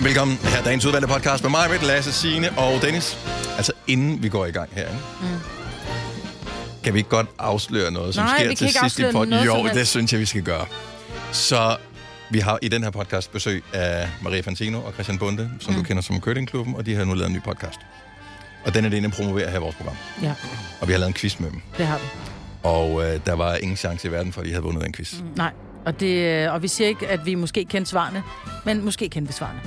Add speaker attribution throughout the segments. Speaker 1: Velkommen her er dagens udvalgte podcast med mig, med Lasse, Signe og Dennis. Altså inden vi går i gang her, ikke? Mm. kan vi ikke godt afsløre noget, som
Speaker 2: Nej,
Speaker 1: sker
Speaker 2: vi kan
Speaker 1: til
Speaker 2: ikke
Speaker 1: sidst i
Speaker 2: afsløre noget
Speaker 1: podcasten?
Speaker 2: som
Speaker 1: Jo,
Speaker 2: helst.
Speaker 1: det synes jeg, vi skal gøre. Så vi har i den her podcast besøg af Maria Fantino og Christian Bunde, som mm. du kender som Køttingklubben, og de har nu lavet en ny podcast. Og den er det ene, der promoverer her i vores program.
Speaker 3: Ja,
Speaker 1: Og vi har lavet en quiz med dem.
Speaker 3: det har vi.
Speaker 1: Og øh, der var ingen chance i verden for, at de havde vundet den quiz. Mm.
Speaker 3: Nej, og, det, øh, og vi siger ikke, at vi måske kendte svarene, men måske kendte vi svarene.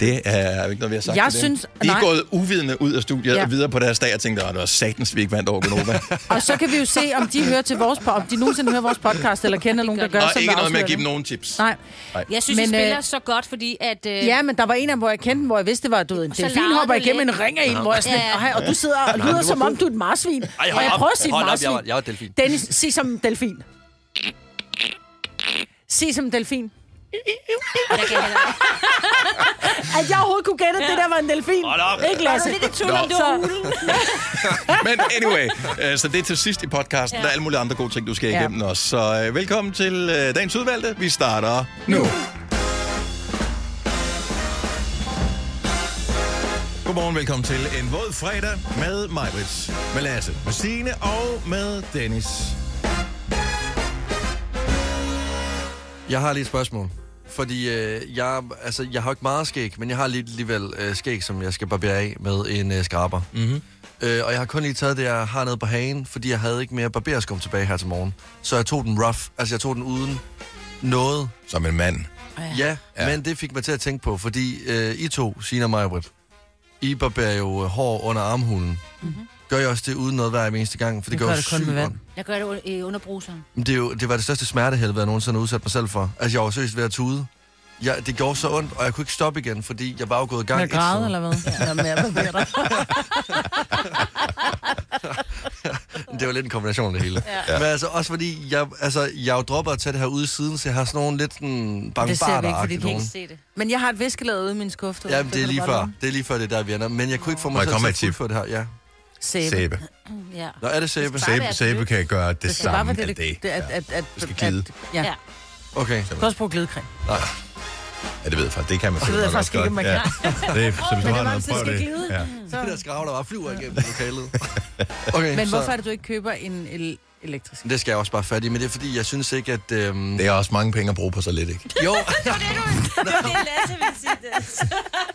Speaker 1: Det er jo ikke noget, vi har sagt
Speaker 3: Jeg
Speaker 1: til
Speaker 3: synes-
Speaker 1: dem. De er
Speaker 3: nej.
Speaker 1: gået uvidende ud af studiet ja.
Speaker 3: Ja.
Speaker 1: og videre på deres dag og tænkte, at det var satans, vi ikke vandt over Gonova.
Speaker 3: Og så kan vi jo se, om de hører til vores, po- om de nogensinde hører vores podcast, eller kender nogen, der gør,
Speaker 1: og
Speaker 3: som
Speaker 1: ikke
Speaker 3: der
Speaker 1: noget med at
Speaker 3: afslører
Speaker 1: give dem
Speaker 3: det.
Speaker 1: nogen tips.
Speaker 3: Nej.
Speaker 2: Jeg synes, men, I
Speaker 3: Men, øh,
Speaker 2: spiller øh, så godt, fordi at... Øh,
Speaker 3: Ja, men der var en af dem, hvor jeg kendte dem, hvor jeg vidste, det var du ved, en
Speaker 2: Så
Speaker 3: delfin
Speaker 2: larmer
Speaker 3: hopper
Speaker 2: du
Speaker 3: igennem
Speaker 2: lidt.
Speaker 3: en ring af en, hvor jeg sådan,
Speaker 2: Ja.
Speaker 3: og, her, og du sidder og lyder, som om du er et marsvin.
Speaker 4: Ej,
Speaker 3: og
Speaker 4: hold
Speaker 3: jeg
Speaker 4: op.
Speaker 3: prøver at sige
Speaker 4: hold op, jeg
Speaker 3: marsvin.
Speaker 4: var, jeg var delfin.
Speaker 3: Dennis, sig som delfin. Sig som delfin.
Speaker 2: jeg kan heller ikke.
Speaker 3: At jeg overhovedet kunne gætte, at det der var en delfin.
Speaker 4: Hold op.
Speaker 3: Ikke, Lasse?
Speaker 2: Det er lidt i tvivl, om det var
Speaker 3: Så-
Speaker 2: hulen.
Speaker 1: Men anyway, øh, så det er til sidst i podcasten. Ja. Der er alle mulige andre gode ting, du skal
Speaker 3: Ja.
Speaker 1: igennem også. Så øh, velkommen til øh, dagens udvalgte. Vi starter nu. Godmorgen, velkommen til en våd fredag med Majbrits, med Lasse, med Signe og med Dennis.
Speaker 4: Jeg har lige et spørgsmål. Fordi øh, jeg, altså, jeg har jo ikke meget skæg, men jeg har lige, alligevel øh, skæg, som jeg skal barbere af med en øh, skraber.
Speaker 1: Mhm.
Speaker 4: Mm-hmm. Øh, og jeg har kun lige taget det, jeg har nede på hagen, fordi jeg havde ikke mere barberskum tilbage her til morgen. Så jeg tog den rough, altså jeg tog den uden noget.
Speaker 1: Som en mand.
Speaker 4: Ja, ja. men det fik mig til at tænke på, fordi øh, I to, Sina og Majbrit, I barberer jo øh, hår under armhulen. Mm-hmm. Gør jeg også det uden noget hver eneste gang, for det, gør,
Speaker 3: Jeg gør
Speaker 4: jo
Speaker 3: Mhm. det kun
Speaker 4: sygt
Speaker 3: med vand.
Speaker 4: ondt.
Speaker 2: Jeg gør det u- øh, under bruseren.
Speaker 4: Men Det, er jo, det var det største smertehelvede, jeg nogensinde har udsat mig selv for. Altså, jeg var seriøst ved at tude. Jeg, det gjorde så ondt, og jeg kunne ikke stoppe igen, fordi jeg var jo gået i gang.
Speaker 3: Med
Speaker 4: et
Speaker 3: græde,
Speaker 4: sted.
Speaker 3: eller hvad? Ja, men jeg ved det.
Speaker 4: Det var lidt en kombination af det hele. ja. Men altså, også fordi, jeg, altså, jeg er jo dropper at tage det her ude siden, så jeg har sådan nogle lidt sådan
Speaker 3: Det ser vi ikke, fordi
Speaker 4: bankbarter
Speaker 3: det er ikke
Speaker 4: nogen.
Speaker 2: Se det.
Speaker 3: Men jeg har et viskelag ude i min skuffe. du.
Speaker 4: Jamen, det er
Speaker 3: kan
Speaker 4: lige
Speaker 3: du godt
Speaker 4: før.
Speaker 3: lide.
Speaker 4: Det er lige før, det er der, vi ender. Men jeg kunne ikke få
Speaker 1: Må
Speaker 4: mig
Speaker 1: jeg
Speaker 4: selv
Speaker 1: komme
Speaker 4: til
Speaker 1: med
Speaker 4: at
Speaker 1: et tip?
Speaker 4: fuldføre det her. Ja.
Speaker 3: Sæbe. Sæbe.
Speaker 1: Sæbe.
Speaker 2: Ja.
Speaker 4: Nå, er det sæbe?
Speaker 2: Sæbe.
Speaker 1: Sæbe, sæbe kan gøre det
Speaker 3: Det var,
Speaker 1: samme
Speaker 3: det, det,
Speaker 1: alt
Speaker 3: det,
Speaker 1: det.
Speaker 3: det at, at, at,
Speaker 1: Du skal glide.
Speaker 3: at- ja.
Speaker 2: Ja.
Speaker 3: ja.
Speaker 4: Okay.
Speaker 3: Du kan også bruge glidecreme.
Speaker 4: Nej.
Speaker 1: Ja, det ved jeg faktisk. Det kan man
Speaker 3: Det ved jeg
Speaker 1: sikkert
Speaker 3: faktisk
Speaker 1: nok
Speaker 3: ikke, om
Speaker 1: godt.
Speaker 3: man
Speaker 1: Ja. Det er, så hvis du har
Speaker 3: var,
Speaker 1: noget,
Speaker 3: hvis det
Speaker 1: prøv
Speaker 3: skal
Speaker 1: det.
Speaker 3: glide.
Speaker 1: Ja.
Speaker 4: Det der skrav, der bare flyver igennem lokalet. Okay,
Speaker 3: Men hvorfor er
Speaker 4: så,
Speaker 3: det, du ikke køber en el- elektrisk?
Speaker 4: det skal jeg også bare fat i, men det er fordi, jeg synes ikke, at... Øhm...
Speaker 1: Det er også mange penge at bruge på så lidt, ikke?
Speaker 4: Jo,
Speaker 2: Det er det, Lasse vil sige det.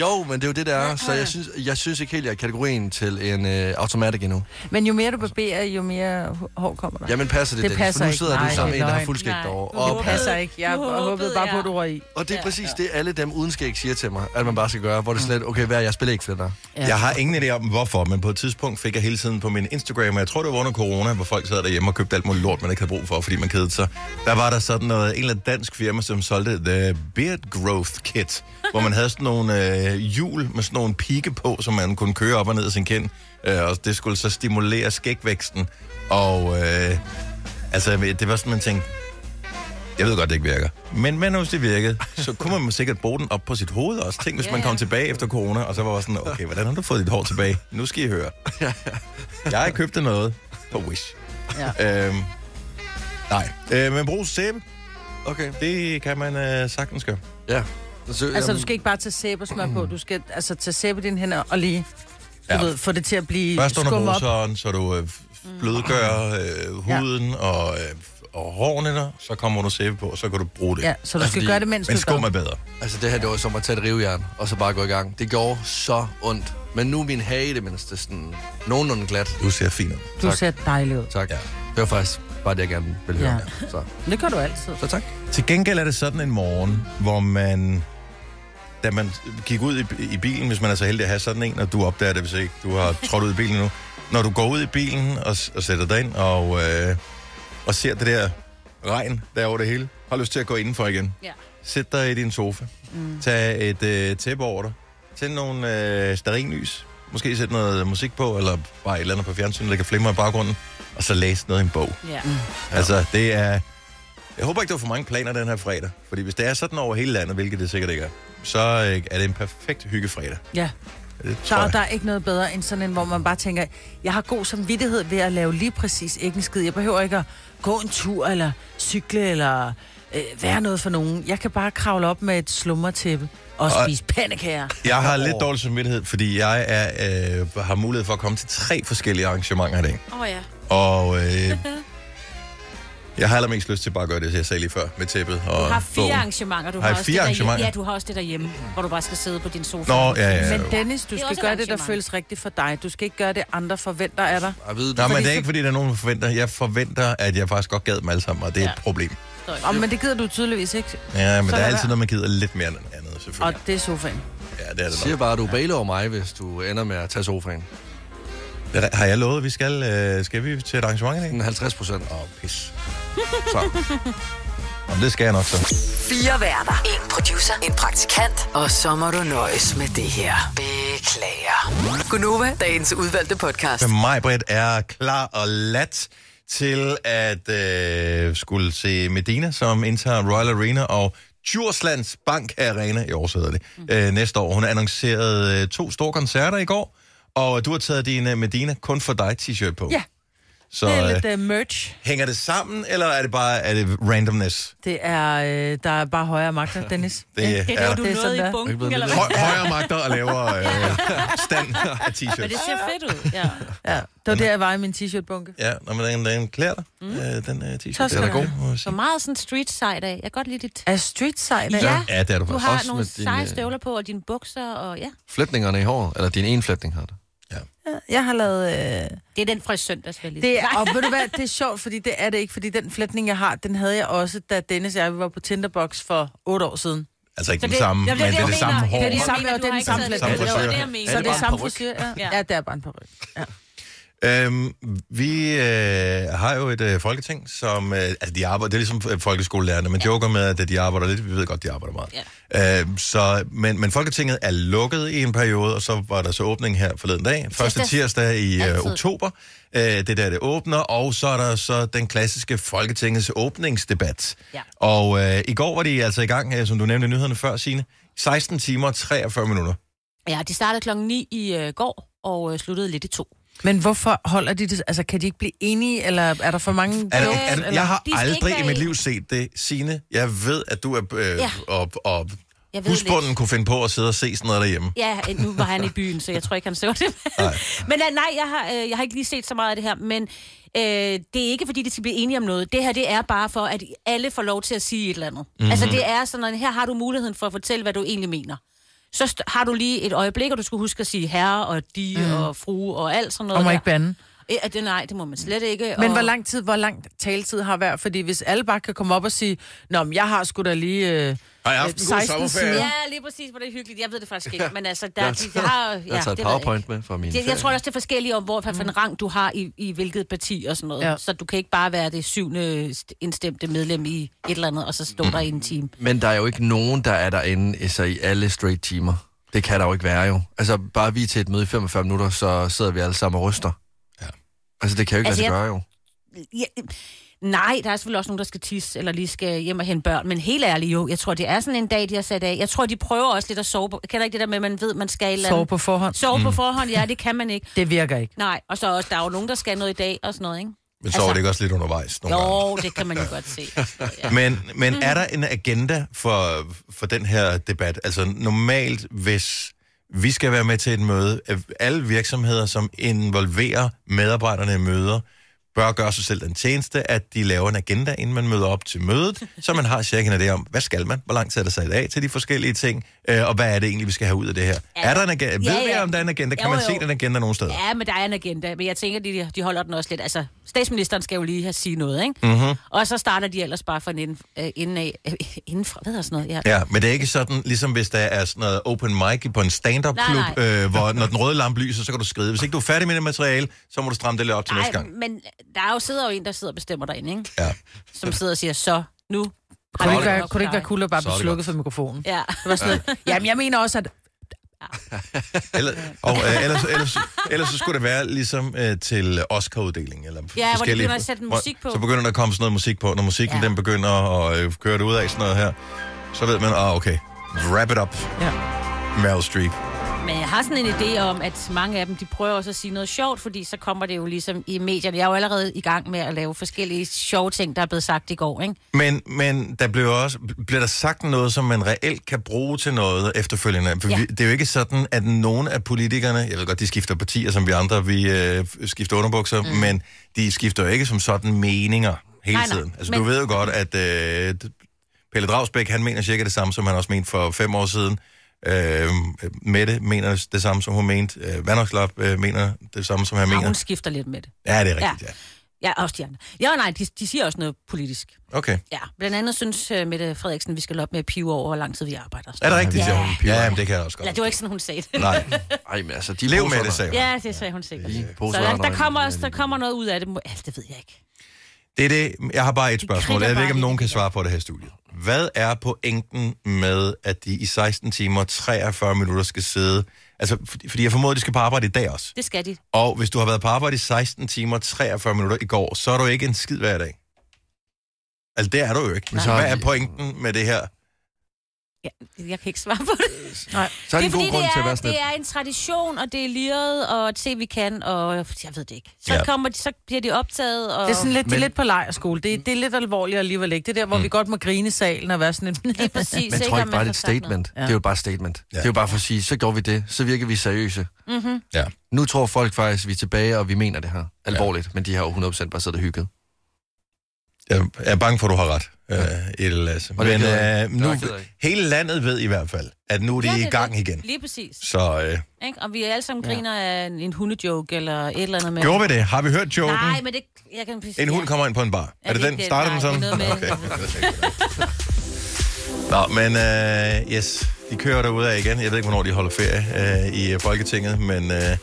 Speaker 4: Jo, men det er jo det, der er. Så jeg synes, jeg synes ikke helt, jeg er i kategorien til en øh, automatic endnu.
Speaker 3: Men jo mere du barberer, jo mere h- hår kommer der.
Speaker 4: Jamen passer det,
Speaker 3: Det
Speaker 4: Dennis?
Speaker 3: passer
Speaker 4: for nu
Speaker 3: ikke.
Speaker 4: sidder
Speaker 3: Nej,
Speaker 4: du sammen
Speaker 3: det
Speaker 4: med
Speaker 3: er
Speaker 4: en, der har
Speaker 3: løgn.
Speaker 4: fuld skæg
Speaker 2: Nej.
Speaker 4: derovre.
Speaker 2: Det
Speaker 3: Det
Speaker 4: Og,
Speaker 3: passer ikke. Jeg
Speaker 2: Nu
Speaker 3: håbede,
Speaker 2: håbede
Speaker 3: håbede bare på,
Speaker 2: jeg.
Speaker 3: at du røg i.
Speaker 4: og det er præcis det, alle dem uden skæg siger til mig, at man bare skal gøre, hvor
Speaker 1: Mm.
Speaker 4: det slet, okay, hvad er jeg spiller ikke fletter.
Speaker 3: Ja.
Speaker 1: Jeg har ingen idé om, hvorfor, men på et tidspunkt fik jeg hele tiden på min Instagram, og jeg tror, det var under corona, hvor folk sad derhjemme og købte alt muligt lort, man ikke havde brug for, fordi man kedede sig. Der var der sådan noget, en eller anden dansk firma, som solgte The Beard Growth Kit, hvor man havde sådan nogle øh, hjul med sådan nogle pigge på, som man kunne køre op og ned af sin kind, øh, og det skulle så stimulere skægvæksten. Og øh, altså, jeg ved- det var sådan, man tænkte, jeg ved godt, det ikke virker. Men, men hvis det virkede, så kunne man sikkert bruge den op på sit hoved også. Tænk, hvis
Speaker 2: Ja,
Speaker 1: man
Speaker 2: ja.
Speaker 1: kom tilbage efter corona, og så var jeg sådan, okay, hvordan har du fået dit hår tilbage? Nu skal I høre. Jeg købte noget på Wish. Ja. Øhm, nej, øh, men brug sæbe,
Speaker 4: Okay,
Speaker 1: det kan man øh, sagtens gøre.
Speaker 4: ja. Så,
Speaker 3: Altså, du skal ikke bare tage sæbe og smør på. Du skal altså tage sæbe i dine hænder og lige du
Speaker 1: Ja.
Speaker 3: ved, få det til at blive
Speaker 1: Først under
Speaker 3: skum op. Mm.
Speaker 1: bruseren, så du øh, f- blødgør øh, huden og, øh, og hårene der, så kommer du sæbe på, og så kan du bruge det. Altså,
Speaker 3: Ja, så du skal
Speaker 4: fordi-
Speaker 3: gøre det, mens
Speaker 1: Men
Speaker 3: du
Speaker 1: skum er bedre.
Speaker 4: Altså det her, det var som at tage et rivejern, og så bare gå i gang. Det gjorde så ondt. Men nu er min hage i det mindste sådan nogenlunde glat.
Speaker 1: Du ser fin ud.
Speaker 3: Du
Speaker 4: Tak.
Speaker 3: ser dejlig ud.
Speaker 4: Tak.
Speaker 1: Ja.
Speaker 4: Ja. Det var faktisk bare det, jeg gerne ville høre. Ja. Så.
Speaker 3: Det gør du altid.
Speaker 4: så tak.
Speaker 1: Til gengæld er det sådan en morgen, hvor man, da man gik ud i, i bilen, hvis man er så heldig at have sådan en, og du opdager det, hvis ikke du har trådt ud i bilen nu, når du går ud i bilen og, s- og sætter dig ind og, øh, og ser det der regn der er over det hele, har lyst til at gå indenfor igen.
Speaker 2: Ja.
Speaker 1: Sæt dig i din sofa. Mm. Tag et øh, tæppe over dig. Tænd nogle øh, starinlys. Måske sæt noget musik på, eller bare et eller andet på fjernsynet, der kan flimre i baggrunden. Og så læs noget i en bog.
Speaker 2: Ja.
Speaker 1: Ja. Altså, det er... Jeg håber ikke, der er for mange planer den her fredag. Fordi hvis det er sådan over hele landet, hvilket det sikkert ikke er, så øh, er det en perfekt hyggefredag.
Speaker 3: Ja.
Speaker 1: Det tror
Speaker 3: Der,
Speaker 1: jeg.
Speaker 3: der er ikke noget bedre end sådan en, hvor man bare tænker, jeg har god samvittighed ved at lave lige præcis ikke en skid. Jeg behøver ikke at gå en tur, eller cykle, eller øh, være noget for nogen. Jeg kan bare kravle op med et slummertæppe og
Speaker 1: Og-
Speaker 3: spise pandekager.
Speaker 1: Jeg har lidt dårlig samvittighed, fordi jeg er, øh, har mulighed for at komme til tre forskellige arrangementer i dag.
Speaker 2: Åh oh, ja.
Speaker 1: Og øh, jeg har allermest lyst til bare at gøre det, jeg sagde lige før, med tæppet og
Speaker 5: Du har fire
Speaker 1: bogen.
Speaker 5: arrangementer. Du
Speaker 1: Har
Speaker 5: har,
Speaker 1: jeg
Speaker 5: også
Speaker 1: fire
Speaker 5: det
Speaker 1: arrangementer?
Speaker 5: Derhjemme. Ja, du har også det derhjemme, hvor du bare skal sidde på din sofa.
Speaker 1: Nå, ja, ja.
Speaker 3: Men Dennis,
Speaker 5: Det
Speaker 3: du
Speaker 5: er
Speaker 3: skal
Speaker 5: også et
Speaker 3: gøre det, der
Speaker 5: arrangement.
Speaker 3: føles rigtigt for dig. Du skal ikke gøre det, andre forventer af dig.
Speaker 4: Jeg ved, du,
Speaker 1: Nej, men det er ikke, fordi der er nogen, der forventer. Jeg forventer, at jeg faktisk godt gad dem alle sammen, og det er et problem.
Speaker 3: Og, men det gider du tydeligvis ikke.
Speaker 1: Ja, men
Speaker 3: Så
Speaker 1: der er
Speaker 3: lad
Speaker 1: altid
Speaker 3: være.
Speaker 1: noget, man gider lidt mere end andet,
Speaker 3: Og
Speaker 1: selvfølgelig.
Speaker 3: det er sofaen.
Speaker 1: Ja, det er
Speaker 4: Jeg
Speaker 1: det
Speaker 4: siger
Speaker 1: nok.
Speaker 4: bare, at du bailer over mig, hvis du ender med at tage sofaen.
Speaker 1: Det er- Har jeg lovet, at vi skal, øh, skal vi til et arrangement i dag?
Speaker 4: En 50 procent.
Speaker 1: Åh, oh, pis. Så. Jamen, det skal jeg nok så.
Speaker 6: Fire værter. En producer. En praktikant. Og så må du nøjes med det her. Beklager. Gunova, dagens udvalgte podcast.
Speaker 1: Mig, Britt, er klar og lat til at øh, skulle se Medina, som indtager Royal Arena og Djurslands Bank Arena, i år så hedder det, øh, næste år. Hun annoncerede øh, to store koncerter i går, og du har taget din øh, Medina kun for dig t-shirt på.
Speaker 3: Ja.
Speaker 1: Så
Speaker 3: Det er
Speaker 1: øh,
Speaker 3: lidt uh, merch.
Speaker 1: hænger det sammen, eller er det bare er det randomness?
Speaker 3: Det er, øh, der er bare højere magter, Dennis.
Speaker 1: Det, ja,
Speaker 5: Det
Speaker 1: er
Speaker 5: er du
Speaker 3: Det er
Speaker 5: noget
Speaker 3: sådan,
Speaker 5: i
Speaker 3: der.
Speaker 5: bunken, eller hvad?
Speaker 1: høj, højere magter og lavere øh, stand af
Speaker 5: Men det
Speaker 1: t-shirts.
Speaker 5: ser fedt ud, ja.
Speaker 3: Ja. Det var der, jeg var i min t-shirt-bunke.
Speaker 1: Ja, når man den, den klæder dig, øh, den øh, t-shirt.
Speaker 3: Tak
Speaker 1: Den
Speaker 3: skal
Speaker 1: er
Speaker 3: du
Speaker 1: god.
Speaker 3: have.
Speaker 1: må jeg
Speaker 5: Så
Speaker 1: sige.
Speaker 5: meget sådan street side af. Jeg kan godt lide dit...
Speaker 3: Er street sej i dag?
Speaker 5: Ja.
Speaker 1: Ja, det er du
Speaker 5: Du
Speaker 1: faktisk.
Speaker 5: har
Speaker 4: Også
Speaker 5: nogle
Speaker 4: med din,
Speaker 5: seje
Speaker 4: øh,
Speaker 5: støvler på, og dine bukser, og ja.
Speaker 4: Flætningerne i håret, eller din ene flætning har det.
Speaker 3: Jeg har lavet... Øh...
Speaker 5: Det er den fra i søndags, vil jeg lige
Speaker 3: Det er, og ved du hvad, det er sjovt, fordi det er det ikke, fordi den flætning, jeg har, den havde jeg også, da Dennis og jeg var på Tinderbox for otte år siden.
Speaker 1: Altså ikke
Speaker 5: Så
Speaker 1: den
Speaker 5: det-
Speaker 1: samme, men
Speaker 5: Jamen,
Speaker 1: det er
Speaker 5: jeg
Speaker 1: det
Speaker 5: mener.
Speaker 1: samme hår.
Speaker 3: Det er de samme,
Speaker 5: mener,
Speaker 3: og det er
Speaker 5: du
Speaker 3: den
Speaker 5: har
Speaker 1: samme
Speaker 5: ikke
Speaker 3: flætning.
Speaker 1: flætning.
Speaker 5: taget-
Speaker 1: Samme
Speaker 5: Det var det,
Speaker 1: frisør.
Speaker 5: jeg mener.
Speaker 3: Så det er
Speaker 4: en
Speaker 3: samme
Speaker 4: paryk?
Speaker 3: frisyr, ja. ja. det er bare en par ja.
Speaker 1: Øhm, vi øh, har jo et øh, folketing, som... Øh, altså, de arbejder... Det er ligesom øh, folkeskolelærerne. Man joker med, at øh, de arbejder lidt. Vi ved godt, de arbejder meget. Ja. Øhm, så, men, men folketinget er lukket i en periode, og så var der så åbning her forleden dag. Første tirsdag i øh,
Speaker 5: Altid.
Speaker 1: oktober. Øh, det er der, det åbner. Og så er der så den klassiske folketingets åbningsdebat.
Speaker 5: Ja.
Speaker 1: Og øh, i går var de altså i gang, øh, som du nævnte i nyhederne før, Signe. 16 timer og 43 minutter.
Speaker 5: Ja, de startede klokken 9 i øh, går, og øh, sluttede lidt i to.
Speaker 3: Men hvorfor holder de det? Altså, kan de ikke blive enige, eller er der for mange
Speaker 1: Er,
Speaker 3: jokes,
Speaker 1: er, er,
Speaker 3: eller-
Speaker 1: jeg har
Speaker 5: De skal ikke
Speaker 1: aldrig i
Speaker 5: være
Speaker 1: mit liv
Speaker 5: ens.
Speaker 1: set det, Signe. Jeg ved, at du er øh, ja.
Speaker 5: Ja.
Speaker 1: op, op.
Speaker 5: Jeg ved
Speaker 1: Husbunden
Speaker 5: lidt.
Speaker 1: kunne finde på at sidde og se sådan noget derhjemme.
Speaker 5: Ja, nu var han i byen, så jeg tror ikke, han så det.
Speaker 1: Nej.
Speaker 5: Men øh, nej, jeg har, øh, jeg har ikke lige set så meget af det her, men øh, det er ikke, fordi de skal blive enige om noget. Det her, det er bare for, at alle får lov til at sige et eller andet. Mm-hmm. Altså, det er sådan, at her har du muligheden for at fortælle, hvad du egentlig mener. Så st- har du lige et øjeblik, og du skal huske at sige herre og de mm. og frue og alt sådan noget.
Speaker 3: Mhm. Og må
Speaker 5: der.
Speaker 3: ikke bande.
Speaker 5: Øh, at det, nej, det må man slet ikke.
Speaker 3: Men
Speaker 5: og...
Speaker 3: hvor lang tid, hvor lang taletid har hver? Fordi hvis alle bare kan komme op og sige, Nå, men jeg har sgu da lige øh,
Speaker 1: Har jeg haft en
Speaker 3: øh,
Speaker 1: god
Speaker 3: 16
Speaker 1: sommerferie?"
Speaker 3: sider.
Speaker 5: Ja, lige præcis, hvor det er hyggeligt. Jeg ved det faktisk ikke, men altså, der,
Speaker 4: Jeg
Speaker 5: de,
Speaker 4: har
Speaker 5: de
Speaker 4: taget-
Speaker 5: har... Ja,
Speaker 4: Jeg har taget
Speaker 5: det
Speaker 4: et
Speaker 5: ved
Speaker 4: powerpoint
Speaker 5: ikke.
Speaker 4: med fra min
Speaker 5: Det, jeg tror også, det er forskelligt om, hvor for en rang du har i, i hvilket parti og sådan noget.
Speaker 3: Ja.
Speaker 5: Mm. Ja. Så du kan ikke bare være det syvende st- indstemte medlem i et eller andet, og så stå mm. der i en time.
Speaker 4: Men der er jo ikke nogen, der er derinde så i alle straight timer. Det kan der jo ikke være jo. Altså, bare vi er til et møde i 45 minutter, så sidder vi alle sammen og ryster.
Speaker 1: Ja.
Speaker 4: Altså, det kan jo ikke
Speaker 5: Altså,
Speaker 4: lade sig
Speaker 5: jeg-
Speaker 4: gøre jo.
Speaker 5: Ja, øh, nej, der er selvfølgelig også nogen, der skal tisse, eller lige skal hjem og hente børn. Men helt ærligt jo, jeg tror, det er sådan en dag, de har sat af. Jeg tror, de prøver også lidt at sove på... Kender ikke det der med, at man ved, man skal et eller andet?
Speaker 3: Sove på forhånd.
Speaker 5: Sove på Mm. forhånd, ja, det kan man ikke.
Speaker 3: Det virker ikke.
Speaker 5: Nej, og så også, der er jo nogen, der skal noget i dag og sådan noget, ikke?
Speaker 1: Men så var det ikke også lidt undervejs nogle gange.
Speaker 5: Altså- Jo, det kan man jo godt se. Ja. Mhm.
Speaker 1: Men, men er der en agenda for, for den her debat? Altså normalt, hvis vi skal være med til et møde, at alle virksomheder, som involverer medarbejderne i møder, bør gøre sig selv den tjeneste, at de laver en agenda, inden man møder op til mødet, så man har cirka en idé om, hvad skal man, hvor lang tid er der sat af til de forskellige ting, øh, og hvad er det egentlig, vi skal have ud af det her? Er der en agenda? Ved
Speaker 5: Ja,
Speaker 1: vi,
Speaker 5: ja.
Speaker 1: om der er en agenda? Kan
Speaker 5: Jo,
Speaker 1: man
Speaker 5: jo.
Speaker 1: se den agenda nogen steder?
Speaker 5: Ja, men der er en agenda, men jeg tænker, de, de holder den også lidt. Altså, statsministeren skal jo lige have sige noget, ikke?
Speaker 1: Mhm.
Speaker 5: Mm-hmm. Og så starter de ellers bare fra inden, øh, inden af, øh, indenfra, hvad hedder sådan noget? Ja.
Speaker 1: Ja, men det er ikke sådan, ligesom hvis der er sådan noget open mic på en stand-up-klub,
Speaker 5: Nej, nej.
Speaker 1: øh, hvor når den røde lampe lyser, så kan du skride. Hvis ikke du er færdig med det materiale, så må du stramme det lidt op til Ej, næste
Speaker 5: Nej,
Speaker 1: gang.
Speaker 5: men der er jo, sidder jo en, der sidder og bestemmer derinde, ikke?
Speaker 1: Ja.
Speaker 5: Som sidder og siger, så nu har
Speaker 3: Kunne
Speaker 5: vi
Speaker 3: det ikke
Speaker 5: nok
Speaker 3: være, kunne det
Speaker 5: dig."
Speaker 3: ikke være cool at bare
Speaker 4: Så er
Speaker 3: blive
Speaker 4: det
Speaker 3: slukket for mikrofonen?
Speaker 5: Ja.
Speaker 3: Det var sådan noget. Jamen, jeg mener også, at...
Speaker 1: Eller, og øh, ellers, ellers, ellers så skulle det være ligesom øh, til Oscar-uddeling. Eller
Speaker 5: Ja, hvor de
Speaker 1: forskellige-
Speaker 5: begynder at sætte
Speaker 1: hvor-
Speaker 5: musik på.
Speaker 1: Så begynder der at komme sådan noget musik på. Når musikken ja.
Speaker 5: Ja.
Speaker 1: den begynder at øh, køre det ud af sådan noget her, så ved man, ah, okay, wrap it up,
Speaker 3: Ja.
Speaker 1: Meryl Streep.
Speaker 5: Men jeg har sådan en idé om, at mange af dem, de prøver også at sige noget sjovt, fordi så kommer det jo ligesom i medierne. Jeg er jo allerede i gang med at lave forskellige sjove ting, der er blevet sagt i går, ikke?
Speaker 1: Men, men der blev også, bliver der sagt noget, som man reelt kan bruge til noget efterfølgende. For ja.
Speaker 5: Ja.
Speaker 1: vi, det er jo ikke sådan, at nogen af politikerne, jeg ved godt, de skifter partier som vi andre, vi øh, skifter underbukser, mm. men de skifter jo ikke som sådan meninger hele
Speaker 5: Nej,
Speaker 1: nej,
Speaker 5: nej,
Speaker 1: tiden. Altså men...
Speaker 5: men-
Speaker 1: du ved jo godt, at øh, Pelle Dragsbæk, han mener cirka det samme, som han også mente for fem år siden. Øh, Mette mener det samme, som hun mente. Øh, Vandrslap øh, mener det samme, som han
Speaker 5: Og Ah, hun
Speaker 1: mener.
Speaker 5: skifter lidt med det.
Speaker 1: Ja, det er rigtigt, ja.
Speaker 5: Ja, også de andre. Ja, nej, de, de siger også noget politisk.
Speaker 1: Okay.
Speaker 5: Ja, blandt andet synes uh, Mette Frederiksen, vi skal loppe med at pive over, hvor lang tid vi arbejder.
Speaker 1: Er det rigtigt,
Speaker 5: Ja.
Speaker 1: siger hun? Ja, jamen, det kan jeg også godt.
Speaker 5: Eller det var ikke sådan, hun sagde det.
Speaker 1: Nej.
Speaker 4: Ej, men altså, de
Speaker 1: Lev med
Speaker 4: poser,
Speaker 1: det, sagde hun.
Speaker 5: Ja, det sagde hun sikkert.
Speaker 4: der. De poser,
Speaker 5: Så der,
Speaker 4: er
Speaker 5: der, kommer, også, der
Speaker 4: en-
Speaker 5: kommer noget ud af det. Må- Altså, det ved jeg ikke.
Speaker 1: Det er det. Jeg har bare et spørgsmål.
Speaker 5: kridter
Speaker 1: Jeg ved
Speaker 5: bare
Speaker 1: ikke, om
Speaker 5: lidt
Speaker 1: nogen
Speaker 5: i
Speaker 1: kan
Speaker 5: det.
Speaker 1: svare på det her studie. Hvad er pointen med, at de i 16 timer og 43 minutter skal sidde? Altså, fordi- fordi jeg formoder, de skal på arbejde i dag også.
Speaker 5: Det skal de.
Speaker 1: Og hvis du har været på arbejde i 16 timer og 43 minutter i går, så er du ikke en skid hver dag. Altså, det er du jo ikke.
Speaker 4: Men så har
Speaker 1: Hvad er
Speaker 4: de-
Speaker 1: pointen med det her?
Speaker 5: Ja, jeg kan ikke svare på
Speaker 1: Øh,
Speaker 5: det.
Speaker 4: Så er det en god
Speaker 5: fordi,
Speaker 4: grund
Speaker 5: det,
Speaker 4: til at
Speaker 5: er,
Speaker 4: være sådan
Speaker 5: det
Speaker 4: lidt.
Speaker 5: er en tradition, og det er liret, og se, vi kan, og jeg ved det ikke. Så,
Speaker 1: Ja.
Speaker 5: ja. kommer de, så bliver de optaget, og...
Speaker 3: Det er sådan lidt, men... det
Speaker 4: Men-
Speaker 3: er lidt på lejerskole. Det, er- det er lidt alvorligt alligevel ikke. Det er der, hvor mm. vi godt må grine i salen og være sådan lidt...
Speaker 5: Lige præcis,
Speaker 4: Men
Speaker 5: ikke,
Speaker 4: tror
Speaker 5: om
Speaker 4: ikke bare, det
Speaker 5: man
Speaker 4: er et
Speaker 5: får sagt noget.
Speaker 4: statement. Det er jo bare et statement. Det er jo bare for at sige, så gjorde vi det, så virker vi seriøse.
Speaker 1: Ja.
Speaker 4: Nu tror folk faktisk, vi er tilbage, og vi mener det her alvorligt, men de har jo 100% bare siddet og hygget.
Speaker 1: Jeg er bange for, at du har ret, øh, Edel Lasse.
Speaker 4: Og det er
Speaker 1: Men
Speaker 4: jeg ked af.
Speaker 1: øh,
Speaker 4: Det er
Speaker 1: nu,
Speaker 4: jeg ked af.
Speaker 1: hele landet ved i hvert fald, at nu er de
Speaker 5: Ja,
Speaker 1: ja,
Speaker 5: det er
Speaker 1: i gang
Speaker 5: det.
Speaker 1: igen.
Speaker 5: Lige præcis.
Speaker 1: Så øh,
Speaker 5: Ikke? Og vi alle sammen griner af en, en hundejoke, eller et eller andet med...
Speaker 1: gjorde vi det? Har vi hørt joken?
Speaker 5: Nej, men det... Jeg kan...
Speaker 1: En hund kommer ind på en bar. Er det den?
Speaker 5: det ikke den?
Speaker 1: Starter den
Speaker 5: Nej,
Speaker 1: sådan?
Speaker 5: det er noget med-
Speaker 1: Okay. Nå, men uh, yes, de kører derude af igen. Jeg ved ikke, hvornår de holder ferie uh, i øh, Folketinget, men uh,
Speaker 5: Øh,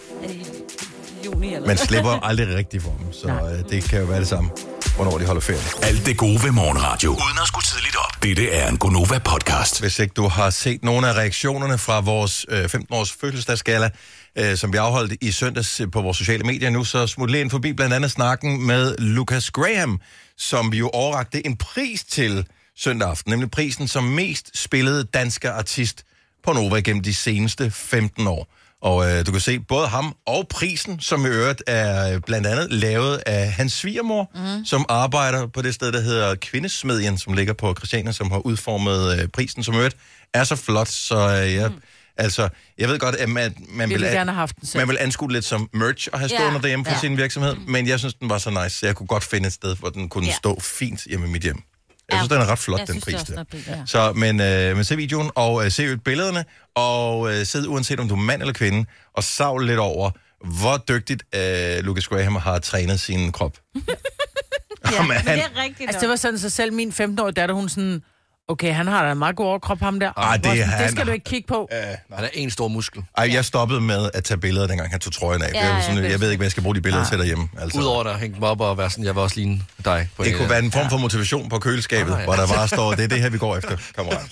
Speaker 5: Juni, eller
Speaker 1: man slipper jo aldrig rigtig for dem, så uh, det kan jo være det samme, hvornår de holder ferie.
Speaker 7: Alt det gode ved morgenradio. Uden at skulle tidligt op. Dette er en Gonova-podcast.
Speaker 1: Hvis ikke du har set nogle af reaktionerne fra vores øh, 15-års fødselsdagsgala, øh, som vi afholdt i søndags øh, på vores sociale medier nu, så smut lige ind forbi blandt andet snakken med Lucas Graham, som vi jo overrakte en pris til søndag aften, nemlig prisen som mest spillede danske artist på Nova gennem de seneste 15 år. Og øh, du kan se både ham og prisen, som i øvrigt er øh, blandt andet lavet af hans svigermor, mm. som arbejder på det sted, der hedder Kvindesmedien, som ligger på Christiania, som har udformet øh, prisen, som i øvrigt er så flot, så øh, jeg, mm. altså, jeg ved godt, at man, man,
Speaker 3: Vi
Speaker 1: vil,
Speaker 3: ville
Speaker 1: an,
Speaker 3: gerne have haft den selv.
Speaker 1: man vil anskue det lidt som merch at have
Speaker 5: Ja,
Speaker 1: stående yeah. derhjemme på
Speaker 5: ja.
Speaker 1: yeah. sin virksomhed, men jeg synes, den var så nice, så jeg kunne godt finde et sted, hvor den kunne
Speaker 5: Ja.
Speaker 1: yeah. stå fint hjemme i mit hjem. Jeg
Speaker 5: Ja.
Speaker 1: synes, den er ret flot,
Speaker 5: Jeg
Speaker 1: den
Speaker 5: synes,
Speaker 1: pris
Speaker 5: det er også
Speaker 1: der.
Speaker 5: noget pænt, ja.
Speaker 1: Så, men, øh, men se videoen, og øh, se øvrigt billederne, og øh, sid uanset om du er mand eller kvinde, og savl lidt over, hvor dygtigt øh, Lucas Graham har trænet sin krop. ja, Jamen,
Speaker 5: Men
Speaker 1: han,
Speaker 5: det er rigtigt
Speaker 3: Altså, det var sådan, så selv min 15-årige datter, hun sådan... Okay, han har da en meget god overkrop, ham der.
Speaker 1: Ej, Ah, det er
Speaker 3: Hvor sådan,
Speaker 1: han-
Speaker 3: det skal du ikke kigge på.
Speaker 4: Han er en stor muskel.
Speaker 1: ej, jeg stoppede med at tage billeder, dengang han tog trøjen af.
Speaker 5: Ja,
Speaker 1: Ja, jeg, var
Speaker 5: ja,
Speaker 1: sådan,
Speaker 5: det er
Speaker 1: jeg ved ikke, hvad jeg skal bruge de billeder til derhjemme. Altså.
Speaker 4: Ah. Udover at hænge dem op og være sådan, jeg vil også ligne dig. På
Speaker 1: Det
Speaker 4: en- øh,
Speaker 1: kunne være en form for motivation på køleskabet,
Speaker 4: Ah, ja.
Speaker 1: hvor der bare står, det er det her, vi går efter, kammerat.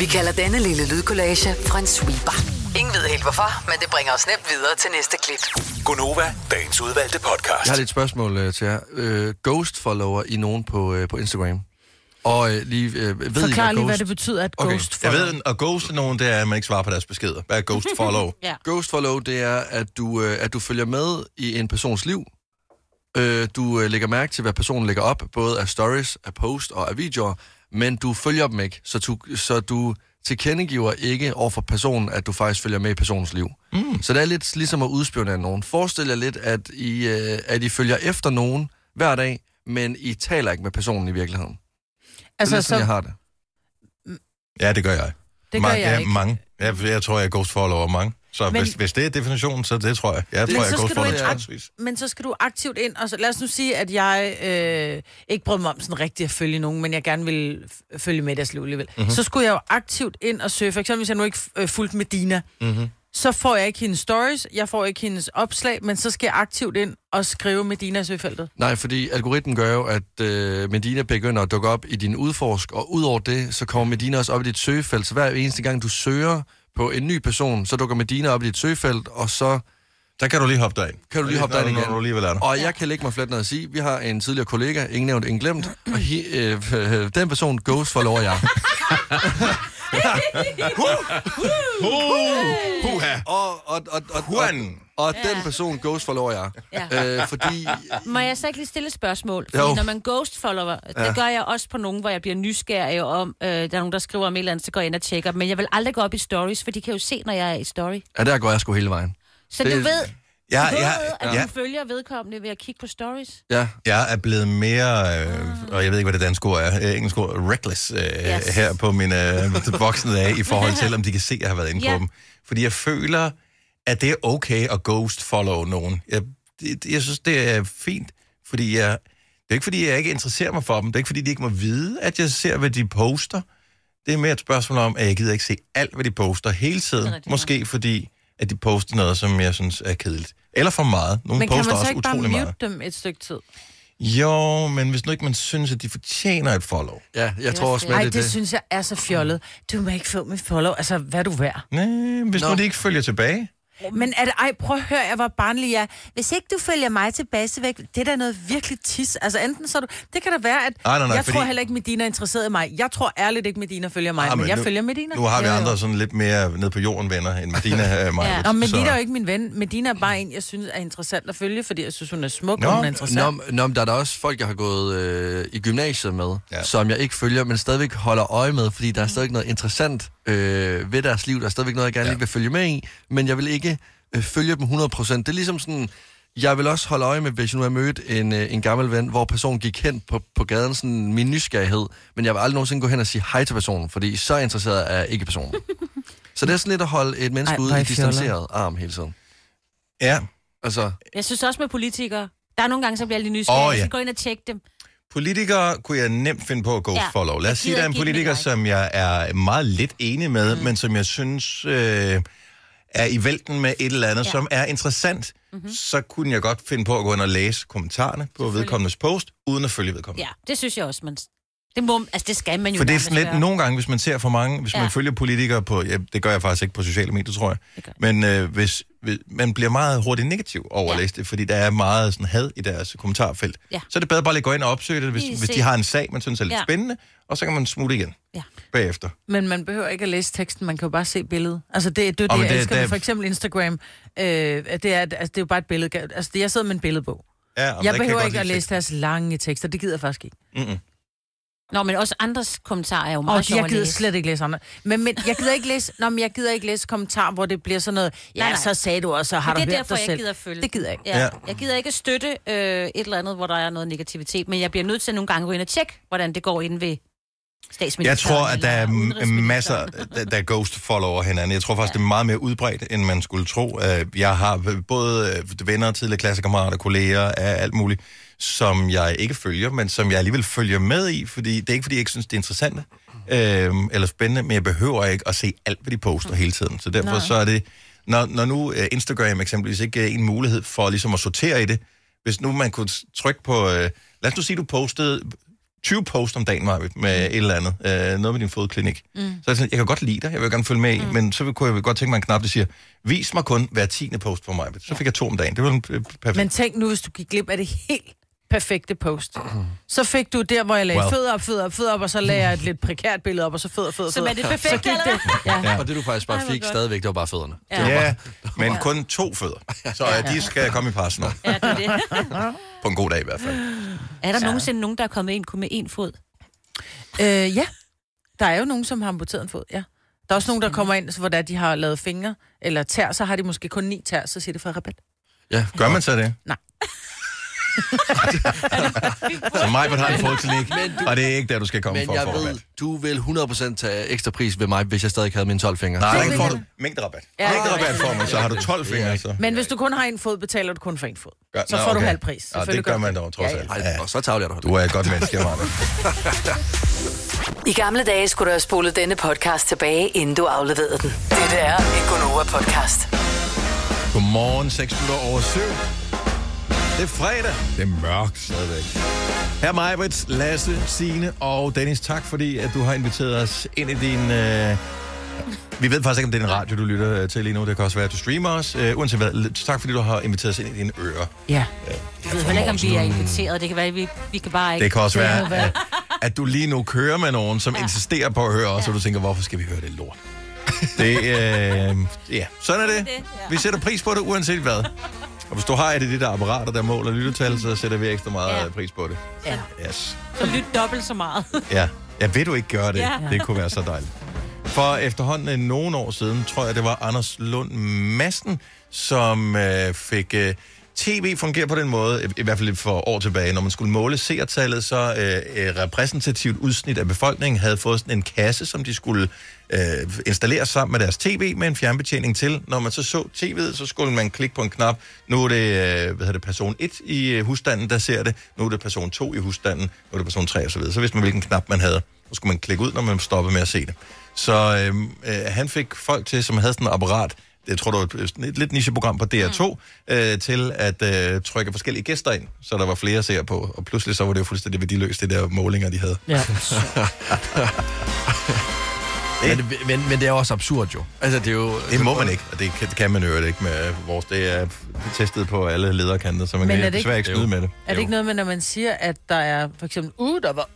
Speaker 6: Vi kalder denne lille lydkollage en sweeper. Ingen ved helt hvorfor, men det bringer os nemt videre til næste klip.
Speaker 7: Gonova, dagens udvalgte podcast.
Speaker 4: Jeg har lidt spørgsmål øh, til jer. Øh, ghost follower I nogen på, øh, på Instagram? Og øh, lige, øh, ved I,
Speaker 3: Forklar
Speaker 4: hvad
Speaker 3: lige, hvad
Speaker 4: ghost...
Speaker 3: det betyder, at
Speaker 4: Okay,
Speaker 3: ghost
Speaker 1: Jeg
Speaker 3: follow.
Speaker 1: ved, at ghoste nogen, det er, at man ikke svarer på deres beskeder. Hvad er ghost follow?
Speaker 5: Ja.
Speaker 4: Ghost follow, det er, at du, øh, at du følger med i en persons liv. Øh, du øh, lægger mærke til, hvad personen lægger op, både af stories, af post og af videoer, men du følger dem ikke, så du, så du tilkendegiver ikke over for personen, at du faktisk følger med i personens liv. Mm. Så det er lidt ligesom at udspionere nogen. Forestil jer lidt, at I, øh, at I følger efter nogen hver dag, men I taler ikke med personen i virkeligheden. Altså, det er
Speaker 3: Altså,
Speaker 4: lidt sådan, jeg
Speaker 3: så,
Speaker 4: har det.
Speaker 1: Ja, det gør jeg.
Speaker 3: det gør
Speaker 1: Mange-
Speaker 3: jeg
Speaker 1: ja,
Speaker 3: ikke.
Speaker 1: mange. Jeg, jeg tror, jeg er ghost follower mange. Så Men...
Speaker 3: Men-
Speaker 1: hvis, hvis det er definitionen, så det tror jeg. Jeg
Speaker 3: Men
Speaker 1: tror, jeg
Speaker 3: så
Speaker 1: er ghost
Speaker 3: skal du
Speaker 1: follower
Speaker 4: ikke-
Speaker 1: tonsvis.
Speaker 3: Men så skal du aktivt ind, og så, lad os nu sige, at jeg øh, ikke brød mig om sådan rigtigt at følge nogen, men jeg gerne ville f- følge med i deres liv alligevel.
Speaker 1: Mhm.
Speaker 3: Mm-hmm. Så skulle jeg jo aktivt ind og søge, for eksempel hvis jeg nu ikke øh, fulgte Medina, mm-hmm. så får jeg ikke hendes stories, jeg får ikke hendes opslag, men så skal jeg aktivt ind og skrive Medina i søgefeltet.
Speaker 4: Nej, fordi algoritmen gør jo, at øh, Medina begynder at dukke op i din udforsk, og udover det, så kommer Medina også op i dit søgefelt. Så hver eneste gang, du søger på en ny person, så dukker Medina op i dit søgefelt, og så
Speaker 1: Der kan du lige hoppe dig ind.
Speaker 4: Kan du lige hoppe dig ind
Speaker 1: når,
Speaker 4: igen?
Speaker 1: Når du alligevel er der.
Speaker 4: Og jeg kan lægge mig fladt ned og sige, vi har en tidligere kollega, ingen nævnt, ingen glemt, og he, øh, øh, den person goes for lov og jeg.
Speaker 1: Uh, Huha!
Speaker 4: Og, og, og, og, og,
Speaker 1: Juan.
Speaker 4: og, og den person goes for lov og jeg.
Speaker 5: Ja.
Speaker 4: Øh, fordi
Speaker 5: Må jeg så ikke lige stille et spørgsmål? Fordi
Speaker 4: Jo.
Speaker 5: jo. når man ghostfollower, ja. det gør jeg også på nogen, hvor jeg bliver nysgerrig om, øh, der er nogen, der skriver om et eller andet, så går jeg ind og tjekker dem. Men jeg vil aldrig gå op i stories, for de kan jo se, når jeg er i story.
Speaker 4: ja, der går jeg sgu hele vejen.
Speaker 5: Så
Speaker 4: Det-
Speaker 5: det... du ved,
Speaker 1: Ja,
Speaker 5: du
Speaker 1: ja,
Speaker 5: ved, at
Speaker 1: ja.
Speaker 5: du følger vedkommende ved at kigge på stories.
Speaker 4: Ja,
Speaker 1: Jeg er blevet mere, øh, og jeg ved ikke, hvad det danske ord er, øh, engelsk ord, reckless øh, yes.
Speaker 5: Yes.
Speaker 1: her på min øh, voksne dage, i forhold til, om de kan se, at jeg har været inde
Speaker 5: Ja.
Speaker 1: på dem. Fordi jeg føler, at det er okay at ghost-follow nogen. Jeg, det, jeg synes, det er fint, fordi jeg... Det er ikke, fordi jeg ikke interesserer mig for dem. Det er ikke, fordi de ikke må vide, at jeg ser, hvad de poster. Det er mere et spørgsmål om, at jeg gider ikke se alt, hvad de poster hele tiden.
Speaker 5: rigtigt, ja.
Speaker 1: Måske fordi, at de poster noget, som jeg synes er kedeligt. Eller for meget. Nogle
Speaker 3: Men kan
Speaker 1: poster
Speaker 3: man så
Speaker 1: også
Speaker 3: ikke bare
Speaker 1: utrolig
Speaker 3: mute
Speaker 1: meget.
Speaker 3: meget. dem et stykke tid?
Speaker 1: Jo, men hvis nu ikke man synes, at de fortjener et follow.
Speaker 4: ja jeg tror også, med
Speaker 3: Nej,
Speaker 4: det,
Speaker 3: det,
Speaker 4: er det.
Speaker 3: synes jeg er så fjollet. Du må ikke få mit follow. Altså, hvad er du værd?
Speaker 1: Nej, hvis Nå. nu
Speaker 4: Nå.
Speaker 1: de ikke følger tilbage.
Speaker 3: Men er det, ej, prøv at høre, jeg var barnlig, ja. Hvis ikke du følger mig tilbage, så væk, det er da noget virkelig tis. Altså, enten så er du... Det kan da være, at
Speaker 1: Nej, nej, nej,
Speaker 3: jeg
Speaker 1: fordi-
Speaker 3: tror heller ikke, Medina er interesseret i mig. Jeg tror ærligt ikke, Medina følger mig,
Speaker 1: Ah,
Speaker 3: men, jeg
Speaker 1: nu,
Speaker 3: følger Medina.
Speaker 1: Nu har vi
Speaker 3: Jo, jo.
Speaker 1: andre sådan lidt mere ned på jorden venner, end Medina øh, mig.
Speaker 5: Ja.
Speaker 1: ja.
Speaker 3: Nå, men Medina er jo ikke min ven. Medina er bare en, jeg synes er interessant at følge, fordi jeg synes, hun er smuk,
Speaker 1: Nå,
Speaker 3: og hun er interessant.
Speaker 4: Nå, men- Nå, men der er der også folk, jeg har gået øh, i gymnasiet med,
Speaker 1: Ja.
Speaker 4: ja. som jeg ikke følger, men stadigvæk holder øje med, fordi
Speaker 3: Mm.
Speaker 4: der er stadigvæk noget interessant øh, ved deres liv. Der er stadigvæk noget, jeg gerne
Speaker 1: Ja.
Speaker 4: ja. lige vil følge med i, men jeg vil ikke øh, følge dem 100%. Det er ligesom sådan, jeg vil også holde øje med, hvis jeg nu har mødt en, øh, en gammel ven, hvor personen gik hen på, på gaden, sådan min nysgerrighed, men jeg vil aldrig nogensinde gå hen og sige hej til personen, fordi så interesseret er jeg ikke i personen. så det er sådan lidt at holde et menneske
Speaker 3: Ej,
Speaker 4: Ej,
Speaker 3: hvor
Speaker 4: ude
Speaker 3: er
Speaker 4: i
Speaker 3: I fjollet.
Speaker 4: distanceret arm hele tiden.
Speaker 1: Ja,
Speaker 4: Altså,
Speaker 5: Jeg synes også med politikere, der er nogle gange, så bliver jeg lige nysgerrig,
Speaker 1: Åh,
Speaker 5: oh, ja.
Speaker 1: ja.
Speaker 5: så går ind og tjekke dem.
Speaker 1: politikere kunne jeg nemt finde på at ghost
Speaker 5: Ja,
Speaker 1: follow. Lad os
Speaker 5: jeg
Speaker 1: sige, der
Speaker 5: gider
Speaker 1: er en
Speaker 5: ikke give dem et
Speaker 1: politiker,
Speaker 5: like.
Speaker 1: som jeg er meget lidt enig med, mm. men som jeg synes øh, er i vælten med et eller andet, ja.
Speaker 5: Ja.
Speaker 1: som er interessant, mm-hmm. så kunne jeg godt finde på at gå ind og læse kommentarerne på vedkommendes post, uden at følge vedkommende.
Speaker 5: Ja, det synes jeg også, man... Det, må, altså, det skal man jo
Speaker 1: For det er
Speaker 5: nærmest
Speaker 1: sådan lidt,
Speaker 5: gøre.
Speaker 1: nogle gange, hvis man ser for mange, hvis ja. man
Speaker 5: Ja.
Speaker 1: følger politikere på, ja, det gør jeg faktisk ikke på sociale medier, tror jeg,
Speaker 5: Det gør
Speaker 1: men øh, hvis, hvis, man bliver meget hurtigt negativ over ja. at
Speaker 5: Ja.
Speaker 1: læse det, fordi der er meget sådan had i deres kommentarfelt.
Speaker 5: Ja.
Speaker 1: Så er det bedre bare lige at gå ind og opsøge det, hvis,
Speaker 5: Lige
Speaker 1: hvis
Speaker 5: se.
Speaker 1: de har en sag, man synes er lidt ja.
Speaker 5: Ja.
Speaker 1: spændende, og så kan man smutte igen
Speaker 5: Ja.
Speaker 1: bagefter.
Speaker 3: Men man behøver ikke at læse teksten, man kan jo bare se billedet. Altså det, det, er jo det,
Speaker 1: Åh, men
Speaker 3: det
Speaker 1: det-
Speaker 3: jeg elsker
Speaker 1: det-
Speaker 3: med for eksempel Instagram. Øh, at det, er, at- altså, det er jo bare et billede. Altså det, jeg sidder med en billedbog.
Speaker 1: Ja, og der
Speaker 3: jeg
Speaker 1: kan
Speaker 3: behøver
Speaker 1: godt
Speaker 3: ikke at
Speaker 1: lide
Speaker 3: læse deres lange tekster, det gider jeg faktisk ikke.
Speaker 5: Nå, men også andres kommentarer er jo
Speaker 3: Og
Speaker 5: meget sjovt
Speaker 3: jeg
Speaker 5: at
Speaker 3: gider
Speaker 5: læse.
Speaker 3: slet ikke læse andre. Men, men jeg gider ikke læse, nå, men jeg gider ikke læse kommentarer, hvor det bliver sådan noget, ja,
Speaker 5: Nej, nej.
Speaker 3: så sagde du også, så har
Speaker 5: Men
Speaker 3: du
Speaker 5: det er
Speaker 3: hørt
Speaker 5: derfor,
Speaker 3: dig
Speaker 5: jeg
Speaker 3: selv.
Speaker 5: gider følge.
Speaker 3: Det gider jeg ikke.
Speaker 5: Ja.
Speaker 1: Ja.
Speaker 5: ja. Jeg gider ikke støtte øh, et eller andet, hvor der er noget negativitet, men jeg bliver nødt til nogle gange at gå ind og tjekke, hvordan det går inde ved
Speaker 1: Jeg
Speaker 5: statsministeren.
Speaker 1: tror, at der er
Speaker 5: eller
Speaker 1: m-
Speaker 5: udenrigsministeren.
Speaker 1: masser, der- der ghost-follower hinanden. Jeg tror faktisk, ja. det er meget mere udbredt, end man skulle tro. Øh, Jeg har v- både øh, venner, tidligere klassekammerater, kolleger af alt muligt, som jeg ikke følger, men som jeg alligevel følger med i, fordi det er ikke, fordi jeg ikke synes, det er interessant øh, eller spændende, men jeg behøver ikke at se alt, hvad de poster hele tiden. Så derfor så er det... Når, når nu øh, Instagram eksempelvis ikke er en mulighed for ligesom at sortere i det, hvis nu man kunne s- trykke på... Øh, lad os nu sige, du postede 20 post om dagen, Marvitt, med mm. et eller andet. Øh, noget med din fodklinik. Mm. Så er jeg sådan, jeg kan godt lide dig, jeg vil gerne følge med mm. men så kunne jeg godt tænke mig en knap, der siger, vis mig kun hver tiende post for mig. Så fik jeg to om dagen. Det var en øh, perfekt.
Speaker 3: Men tænk nu, hvis du gik glip af det helt perfekte post. Så fik du der, hvor jeg lagde
Speaker 1: Well.
Speaker 3: well. fødder op, fødder op, fødder op, og så lagde jeg et lidt prekært billede op, og så fødder, fødder,
Speaker 5: Som
Speaker 3: fødder.
Speaker 5: er det perfekte,
Speaker 3: gik
Speaker 5: eller hvad?
Speaker 3: Ja.
Speaker 4: ja. og det du faktisk bare fik stadigvæk, det var bare fødderne. Ja. Det var
Speaker 1: ja, men kun to fødder. Så ja, de skal komme i par snor.
Speaker 5: Ja, det er, det.
Speaker 1: På en god dag i hvert fald.
Speaker 5: er der nogensinde nogen, der er kommet ind kun med én fod?
Speaker 3: Øh, ja. Der er jo nogen, som har amputeret en fod, ja. Der er også nogen, der kommer ind, så hvor der de har lavet fingre eller tær, så har de måske kun ni tær, så siger det for rabat.
Speaker 4: Ja.
Speaker 1: Gør man så det?
Speaker 3: Nej.
Speaker 1: så Majbert har en fodklinik, og det er ikke der, du skal komme
Speaker 4: Men
Speaker 1: for at
Speaker 4: jeg
Speaker 1: få
Speaker 4: ved,
Speaker 1: rabat.
Speaker 4: du vil 100% tage ekstra pris ved mig, hvis jeg stadig havde mine 12 fingre.
Speaker 1: Nej, der får du mængderabat.
Speaker 3: Ja.
Speaker 1: Mængderabat får man, så har du 12 fingre. Så.
Speaker 3: Men hvis du kun har en fod, betaler du kun for en fod.
Speaker 1: Gør-
Speaker 3: så
Speaker 1: Nå,
Speaker 3: får du
Speaker 1: okay.
Speaker 3: halv pris.
Speaker 1: Nå,
Speaker 3: Selvfølgelig
Speaker 1: det gør man dog, trods
Speaker 3: Ja, ja.
Speaker 1: alt.
Speaker 4: Ej,
Speaker 1: Ja.
Speaker 4: og så tavlig er du.
Speaker 1: Du er et godt menneske, Marvitt.
Speaker 6: I gamle dage skulle du have spolet denne podcast tilbage, inden du afleverede den. Det er en Gunova-podcast.
Speaker 1: Godmorgen, 6 minutter over 7. Det er fredag. Det er mørkt stadigvæk. Her er Majbrits, Lasse, Signe og Dennis. Tak fordi, at du har inviteret os ind i din øh, Vi ved faktisk ikke, om det er en radio, du lytter øh, til lige nu. Det kan også være, at du streamer os. Øh, uanset hvad, l- tak fordi du har inviteret os ind i dine ører. Øh,
Speaker 3: Ja.
Speaker 5: Jeg ved heller ikke, om vi er inviteret. Det kan være, at vi, vi kan bare ikke.
Speaker 1: Det kan også
Speaker 3: Det
Speaker 1: være,
Speaker 3: kan være.
Speaker 1: at, at du lige nu kører med nogen, som ja. insisterer på at høre os, og du tænker, hvorfor skal vi høre det lort? Det, øh, ja, sådan er det. Vi sætter pris på det, uanset hvad. Og hvis du har et af de der apparater, der måler lyttetal, så sætter vi ekstra meget
Speaker 5: Ja.
Speaker 1: øh, pris på det.
Speaker 3: Ja.
Speaker 1: Yes.
Speaker 5: Så lyt dobbelt så meget.
Speaker 1: Ja. ja, ved du ikke gøre det?
Speaker 5: Ja.
Speaker 1: Det kunne være så dejligt. For efterhånden øh, nogle år siden, tror jeg, det var Anders Lund Madsen, som øh, fik... Øh, TV fungerer på den måde, i, i hvert fald lidt for år tilbage, når man skulle måle seertallet, så øh, øh, repræsentativt udsnit af befolkningen havde fået sådan en kasse, som de skulle øh, installere sammen med deres TV med en fjernbetjening til. Når man så så TV'et, så skulle man klikke på en knap. Nu er det, øh, hvad hedder det person 1 i øh, husstanden, der ser det. Nu er det person 2 i husstanden. Nu er det person 3 osv. Så, videre. så vidste man, hvilken knap man havde. Så skulle man klikke ud, når man stoppede med at se det. Så øhm, øh, han fik folk til, som havde sådan et apparat, jeg tror, det var et, sådan et lidt nicheprogram på DR2, mm. øh, til at øh, trykke forskellige gæster ind, så der var flere seere på. Og pludselig så var det jo fuldstændig værdiløst, det der målinger, de havde.
Speaker 3: ja.
Speaker 4: Men, men, men det er jo også absurd jo. Altså, det er jo...
Speaker 1: Det må man ikke, og det kan, det kan man jo ikke med øh, vores. Det er testet på alle lederkanter, så man
Speaker 3: Men er
Speaker 1: kan
Speaker 3: det
Speaker 1: desværre ikke
Speaker 4: ikke-
Speaker 1: snyde med det.
Speaker 3: Er det ikke noget med, når man siger, at der er for eksempel, uh, der var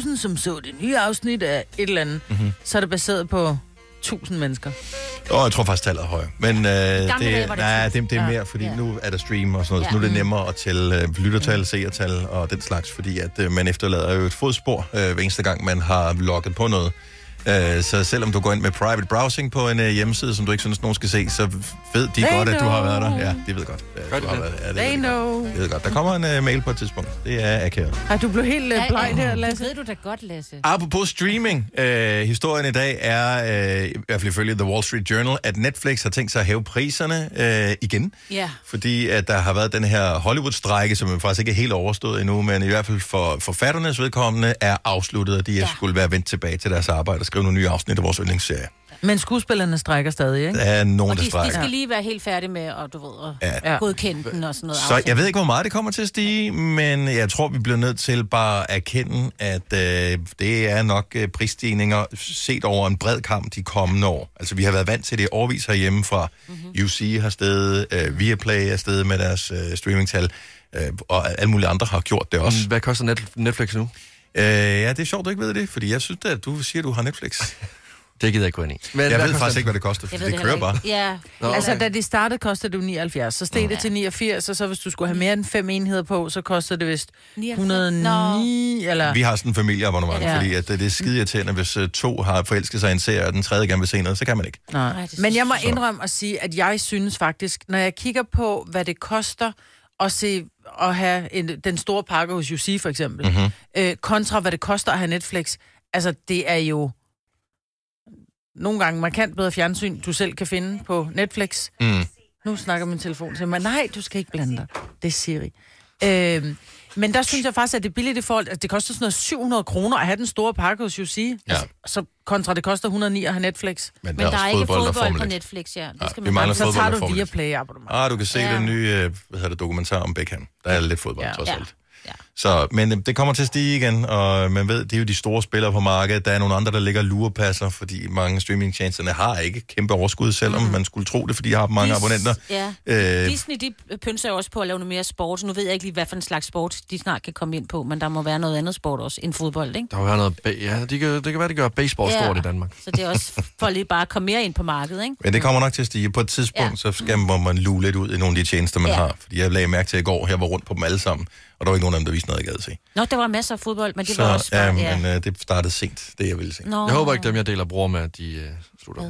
Speaker 3: 800.000, som så det nye afsnit af et eller andet,
Speaker 1: Mhm.
Speaker 3: mm-hmm. så er det baseret på 1000 mennesker.
Speaker 1: Åh, jeg tror faktisk, tallet er højere. Men øh, det,
Speaker 5: dage var det
Speaker 1: nej,
Speaker 5: tusind.
Speaker 1: det, det er mere, fordi ja. nu er der stream og sådan noget. Ja. Mm. Nu er det nemmere at tælle øh, lyttertal, seertal og den slags, fordi at øh, man efterlader jo et fodspor øh, hver eneste gang, man har logget på noget. Øh, så selvom du går ind med private browsing på en øh, hjemmeside, som du ikke synes, nogen skal se, så ved de
Speaker 3: They
Speaker 1: godt, at du har været der.
Speaker 3: know.
Speaker 1: Ja, de ved godt. øh,
Speaker 4: Gør
Speaker 1: du
Speaker 4: de
Speaker 1: har
Speaker 4: det?
Speaker 1: været der. Ja, det ved
Speaker 3: They
Speaker 1: de godt.
Speaker 3: know.
Speaker 1: Det ved de godt. Der kommer en øh, mail på et tidspunkt. Det er akavet.
Speaker 3: Ej, du blev helt øh, bleg der, Lasse.
Speaker 5: Ved du da godt, Lasse?
Speaker 1: Apropos streaming, øh, historien i dag er, øh, i hvert fald ifølge The Wall Street Journal, at Netflix har tænkt sig at hæve priserne øh, igen.
Speaker 5: Ja.
Speaker 1: Fordi at der har været den her Hollywood-strække, som jo faktisk ikke er helt overstået endnu, men i hvert fald for forfatternes vedkommende er afsluttet, og de ja. skulle være vendt tilbage til deres arbejde og skrive nogle nye afsnit af vores yndlingsserie.
Speaker 3: Men skuespillerne strækker stadig, ikke?
Speaker 1: Der er nogen,
Speaker 5: Og
Speaker 1: der
Speaker 5: de, de
Speaker 1: strækker.
Speaker 5: skal lige være helt færdige med, og du ved, at
Speaker 1: Ja.
Speaker 5: ja. godkende den og sådan noget.
Speaker 1: Så jeg ved ikke, hvor meget det kommer til at stige, men jeg tror, vi bliver nødt til bare at erkende, at øh, det er nok øh, prisstigninger set over en bred kamp de kommende år. Altså, vi har været vant til det overvis herhjemme fra
Speaker 5: Mhm.
Speaker 1: mm-hmm. UC har stedet, øh, Viaplay er stedet med deres øh, streamingtal, øh, og alle mulige andre har gjort det også. Mm.
Speaker 4: Hvad koster Net- Netflix nu?
Speaker 1: Øh, ja, det er sjovt, du ikke ved det, fordi jeg synes da, at du siger, at du har Netflix.
Speaker 4: Det gider jeg ikke gå ind i. Men
Speaker 1: Jeg ved faktisk ikke, hvad det koster, for
Speaker 5: Jeg ved
Speaker 1: det, det kører
Speaker 5: heller
Speaker 1: bare.
Speaker 5: ikke. Ja.
Speaker 4: Nå,
Speaker 3: Altså,
Speaker 4: okay.
Speaker 3: da det startede, kostede det jo 79, så steg det til 89, og så hvis du skulle have mere end fem enheder på, så kostede det vist 109, eller...
Speaker 1: Vi har sådan en familieabonnement, ja.
Speaker 3: Ja.
Speaker 1: fordi at det, det er skide irriterende, hvis øh, to har forelsket sig i en serie, og den tredje gerne vil se noget, så kan man ikke.
Speaker 3: Nej. Men jeg må indrømme at sige, at jeg synes faktisk, når jeg kigger på, hvad det koster at se at have en, den store pakke hos UC for eksempel, mm-hmm. øh, kontra hvad det koster at have Netflix, altså det er jo nogle gange markant bedre fjernsyn, du selv kan finde på Netflix. Mm. Nu snakker min telefon til mig. Nej, du skal ikke blande dig. Det er Siri. Øhm, men der synes jeg faktisk, at det er billigt i forhold... Altså, det koster sådan noget 700 kroner at have den store pakke hos UC. Ja. Altså, så kontra det koster 109 at have Netflix.
Speaker 5: Men der, er
Speaker 1: også
Speaker 5: ikke fodbold,
Speaker 1: og Formel
Speaker 5: på
Speaker 1: 1.
Speaker 5: Netflix, ja.
Speaker 1: Ja,
Speaker 5: Det skal
Speaker 1: vi
Speaker 5: man
Speaker 1: mangler
Speaker 5: bare...
Speaker 3: Så
Speaker 1: fodbold og
Speaker 3: tager du
Speaker 1: Formel
Speaker 3: via
Speaker 1: 1.
Speaker 3: Play abonnement.
Speaker 1: Ah, du kan se ja.
Speaker 5: Ja.
Speaker 1: den nye øh, hvad hedder det, dokumentar om Beckham. Der er lidt fodbold, ja.
Speaker 3: Ja.
Speaker 1: trods
Speaker 5: Ja.
Speaker 1: alt.
Speaker 5: Ja.
Speaker 1: Så, men øh, det kommer til at stige igen, og øh, man ved, det er jo de store spillere på markedet. Der er nogle andre, der ligger lurepasser, fordi mange af streamingtjenesterne har ikke kæmpe overskud, selvom mm. man skulle tro det, fordi de har mange
Speaker 5: Dis-
Speaker 1: abonnenter.
Speaker 5: ja.
Speaker 1: Øh,
Speaker 5: Disney, de pynser jo også på at lave noget mere sport. Nu ved jeg ikke lige, hvad for en slags sport, de snart kan komme ind på, men der må være noget andet sport også end fodbold, ikke?
Speaker 4: Der må være noget... Ba- ja, de kan, det kan være, de gør baseball ja. stort i Danmark.
Speaker 5: Så det er også for lige bare at komme mere ind på markedet, ikke?
Speaker 1: men det kommer nok til at stige. På et tidspunkt, ja.
Speaker 5: Ja.
Speaker 1: så skal man, må man lue lidt ud i nogle af de tjenester, man ja.
Speaker 5: Ja.
Speaker 1: har. Fordi jeg lagde mærke til i går, jeg var rundt på dem alle sammen, og der var ikke nogen af dem, der viste noget, jeg gad at se.
Speaker 5: Nå, der var masser af fodbold, men det
Speaker 1: Så
Speaker 5: var også
Speaker 1: ja,
Speaker 5: bare-
Speaker 1: men, øh, det startede sent, det jeg ville se.
Speaker 5: Nå.
Speaker 4: Jeg håber ikke, dem jeg deler bruger med, at de øh, slutter. Ja.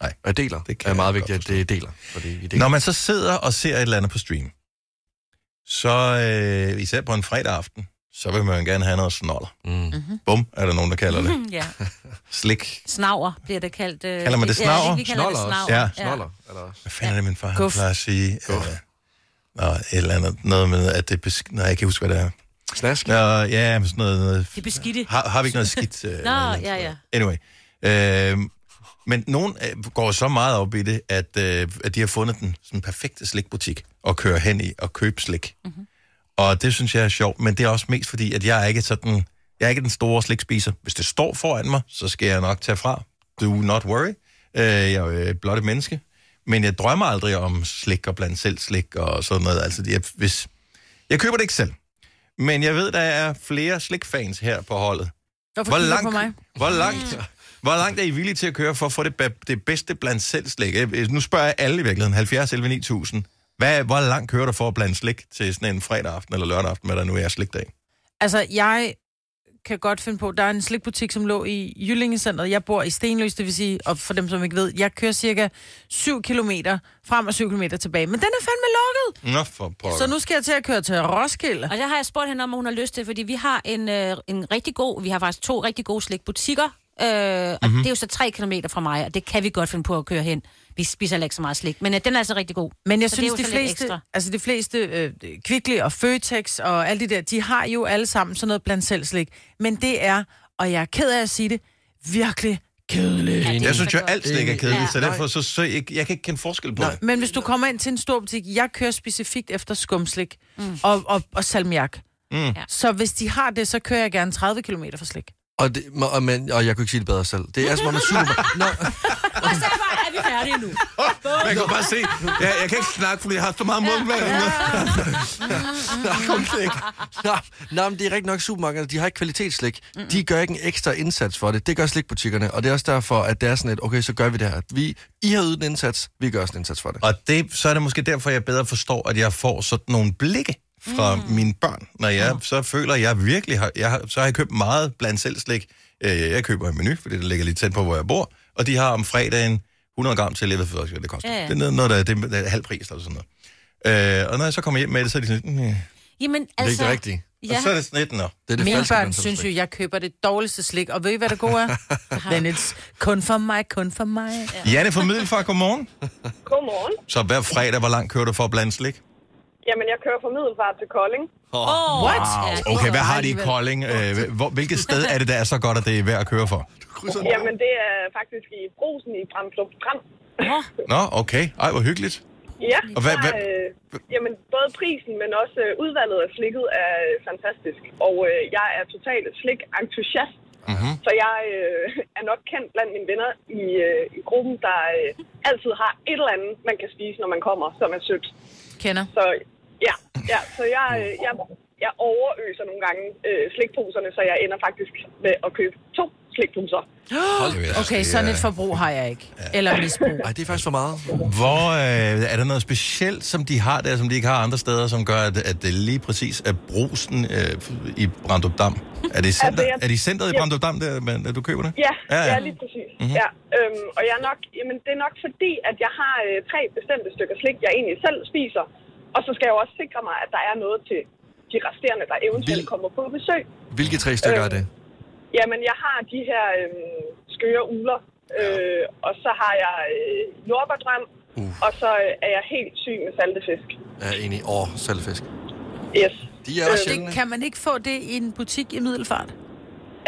Speaker 1: Nej.
Speaker 4: Og deler.
Speaker 1: Det
Speaker 4: Det
Speaker 1: kan
Speaker 4: er meget
Speaker 1: jeg
Speaker 4: vigtigt,
Speaker 1: godt
Speaker 4: at det deler. Fordi vi deler.
Speaker 1: Når man så sidder og ser et eller andet på stream, så øh, især på en fredag aften, så vil man gerne have noget snoller.
Speaker 4: Mm.
Speaker 5: Mhm.
Speaker 1: Bum, er der nogen, der kalder det.
Speaker 5: Ja,
Speaker 1: Slik.
Speaker 5: snaver bliver det kaldt. Øh,
Speaker 1: Kalder man det
Speaker 5: Ja,
Speaker 1: snavr?
Speaker 5: vi kalder det
Speaker 4: Snoller også.
Speaker 5: snavr.
Speaker 1: Ja.
Speaker 4: Snoller. Eller...
Speaker 1: Hvad fanden er det, min far han
Speaker 3: Guf.
Speaker 1: plejer at sige? Øh, Nå, et eller andet. Noget med, at det... Besk- Nej, jeg kan ikke huske, hvad det er.
Speaker 4: Snask.
Speaker 1: Nå, ja, men sådan noget... noget
Speaker 5: Det er beskidte.
Speaker 1: har, har vi ikke noget skidt? Øh,
Speaker 5: Nå,
Speaker 1: noget,
Speaker 5: ja, ja.
Speaker 1: Anyway. Øh, men nogen øh, går så meget op i det, at, øh, at de har fundet den sådan perfekte slikbutik at køre hen i og købe slik. Mm-hmm. Og det synes jeg er sjovt, men det er også mest fordi, at jeg er ikke sådan... Jeg er ikke den store slikspiser. Hvis det står foran mig, så skal jeg nok tage fra. do not worry. Øh, jeg er jo øh, blot et menneske. Men jeg drømmer aldrig om slik og blandt selv slik og sådan noget. Altså, jeg, hvis, jeg køber det ikke selv. Men jeg ved, der er flere slikfans her på holdet.
Speaker 3: Hvorfor
Speaker 1: Hvor
Speaker 3: kigger du
Speaker 1: langt,
Speaker 3: på mig?
Speaker 1: Hvor langt, hvor langt er I villige til at køre for at få det, ba- det bedste blandt selv slik? Øh, Nu spørger jeg alle i virkeligheden, 70 11 9000. Hvad, hvor langt kører du for at blande slik til sådan en fredag aften eller lørdag aften, hvad der nu er slikdag?
Speaker 3: Altså, jeg kan godt finde på, der er en slikbutik, som lå i Jyllingecenteret. Jeg bor i Stenløs, det vil sige, og for dem, som ikke ved, jeg kører cirka 7 km frem og 7 km tilbage. Men den er fandme lukket,
Speaker 1: Nå, for pokker.
Speaker 3: så nu skal jeg til at køre til Roskilde.
Speaker 5: Og der har jeg spurgt hende om, hvad hun har lyst til, fordi vi har en, øh, en rigtig god, vi har faktisk to rigtig gode slikbutikker, øh, og mm-hmm. det er jo så tre kilometer fra mig, og det kan vi godt finde på at køre hen. Vi spiser heller ikke så meget slik, men øh, den er altså rigtig god.
Speaker 3: Men jeg
Speaker 5: Så det er
Speaker 3: synes,
Speaker 5: jo
Speaker 3: de
Speaker 5: så lidt
Speaker 3: fleste,
Speaker 5: ekstra.
Speaker 3: altså de fleste øh, Kvickly og Føtex og alle de der, de har jo alle sammen sådan noget blandt selv slik. Men det er, og jeg er ked af at sige det, virkelig kedeligt.
Speaker 5: Ja, det er
Speaker 1: Jeg
Speaker 5: så
Speaker 1: synes jo,
Speaker 5: godt.
Speaker 1: alt slik er kedeligt,
Speaker 5: Ja.
Speaker 1: så derfor så, så jeg, jeg kan ikke kende forskel på det.
Speaker 3: Men hvis du kommer ind til en stor butik, jeg kører specifikt efter skumslik mm. og, og, og salmiak. Mm. Så hvis de har det, så kører jeg gerne 30 km for slik.
Speaker 4: Og, det, må- og, men, og jeg kunne ikke sige det bedre selv. Det er som om en supermarked... Nå,
Speaker 5: Og så er bare- er vi færdige nu.
Speaker 1: Man kan bare se, jeg, jeg kan ikke snakke, fordi jeg har så meget mundvand. Kom slik.
Speaker 4: nå, nå, men det er rigtig nok supermarkederne. De har ikke kvalitetsslik. De gør ikke en ekstra indsats for det. Det gør slikbutikkerne, og det er også derfor, at det er sådan et, okay, så gør vi det her. Vi, I har ydet en indsats, vi gør også en indsats for det.
Speaker 1: Og det, så er det måske derfor, jeg bedre forstår, at jeg får sådan nogle blikke fra mm. mine børn, når jeg så føler, at jeg virkelig har, jeg har, så har jeg købt meget blandt selv slik. Øh, Jeg køber en menu, fordi det ligger lidt tæt på, hvor jeg bor, og de har om fredagen 100 gram til, jeg ved faktisk, hvad det koster.
Speaker 5: Ja,
Speaker 1: Yeah. Det
Speaker 5: ja.
Speaker 1: er noget- noget, der det er halv pris eller sådan noget. Øh, og når jeg så kommer hjem med det, så er de sådan, mm, ja.
Speaker 5: Jamen, altså...
Speaker 4: Det er ikke det rigtige.
Speaker 1: og
Speaker 5: Ja,
Speaker 1: så er det sådan lidt, nå.
Speaker 4: Det er det
Speaker 3: Mine
Speaker 4: falske
Speaker 3: børn
Speaker 4: blandt selv
Speaker 3: synes jo,
Speaker 4: slik.
Speaker 3: jeg køber det dårligste slik, og ved I, hvad det gode er? Then it's kun for mig, kun for mig.
Speaker 1: Janne fra Middelfart, godmorgen.
Speaker 8: Godmorgen.
Speaker 1: Så hver fredag, hvor langt kører du for at blande slik?
Speaker 8: Jamen, jeg kører fra Middelfart til Kolding.
Speaker 5: oh, what?
Speaker 1: Wow. Okay, hvad har de i Kolding? Øh, hvor, hvilket sted er det, der er så godt, at det er værd at køre for?
Speaker 8: Jamen, det er faktisk i Brosen i Bramstrup Strand.
Speaker 1: Nå, okay. Ej, hvor hyggeligt.
Speaker 8: Ja,
Speaker 1: Og hvad-
Speaker 8: der, øh,
Speaker 1: hvad-
Speaker 8: jamen, både prisen, men også øh, udvalget af slikket er øh, fantastisk. Og øh, jeg er totalt slik-entusiast.
Speaker 1: Mhm.
Speaker 8: Mm-hmm. Så jeg øh, er nok kendt blandt mine venner i, øh, i gruppen, der øh, altid har et eller andet, man kan spise, når man kommer, som er sødt.
Speaker 3: Kender.
Speaker 8: Så ja, ja så jeg, øh, jeg, jeg overøser nogle gange øh, slikposerne, så jeg ender faktisk med at købe to slikposer.
Speaker 3: Okay, sådan et forbrug har jeg ikke. Eller misbrug.
Speaker 4: Ej, det er faktisk for meget.
Speaker 1: Hvor øh, er der noget specielt, som de har der, som de ikke har andre steder, som gør, at, at det lige præcis er brusen øh, i Brandrup Dam? Er det, center,
Speaker 8: jeg-
Speaker 1: er det i centret i Brandrup Dam, der, man, at du køber det?
Speaker 8: Ja,
Speaker 1: Ja,
Speaker 8: ja,
Speaker 1: ja.
Speaker 8: ja. lige præcis. Mm-hmm. Ja, øhm, og jeg er nok, jamen, det er nok fordi, at jeg har øh, tre bestemte stykker slik, jeg egentlig selv spiser. Og så skal jeg jo også sikre mig, at der er noget til de resterende, der eventuelt
Speaker 4: Vil-
Speaker 8: kommer på besøg.
Speaker 4: Hvilke tre stykker er det?
Speaker 8: Jamen, jeg har de her øhm, skøre uler, øh, og så har jeg øh, jordbærdrøm,
Speaker 4: Uh.
Speaker 8: uh. og så øh, er jeg helt syg med saltefisk.
Speaker 4: Jeg er enig. Åh, salgfisk.
Speaker 8: Yes. Øh,
Speaker 4: De er også sjældne.
Speaker 3: Det, kan man ikke få det i en butik i Middelfart?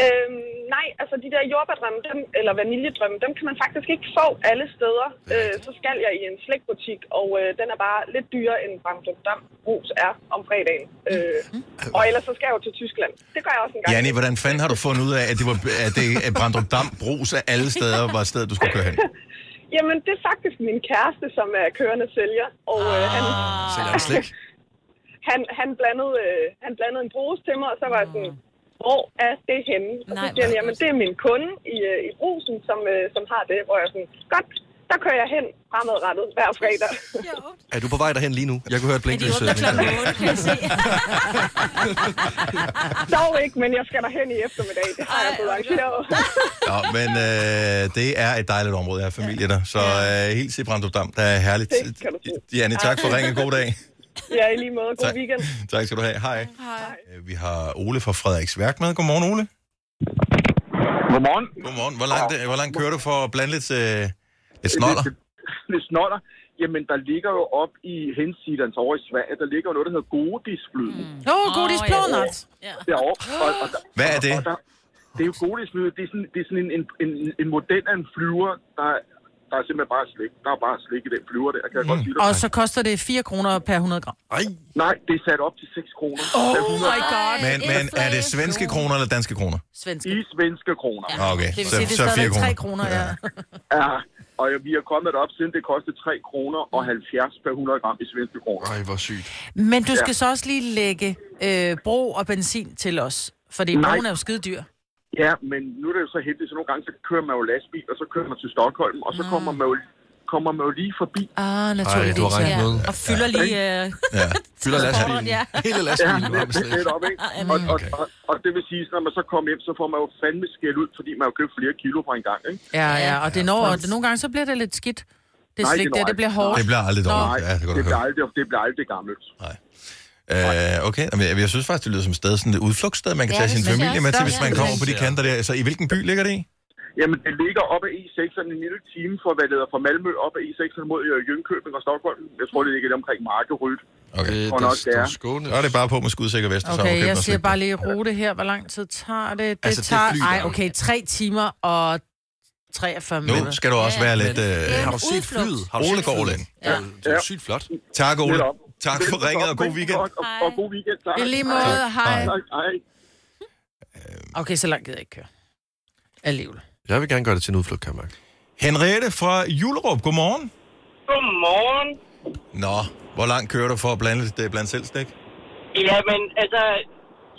Speaker 8: Øhm, nej, altså de der jordbærdrømme, dem, eller vaniljedrømme, dem kan man faktisk ikke få alle steder. Øh, så skal jeg i en slikbutik, og øh, den er bare lidt dyrere end Bramdrup Dam Brus er om fredagen. Øh,
Speaker 4: Mm-hmm.
Speaker 8: og ellers så skal jeg jo til Tyskland. Det gør jeg også en gang.
Speaker 1: Janni, hvordan fanden har du fundet ud af, at det var at det, at Brandrup Dam brus af alle steder, var stedet, du skulle køre hen?
Speaker 8: Jamen, det er faktisk min kæreste, som er kørende sælger, og
Speaker 5: Ah.
Speaker 8: øh, han,
Speaker 4: Sælger han slik?
Speaker 8: han, han, blandede, øh, han blandede en brus til mig, og så var jeg
Speaker 4: Ah.
Speaker 8: sådan, hvor er det henne? Og så
Speaker 5: Nej,
Speaker 8: siger han,
Speaker 5: hvor
Speaker 8: jamen det er min kunde i, øh, i brusen, som, øh, som har det, hvor jeg er sådan, godt, der kører jeg hen fremadrettet hver fredag.
Speaker 4: Er du på vej derhen lige nu? Jeg kunne høre et
Speaker 5: De
Speaker 4: blinklys. øh,
Speaker 5: åbner klokken 8, kan jeg se.
Speaker 8: Dog ikke, men jeg skal derhen i eftermiddag. Det har jeg
Speaker 5: Ej,
Speaker 8: blevet arrangeret.
Speaker 1: Nå, men øh, det er et dejligt område, jeg har familie der. Så øh, helt i Brandrup Dam, der er herligt.
Speaker 8: Det kan du tro.
Speaker 1: Janni, tak for ringen. God dag.
Speaker 8: Ja, i lige måde. God
Speaker 1: Tak.
Speaker 8: weekend.
Speaker 1: Tak skal du have. Hej. Hej. Vi har Ole fra Frederiksværk med. Godmorgen, Ole.
Speaker 9: Godmorgen.
Speaker 1: Godmorgen. Hvor langt, Øh, hvor langt kører du for at blande lidt, øh, lidt snoller?
Speaker 9: Lidt snoller. Jamen, der ligger jo op i hensidens over i Sverige, der ligger jo noget, der hedder godisflyden mm.
Speaker 3: Åh, oh, godis
Speaker 5: Åh, ja.
Speaker 3: Plånert.
Speaker 9: derovre. Og, og der,
Speaker 1: Hvad er det?
Speaker 9: Og der, det er jo godisflyden. Det er sådan, det er sådan en, en, en, en model af en flyver, der Der er simpelthen bare slik. Der er bare slik i den flyver der, kan
Speaker 1: Mm.
Speaker 9: jeg godt sige dig.
Speaker 3: Og så koster det 4 kroner per 100 gram.
Speaker 4: Ej,
Speaker 9: Nej, det er sat op til 6 kroner.
Speaker 3: Oh
Speaker 9: Der er hundrede
Speaker 3: my god.
Speaker 1: Men, men er det svenske kroner eller danske kroner?
Speaker 3: Svensk.
Speaker 9: I svenske kroner. Ja.
Speaker 1: Ah, Okay,
Speaker 3: Det vil
Speaker 1: så,
Speaker 3: sige, det er
Speaker 1: så fire
Speaker 3: stadigvæk 3
Speaker 1: kroner.
Speaker 3: kroner, ja.
Speaker 9: ja. Og vi er kommet op, siden det kostede 3 kroner og 70 per 100 gram i svenske kroner.
Speaker 4: ej, hvor sygt.
Speaker 3: Men du skal så også lige lægge øh, bro og benzin til os. Fordi
Speaker 9: Nej.
Speaker 3: broen er jo skide dyr.
Speaker 9: Ja, men nu er det jo så heldigt, så nogle gange så kører man jo lastbil, og så kører man til Stockholm, og så kommer man jo, kommer man jo lige forbi.
Speaker 3: Ah,
Speaker 4: Ej, du har
Speaker 3: naturligvis,
Speaker 4: regnet
Speaker 3: ja.
Speaker 4: med.
Speaker 5: Og fylder lige... Øh,
Speaker 1: Ja.
Speaker 4: Fylder lastbilen.
Speaker 5: ja.
Speaker 4: Hele
Speaker 9: Ja,
Speaker 4: lastbilen var med
Speaker 9: det er
Speaker 4: slik.
Speaker 9: lidt op, ikke?
Speaker 3: Ah,
Speaker 9: Og, og, og, og, det vil sige, så når man så kommer hjem, så får man jo fandme skæld ud, fordi man har købt flere kilo på en gang, ikke?
Speaker 3: Ja, ja, og det når, og det, nogle gange så bliver det lidt skidt. Det
Speaker 9: Nej,
Speaker 3: slik
Speaker 9: det når
Speaker 3: der, det
Speaker 9: ikke.
Speaker 3: bliver hårdt.
Speaker 1: Det bliver aldrig
Speaker 9: Nej,
Speaker 1: dårligt. Ja, det kan du
Speaker 9: det, bliver
Speaker 1: høre.
Speaker 9: aldrig, det bliver aldrig gammelt.
Speaker 1: Øh, okay, Jamen, jeg, jeg synes faktisk, det lyder som et sted, sådan et udflugtssted, man kan
Speaker 2: Ja,
Speaker 1: tage
Speaker 2: det
Speaker 1: sin
Speaker 2: synes jeg
Speaker 1: familie
Speaker 2: også.
Speaker 1: med til,
Speaker 2: Ja,
Speaker 1: hvis
Speaker 2: det
Speaker 1: man
Speaker 2: synes
Speaker 1: kommer
Speaker 2: jeg.
Speaker 1: på de kanter der. Så i hvilken by ligger det i?
Speaker 9: Jamen, det ligger op ad E6, en lille time fra, hvad det hedder, fra Malmø op ad E6 mod øh, Jönköping og Stockholm. Jeg tror, det ligger der omkring Markerød.
Speaker 1: Okay.
Speaker 4: Det,
Speaker 9: Tror nok, det
Speaker 4: er
Speaker 9: er.
Speaker 4: skåne.
Speaker 1: Så er det bare på med skudsikker vest, og så
Speaker 3: Okay,
Speaker 1: overkøb
Speaker 3: jeg
Speaker 1: og
Speaker 3: siger
Speaker 1: slik.
Speaker 3: bare lige rute her. Hvor lang tid tager det? Det
Speaker 4: Altså, det
Speaker 3: tager...
Speaker 4: fly, der
Speaker 3: Ej,
Speaker 4: er jo-
Speaker 3: okay, 3 timer og 43
Speaker 1: Nu
Speaker 3: minutter.
Speaker 1: skal du også være lidt... Øh,
Speaker 4: Har du set
Speaker 5: Udflugt.
Speaker 4: flyet? Har du
Speaker 1: Ole
Speaker 4: set
Speaker 1: går all
Speaker 4: flyet?
Speaker 1: in.
Speaker 4: Det er jo- Det er jo sygt flot.
Speaker 1: tak, Ole.
Speaker 9: Lidt op.
Speaker 1: Tak for ringet, og god weekend.
Speaker 9: Og, og, og god weekend, tak.
Speaker 3: I lige måde, hej.
Speaker 9: Tak, hej.
Speaker 3: Okay, så langt gider jeg ikke køre. Alligevel.
Speaker 4: Jeg vil gerne gøre det til en udflugt, kan jeg mærke.
Speaker 1: Henriette fra Julerup, godmorgen.
Speaker 10: Godmorgen.
Speaker 1: Nå, hvor langt kører du for at blande det er blandt selv stik?
Speaker 10: Jamen, altså,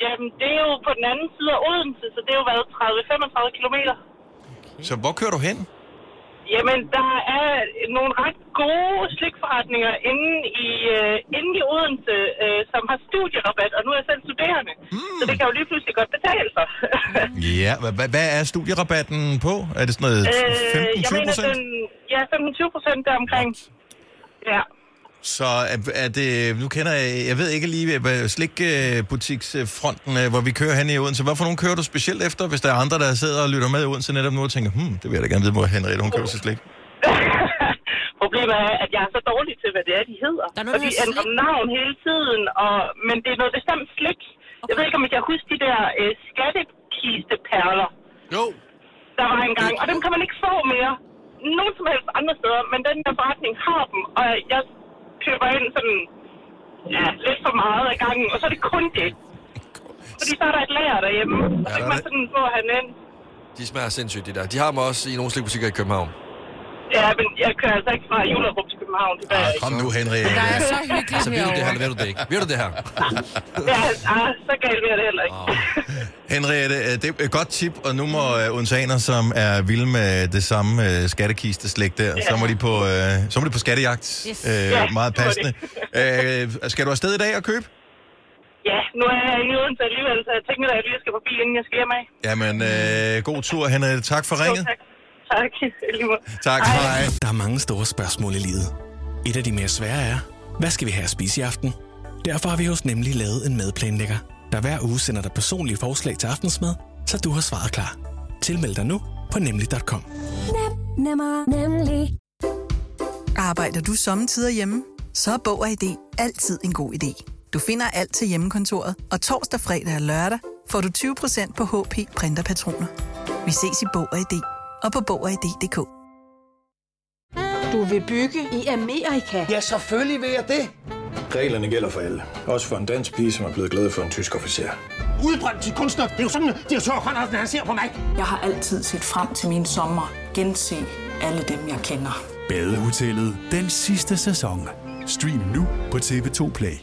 Speaker 10: jamen, det er jo på den anden side af Odense, så det er jo været 30-35 kilometer.
Speaker 1: Så hvor kører du hen?
Speaker 10: Jamen, der er nogle ret gode slikforretninger inde i, øh, inde i Odense, øh, som har studierabat, og nu er jeg selv studerende, mm. så det kan jo lige pludselig godt betale sig.
Speaker 1: Ja, hvad, hvad, hvad er studierabatten på? Er det sådan noget
Speaker 10: Øh, jeg
Speaker 1: 15-20
Speaker 10: mener,
Speaker 1: Øh, procent?
Speaker 10: den, ja, 25 procent deromkring. Ja.
Speaker 1: Så er, er det, nu kender jeg, jeg ved ikke lige, hvad slikbutiksfronten, øh, hvor vi kører hen i Odense. Hvorfor nogen kører du specielt efter, hvis der er andre, der sidder og lytter med i Odense netop nu og tænker, hmm, det vil jeg da gerne vide, hvor Henriette, hun køber sig slik.
Speaker 10: Problemet er, at jeg er så dårlig til, hvad det er, de hedder.
Speaker 5: Der er noget,
Speaker 10: og
Speaker 5: der
Speaker 10: de
Speaker 5: hedder
Speaker 10: ændrer
Speaker 5: slik.
Speaker 10: navn hele tiden, og, men det er noget bestemt slik. Jeg ved ikke, om I kan huske de der øh, skattkisteperler,
Speaker 4: Jo.
Speaker 10: der var engang, og dem kan man ikke få mere nogen som helst andre steder, men den der forretning har dem, og jeg køber ind sådan ja, lidt for meget ad gangen, og så er det kun det. Fordi så er der et lager derhjemme, og så
Speaker 4: der
Speaker 10: kan
Speaker 4: er
Speaker 10: man
Speaker 4: det.
Speaker 10: sådan få han ind.
Speaker 4: De smager sindssygt, de der. De har dem også i nogle slikbutikker i København.
Speaker 10: Ja, men jeg kører altså ikke fra Julerup til København. Det gør jeg
Speaker 1: Ah,
Speaker 10: ikke.
Speaker 1: kom nu, Henriette.
Speaker 3: Der er så hyggeligt
Speaker 4: Så Altså, ved du det her,
Speaker 3: herovre.
Speaker 4: eller ved du det ikke? Ved du det her?
Speaker 10: Ja, ah, så galt bliver det heller ikke.
Speaker 1: Henriette, øh, det er et godt tip, og nu må øh, odenseaner, som er vilde med det samme øh, skattekiste slik der, så må de på, øh, så må de på skattejagt.
Speaker 5: Yes.
Speaker 1: Øh,
Speaker 10: Ja,
Speaker 1: meget
Speaker 10: det var
Speaker 1: passende. Øh, skal du afsted i dag og købe?
Speaker 10: Ja, nu er jeg i Odense alligevel, så jeg tænker, at jeg lige skal forbi, inden jeg skal hjem af.
Speaker 1: Jamen, øh, god tur, Henriette. Tak for
Speaker 10: Jo,
Speaker 1: ringet.
Speaker 10: tak. Tak, i lige måde.
Speaker 1: Tak, hej.
Speaker 11: Der er mange store spørgsmål i livet. Et af de mere svære er, hvad skal vi have at spise i aften? Derfor har vi hos Nemlig lavet en madplanlægger, der hver uge sender dig personlige forslag til aftensmad, så du har svaret klar. Tilmeld dig nu på nemlig.com.
Speaker 12: Nemmer, nemlig.
Speaker 6: Arbejder du sommetider hjemme? Så er Bog og ID altid en god idé. Du finder alt til hjemmekontoret, og torsdag, fredag og lørdag får du 20% på HP Printerpatroner. Vi ses i Bog og ID og på Bog og ID.dk.
Speaker 12: Du vil bygge i Amerika?
Speaker 11: Ja, selvfølgelig vil jeg det. Reglerne gælder for alle. Også for en dansk pige, som er blevet glad for en tysk officer.
Speaker 9: Udbrændt til kunstner. Det er jo sådan, at de har han ser på mig.
Speaker 12: Jeg har altid set frem til min sommer. Gense alle dem, jeg kender.
Speaker 11: Badehotellet. Den sidste sæson. Stream nu på TV2 Play.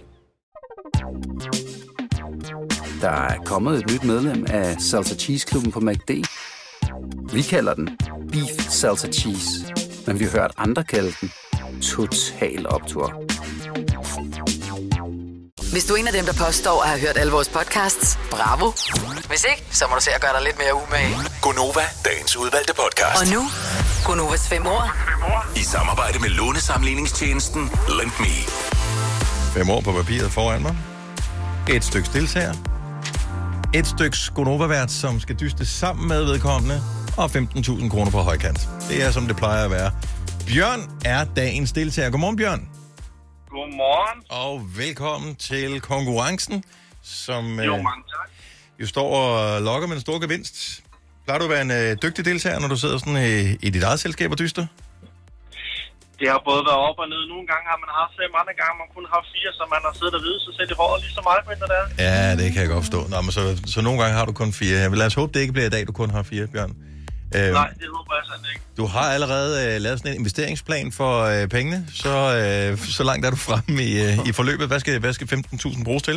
Speaker 10: Der er kommet et nyt medlem af Salsa Cheese Klubben på MACD. Vi kalder den Beef Salsa Cheese, men vi har hørt andre kalde den Total Optor.
Speaker 6: Hvis du er en af dem, der påstår at have hørt alle vores podcasts, bravo. Hvis ikke, så må du se at gøre dig lidt mere umage.
Speaker 7: Gonova, dagens udvalgte podcast.
Speaker 6: Og nu, Gonovas fem år.
Speaker 7: I samarbejde med lånesamligningstjenesten Lend Me.
Speaker 1: Fem år på papiret foran mig. Et stykke deltager. Et stykke skonovavært, som skal dyste sammen med vedkommende. Og 15.000 kroner på højkant. Det er, som det plejer at være. Bjørn er dagens deltager. Godmorgen, Bjørn.
Speaker 9: Godmorgen.
Speaker 1: Og velkommen til konkurrencen, som øh,
Speaker 9: Jo, mange tak.
Speaker 1: jo står og lokker med en stor gevinst. Plejer du at være en øh, dygtig deltager, når du sidder sådan øh, i dit eget selskab og dyster?
Speaker 13: det har både været op og ned. Nogle gange har man haft fem, andre gange har man kun haft fire, så man har siddet og videt sig selv i håret lige så meget, men der er.
Speaker 1: Ja, det kan jeg godt forstå. Nå, men så, så nogle gange har du kun fire. Jeg vil lad os håbe, det ikke bliver i dag, du kun har fire, Bjørn. Øh,
Speaker 13: Nej, det håber jeg sådan ikke.
Speaker 1: Du har allerede øh, lavet sådan en investeringsplan for øh, pengene, så, øh, så langt er du fremme i, øh, i forløbet. Hvad skal, hvad skal 15.000 bruges til?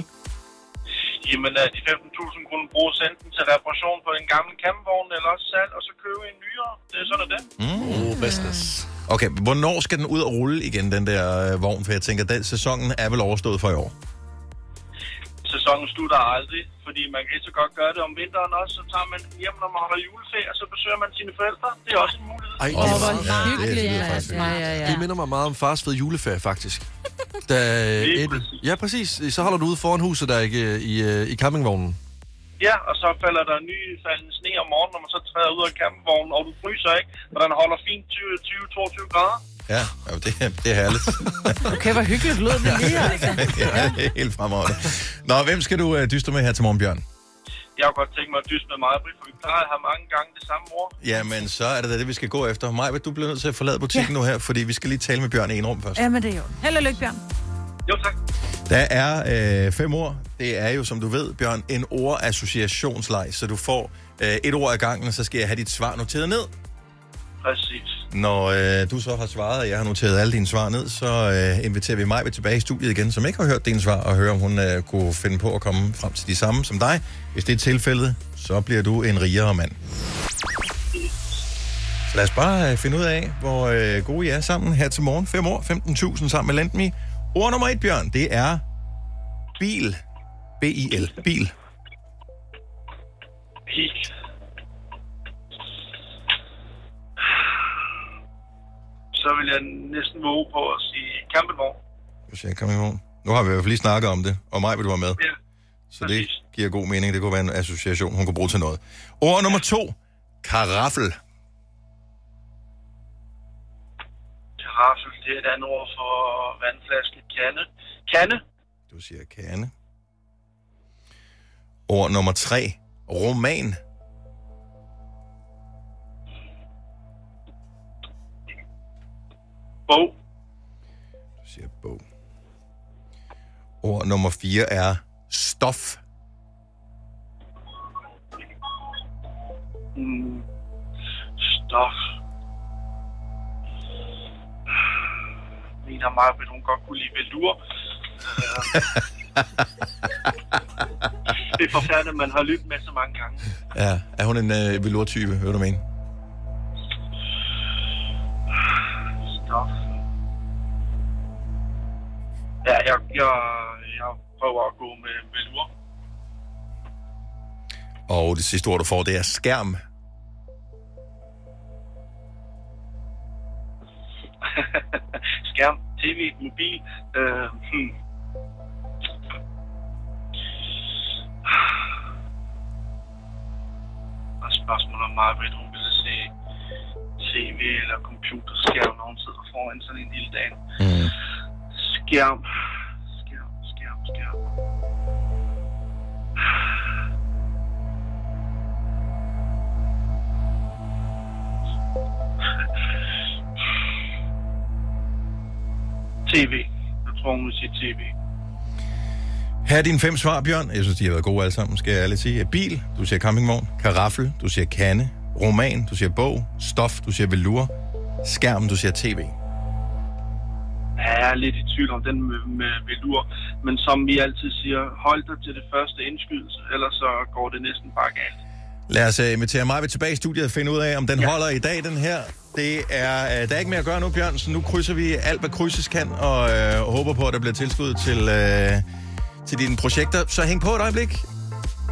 Speaker 13: Jamen, øh, de 15.000 kunne bruges enten til reparation på en gammel campvogn, eller også salg, og så købe en nyere. Det er sådan det.
Speaker 1: Mm. Oh, business. Okay, hvornår skal den ud og rulle igen, den der øh, vogn? For jeg tænker, den sæsonen er vel overstået for i år.
Speaker 13: Sæsonen slutter aldrig, fordi man kan lige så godt gøre det om vinteren også. Så tager man den hjem, når man holder juleferie, og så besøger man sine forældre. Det er også en mulighed.
Speaker 4: Ej,
Speaker 13: Åh, hvor
Speaker 4: det, er-
Speaker 13: hyggeligt,
Speaker 4: det, er- det, er faktisk
Speaker 13: ja,
Speaker 4: hyggeligt.
Speaker 13: ja, ja.
Speaker 4: det minder mig meget om fars fede juleferie, faktisk. Da
Speaker 13: Lige
Speaker 4: et, ja, præcis. Så holder du ude foran huset, der ikke øh, i, øh, i campingvognen.
Speaker 13: Ja, og så falder der ny faldende sne om morgenen, når man så træder ud af campvognen, og du fryser ikke, og den holder fint 20-22 grader.
Speaker 1: Ja, jo, det, det er herligt.
Speaker 3: Okay, hvor hyggeligt lød det lige, altså.
Speaker 1: ja, helt fremragende. Nå, hvem skal du øh, dyste med her til morgen, Bjørn?
Speaker 13: Jeg kunne godt tænke mig at dyse med mig, Britt, for vi plejer at have mange gange det samme ord.
Speaker 1: Jamen, så er det da det, vi skal gå efter. Maj, du bliver nødt til at forlade butikken ja. nu her, fordi vi skal lige tale med Bjørn i en rum først.
Speaker 3: Ja, men det er jo. Held og lykke, Bjørn.
Speaker 1: Der er øh, fem ord. Det er jo, som du ved, Bjørn, en ordassociationsleg. Så du får øh, et ord ad gangen, og så skal jeg have dit svar noteret ned.
Speaker 13: Præcis.
Speaker 1: Når øh, du så har svaret, og jeg har noteret alle dine svar ned, så øh, inviterer vi mig tilbage i studiet igen, som ikke har hørt dine svar, og høre, om hun øh, kunne finde på at komme frem til de samme som dig. Hvis det er tilfældet, så bliver du en rigere mand. Så lad os bare øh, finde ud af, hvor øh, gode I er sammen her til morgen. 5 år, 15.000 sammen med Lendme. Ord nummer et, Bjørn, det er bil. B-I-L. Bil.
Speaker 13: Bil. Så vil jeg næsten våge på at sige campingvogn.
Speaker 1: Hvis jeg kommer i morgen. Nu har vi i hvert fald lige snakket om det, og mig vil du være med. Ja, så det giver god mening. Det kunne være en association, hun kunne bruge til noget. Ord nummer to. Karaffel.
Speaker 13: Karaffel, det er et andet ord for vandflasken. Kande. Kande.
Speaker 1: Du siger kande. Ord nummer tre. Roman.
Speaker 13: Bog.
Speaker 1: Du siger bog. Ord nummer fire er stof.
Speaker 13: Mm. Stof. Mener mig, at hun godt kunne lide velur. Øh, det er forfærdeligt, man har lyttet med så mange gange.
Speaker 1: Ja, er hun en øh, velurtype, hvad du mener?
Speaker 13: Stof. Ja, jeg, jeg, jeg prøver at gå med velur.
Speaker 1: Og det sidste ord, du får, det er skærm.
Speaker 13: Skærm, tv, mobil. Øh, hmm. Der er spørgsmål om mig, ved hun vil se tv eller computerskærm, når hun sidder foran sådan en lille dag.
Speaker 1: Mm.
Speaker 13: Skærm. Skærm, skærm, skærm. TV. Jeg tror, hun vil sige TV.
Speaker 1: Her er dine fem svar, Bjørn. Jeg synes, de har været gode alle sammen, skal jeg ærligt sige. Bil, du siger campingvogn. Karaffel, du siger kande. Roman, du siger bog. Stof, du siger velur. Skærm, du siger tv.
Speaker 13: Ja, Jeg er lidt i tvivl om den med, med velur, men som vi altid siger, hold dig til det første indskydelse, ellers så går det næsten bare galt.
Speaker 1: Lad os øh, invitere Maja tilbage i studiet og finde ud af, om den ja. holder i dag, den her. Det er, øh, der er ikke mere at gøre nu, Bjørn, så nu krydser vi alt, hvad krydses kan, og øh, håber på, at der bliver tilskud til, øh, til dine projekter. Så hæng på et øjeblik.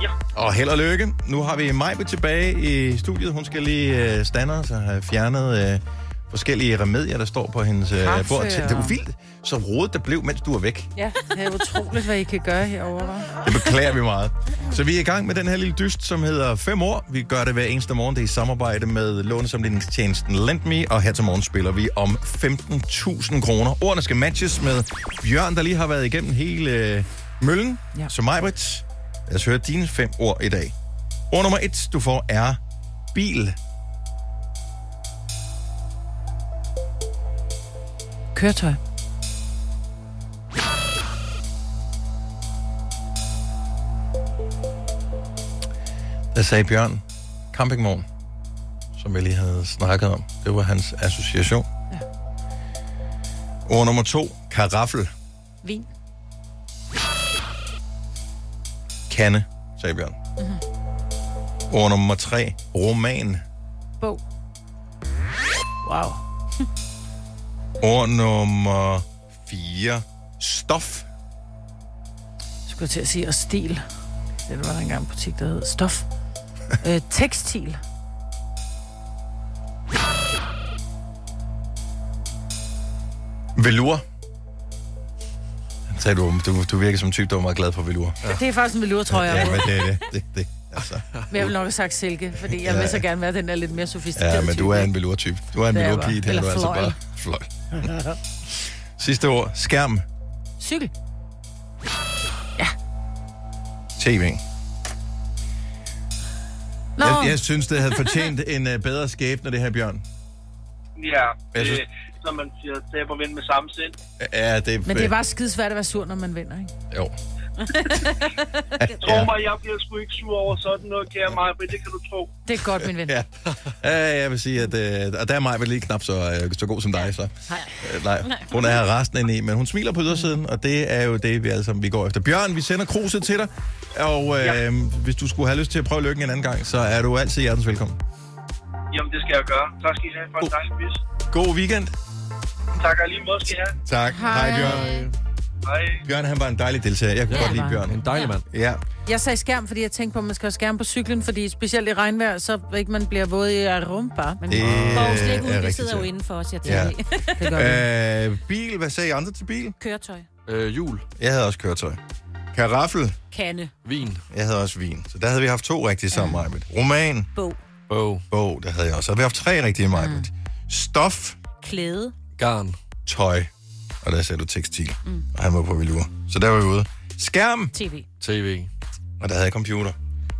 Speaker 1: Ja. Og held og lykke. Nu har vi Maja tilbage i studiet. Hun skal lige øh, stande os og have fjernet øh, forskellige remedier, der står på hendes øh,
Speaker 3: Kaffe
Speaker 1: bord. Det er jo
Speaker 3: og-
Speaker 1: vildt, så rodet der blev, mens du var væk.
Speaker 3: Ja, det er utroligt, hvad I kan gøre herovre, hva'?
Speaker 1: Det beklager vi meget. Så vi er i gang med den her lille dyst, som hedder 5 år. Vi gør det hver eneste morgen. Det er i samarbejde med lånesamlingstjenesten LendMe, og her til morgen spiller vi om 15.000 kroner. Ordene skal matches med Bjørn, der lige har været igennem hele øh, møllen. Ja. Så Majbrit, lad os høre dine fem ord i dag. Ord nummer et, du får, er bil.
Speaker 3: køretøj.
Speaker 1: Der sagde Bjørn, campingvogn, som jeg lige havde snakket om. Det var hans association. Ja. Ord nummer to, karaffel,
Speaker 5: Vin.
Speaker 1: kande, sagde Bjørn. Mm-hmm. Ord nummer tre, roman.
Speaker 3: Bog. Wow.
Speaker 1: Ord nummer fire, stof.
Speaker 3: Jeg skulle til at sige, og stil. Det var der engang en butik, der hed Stof. øh, tekstil.
Speaker 1: Velur. Sagde du, du, du virker som en type, der var meget glad for velur.
Speaker 3: Ja. Det er faktisk en velur, tror jeg.
Speaker 1: Ja, men det er det. det, det altså.
Speaker 3: Men jeg vil nok have sagt silke, fordi jeg
Speaker 1: Ja.
Speaker 3: vil så gerne være den der lidt mere sofistikerede
Speaker 1: Ja, men du er en velur-type. Du er en
Speaker 3: Det er jeg
Speaker 1: velur-pige, det
Speaker 3: bare.
Speaker 1: er du
Speaker 3: Eller
Speaker 1: altså
Speaker 3: fløjl.
Speaker 1: bare. Fløj. Sidste ord, skærm,
Speaker 3: Cykel.
Speaker 1: tv.
Speaker 3: Nå.
Speaker 1: Jeg, jeg synes, det havde fortjent en øh, bedre skæbne, det her, Bjørn.
Speaker 13: Ja,
Speaker 1: Jeg
Speaker 13: det,
Speaker 1: synes-
Speaker 13: øh, som man siger, taber vind med samme sind.
Speaker 1: Ja, det,
Speaker 3: Men det er bare skidesvært at være sur, når man vinder, ikke?
Speaker 1: Jo.
Speaker 13: Tro mig, jeg bliver sgu ikke sur over sådan noget, kære mig, men det kan du tro.
Speaker 3: Det er godt, min ven.
Speaker 1: ja. ja, jeg vil sige, at øh, og der er mig vel lige knap så, øh, så god som dig, så.
Speaker 3: Nej.
Speaker 1: Øh, nej, hun er resten ind i, men hun smiler på ydersiden, og det er jo det, vi alle sammen vi går efter. Bjørn, vi sender kruset til dig, og øh, ja. hvis du skulle have lyst til at prøve lykken en anden gang, så er du altid hjertens velkommen.
Speaker 13: Jamen, det skal jeg gøre. Tak skal I have for en dejlig quiz.
Speaker 1: God weekend.
Speaker 13: Tak og lige måde skal I have.
Speaker 1: Tak. Hej, Hej Bjørn.
Speaker 13: Hej.
Speaker 1: Bjørn, han var en dejlig deltager. Jeg kunne
Speaker 3: Ja,
Speaker 1: godt lide
Speaker 3: han var.
Speaker 1: Bjørn. En dejlig mand. Ja.
Speaker 3: Jeg sagde skærm, fordi jeg tænkte på, at man skal have skærm på cyklen, fordi specielt i regnvejr, så ikke man bliver våd i rumpa. Men
Speaker 1: Det
Speaker 5: Borgs
Speaker 1: er
Speaker 5: Lægehund, de
Speaker 1: rigtigt,
Speaker 5: sidder jo
Speaker 1: ja.
Speaker 5: inden for os, jeg
Speaker 1: Ja.
Speaker 5: tager ja.
Speaker 3: det
Speaker 1: Øh, bil, hvad sagde I andre til bil?
Speaker 5: Køretøj.
Speaker 1: Øh, jul. Jeg havde også køretøj. Karaffel.
Speaker 5: Kande.
Speaker 1: Vin. Jeg havde også vin. Så der havde vi haft to rigtige sammen, ja. Majbet. Roman.
Speaker 5: Bog.
Speaker 1: Bog. Bog, der havde jeg også. Så havde vi haft tre rigtige, Majbet. Mm. Stof.
Speaker 5: Klæde.
Speaker 1: Garn. Tøj. Og der sagde du tekstil. Mm. Og han var på velur. Så der var vi ude. Skærm.
Speaker 5: TV.
Speaker 1: TV. Og der havde jeg computer.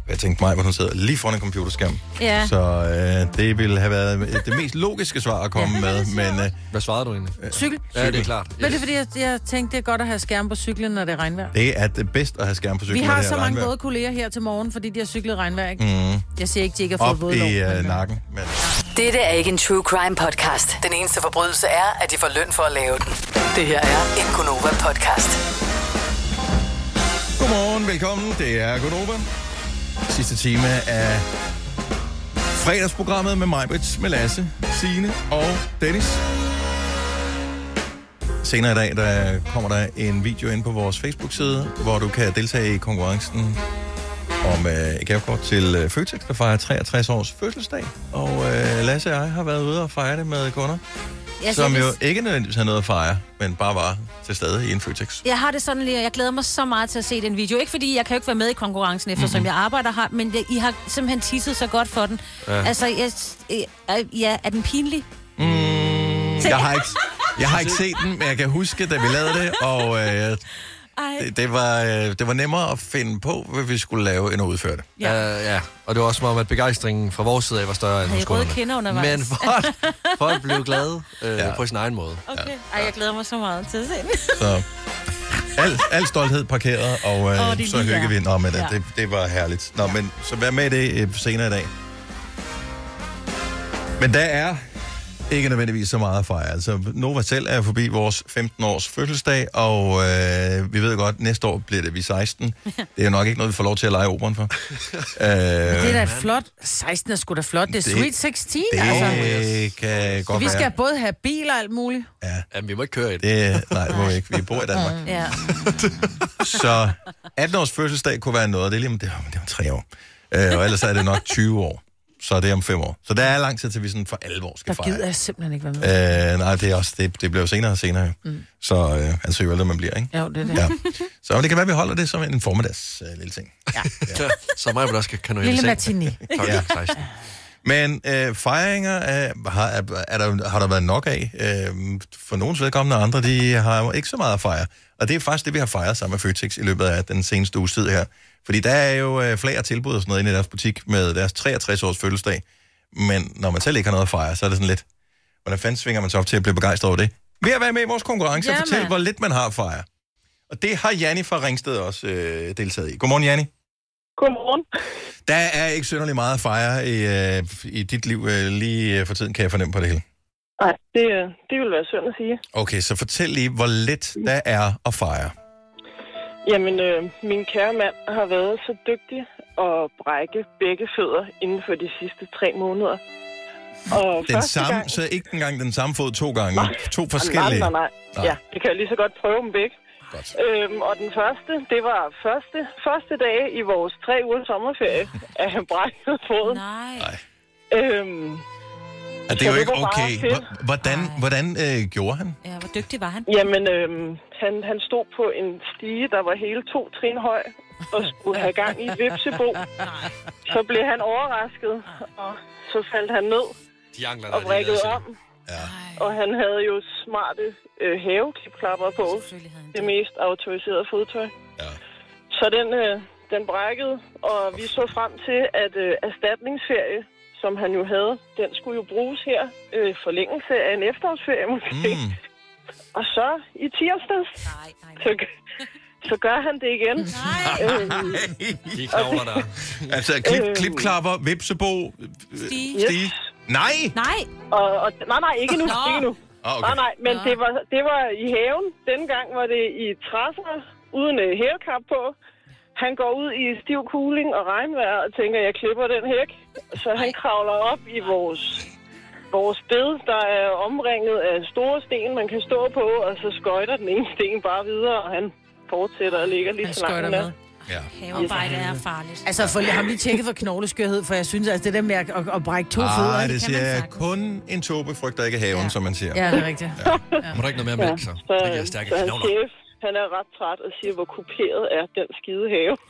Speaker 1: Og Jeg tænkte mig, hvor hun sidder lige foran en computerskærm.
Speaker 5: Ja.
Speaker 1: Så øh, det ville have været det mest logiske svar at komme med. Men, øh, Hvad svarede du egentlig?
Speaker 3: Cykel.
Speaker 4: Ja, det er klart.
Speaker 3: Men det er fordi, jeg, jeg tænkte, det er godt at have skærm på cyklen, når det er regnvejr.
Speaker 1: Det er det bedst at have skærm på
Speaker 3: Vi
Speaker 1: cyklen. når
Speaker 3: har
Speaker 1: det er
Speaker 3: så mange
Speaker 1: regnvejr.
Speaker 3: våde kolleger her til morgen, fordi de har cyklet i regnvejr, ikke?
Speaker 1: Mm.
Speaker 3: Jeg siger ikke, de ikke har fået
Speaker 1: Op
Speaker 3: våde lår.
Speaker 1: i øh, nakken. Men...
Speaker 14: Dette er ikke en true crime podcast. Den eneste forbrydelse er, at de får løn for at lave den. Det her er en Gunova-podcast.
Speaker 1: Godmorgen, velkommen. Det er Godova. Sidste time af fredagsprogrammet med Majbrits, med Lasse, Signe og Dennis. Senere i dag, der kommer der en video ind på vores Facebook-side, hvor du kan deltage i konkurrencen om øh, et gavekort til øh, Føtex, der fejrer 63 års fødselsdag. Og øh, Lasse og jeg har været ude og fejre det med kunder,
Speaker 5: Jeg
Speaker 1: som
Speaker 5: siger,
Speaker 1: jo
Speaker 5: hvis-
Speaker 1: ikke nødvendigvis har noget at fejre, men bare var til stede i en Føtex.
Speaker 5: Jeg har det sådan lige, og jeg glæder mig så meget til at se den video. Ikke fordi, jeg kan jo ikke være med i konkurrencen, eftersom
Speaker 1: Mhm.
Speaker 5: mm-hmm. jeg arbejder her, men det, I har simpelthen tisset så godt for den.
Speaker 1: Ja.
Speaker 5: Ja. Altså, jeg, øh, ja, er den pinlig?
Speaker 4: Mm.
Speaker 1: Jeg har ikke, jeg har ikke set den, men jeg kan huske, da vi lavede det, og øh, det, det, var, øh, det var nemmere at finde på, hvad vi skulle lave, end at udføre det.
Speaker 4: Ja. Uh, ja, og det var også som om, at begejstringen fra vores side af var større end
Speaker 5: Havde I
Speaker 4: hos
Speaker 5: røde
Speaker 4: kunderne.
Speaker 5: kinder undervejs?
Speaker 4: Men folk, folk blev glade øh, ja. på sin egen måde.
Speaker 5: Okay. Ej, jeg glæder mig så meget til at se den.
Speaker 1: Så al, al stolthed parkeret, og øh,
Speaker 5: Åh,
Speaker 1: oh,
Speaker 5: det er
Speaker 1: så
Speaker 5: lige
Speaker 1: hyggede
Speaker 5: der.
Speaker 1: vi ind om det.
Speaker 5: Ja.
Speaker 1: Det, det var herligt. Nå, men så vær med i det øh, senere i dag. Men der er ikke nødvendigvis så meget at fejre. Altså, Nova selv er forbi vores 15-års fødselsdag, og øh, vi ved godt, næste år bliver det vi 16. Det er jo nok ikke noget, vi får lov til at lege operen for. øh,
Speaker 3: Det er da et flot. 16 er sgu da flot. Det er
Speaker 1: Det-
Speaker 3: sweet 16,
Speaker 1: Det
Speaker 3: altså.
Speaker 1: altså. kan godt
Speaker 3: Vi
Speaker 1: være.
Speaker 3: skal både have bil og alt muligt.
Speaker 1: Ja.
Speaker 4: Jamen, vi må ikke køre i det.
Speaker 1: det nej, det må vi ikke. Vi bor i Danmark.
Speaker 5: Ja.
Speaker 1: Så 18 års fødselsdag kunne være noget. Det er lige om, det er, det er om tre år. Øh, og ellers er det nok 20 år. Så er det om fem år. Så der er lang tid til, vi sådan for alvor skal
Speaker 3: Der
Speaker 1: fejre.
Speaker 3: gider jeg simpelthen ikke være med.
Speaker 1: Øh, nej, det, er også, det, det bliver jo senere og senere. jo.
Speaker 3: Mm.
Speaker 1: Så øh, altså, jo ældre man bliver, ikke?
Speaker 3: Jo, det er det.
Speaker 1: Ja. Så men det kan være, vi holder det som en formiddags øh, lille ting.
Speaker 4: Ja. Så mig vil også kan nå
Speaker 3: Lille Martini.
Speaker 1: Ja. Men øh, fejringer øh, har, er- er der, har der været nok af. Øh, for nogens vedkommende og andre, de har jo ikke så meget at fejre. Og det er faktisk det, vi har fejret sammen med Føtex i løbet af den seneste uges tid her. Fordi der er jo øh, flere tilbud og sådan noget inde i deres butik med deres 63-års fødselsdag. Men når man selv ikke har noget at fejre, så er det sådan lidt, hvordan fanden svinger man sig op til at blive begejstret over det? Ved at være med i vores konkurrence og
Speaker 3: Ja,
Speaker 1: fortælle,
Speaker 3: mand.
Speaker 1: hvor lidt man har at fejre. Og det har Janni fra Ringsted også øh, deltaget i. Godmorgen, Janni.
Speaker 15: Godmorgen.
Speaker 1: Der er ikke synderlig meget at fejre i, øh, i dit liv øh, lige øh, for tiden, kan jeg fornemme på det hele.
Speaker 15: Nej, det, øh, det ville være synd at sige.
Speaker 1: Okay, så fortæl lige, hvor lidt der er at fejre.
Speaker 15: Jamen, øh, min kære mand har været så dygtig at brække begge fødder inden for de sidste tre måneder. Og
Speaker 1: Den
Speaker 15: første
Speaker 1: samme,
Speaker 15: gang...
Speaker 1: så ikke engang den samme fod to gange. To forskellige.
Speaker 15: Nej, nej, nej.
Speaker 1: Nej.
Speaker 15: Ja, det kan jeg lige så godt prøve dem begge.
Speaker 1: Godt.
Speaker 15: Øhm, og den første, det var første, første dag i vores tre uger sommerferie, at han brækkede foden.
Speaker 5: Nej.
Speaker 15: Øhm,
Speaker 1: Og det er jo
Speaker 15: Så
Speaker 1: ikke
Speaker 15: det var bare
Speaker 1: okay.
Speaker 15: fedt.
Speaker 1: Hvor- Hvordan, hvordan øh, gjorde han?
Speaker 5: Ja, hvor dygtig var han?
Speaker 15: Jamen, øhm, han, han stod på en stige, der var hele to trin høj, og skulle have gang i et vipsebo. Så blev han overrasket, og så faldt han ned
Speaker 4: De angler
Speaker 15: og brækkede om. Og han havde jo smarte øh, haveklipklapper på. Det mest autoriserede fodtøj. Så den, øh, den brækkede, og vi så frem til, at øh, erstatningsferie, som han jo havde, den skulle jo bruges her. Øh, forlængelse af en efterårsferie måske. Mm. Og så i tirsdags, så, g- så gør han det igen. Nej. Øhm,
Speaker 4: De knogler der.
Speaker 1: altså,
Speaker 15: Øh.
Speaker 1: klip, klipklapper, vipsebo, øh,
Speaker 15: Stige.
Speaker 1: stige. Nej!
Speaker 5: Nej.
Speaker 15: Og, og, nej, nej, ikke nu.
Speaker 5: Nå.
Speaker 15: Ikke nu.
Speaker 1: Ah, okay.
Speaker 15: Nej, nej, men
Speaker 5: Nå.
Speaker 15: det var, det var i haven. Dengang var det i træsser, uden uh, hævekap på. Han går ud i stiv kuling og regnvejr og tænker, jeg klipper den hæk. Så han kravler op i vores, vores bed, der er omringet af store sten, man kan stå på, og så skøjter den ene sten bare videre, og han fortsætter og ligger lige
Speaker 3: Han
Speaker 15: så langt
Speaker 3: skøjter
Speaker 15: han er.
Speaker 3: med.
Speaker 1: Ja.
Speaker 5: Havearbejde er farligt.
Speaker 3: Altså, for, jeg har lige tjekket for knogleskørhed, for jeg synes, at det der med at, at, at brække to fødder...
Speaker 1: Ej, Ah, det
Speaker 3: kan
Speaker 1: siger
Speaker 3: man
Speaker 1: jeg
Speaker 3: sagtens.
Speaker 1: kun en tåbe frygter ikke haven, som man siger.
Speaker 3: Ja, det er rigtigt.
Speaker 4: Ja. Må der ikke noget mere mælk, så?
Speaker 15: Så,
Speaker 4: Det giver stærke
Speaker 15: så hans
Speaker 4: knogler.
Speaker 15: chef, han er ret træt og siger, hvor kuperet er den skide have.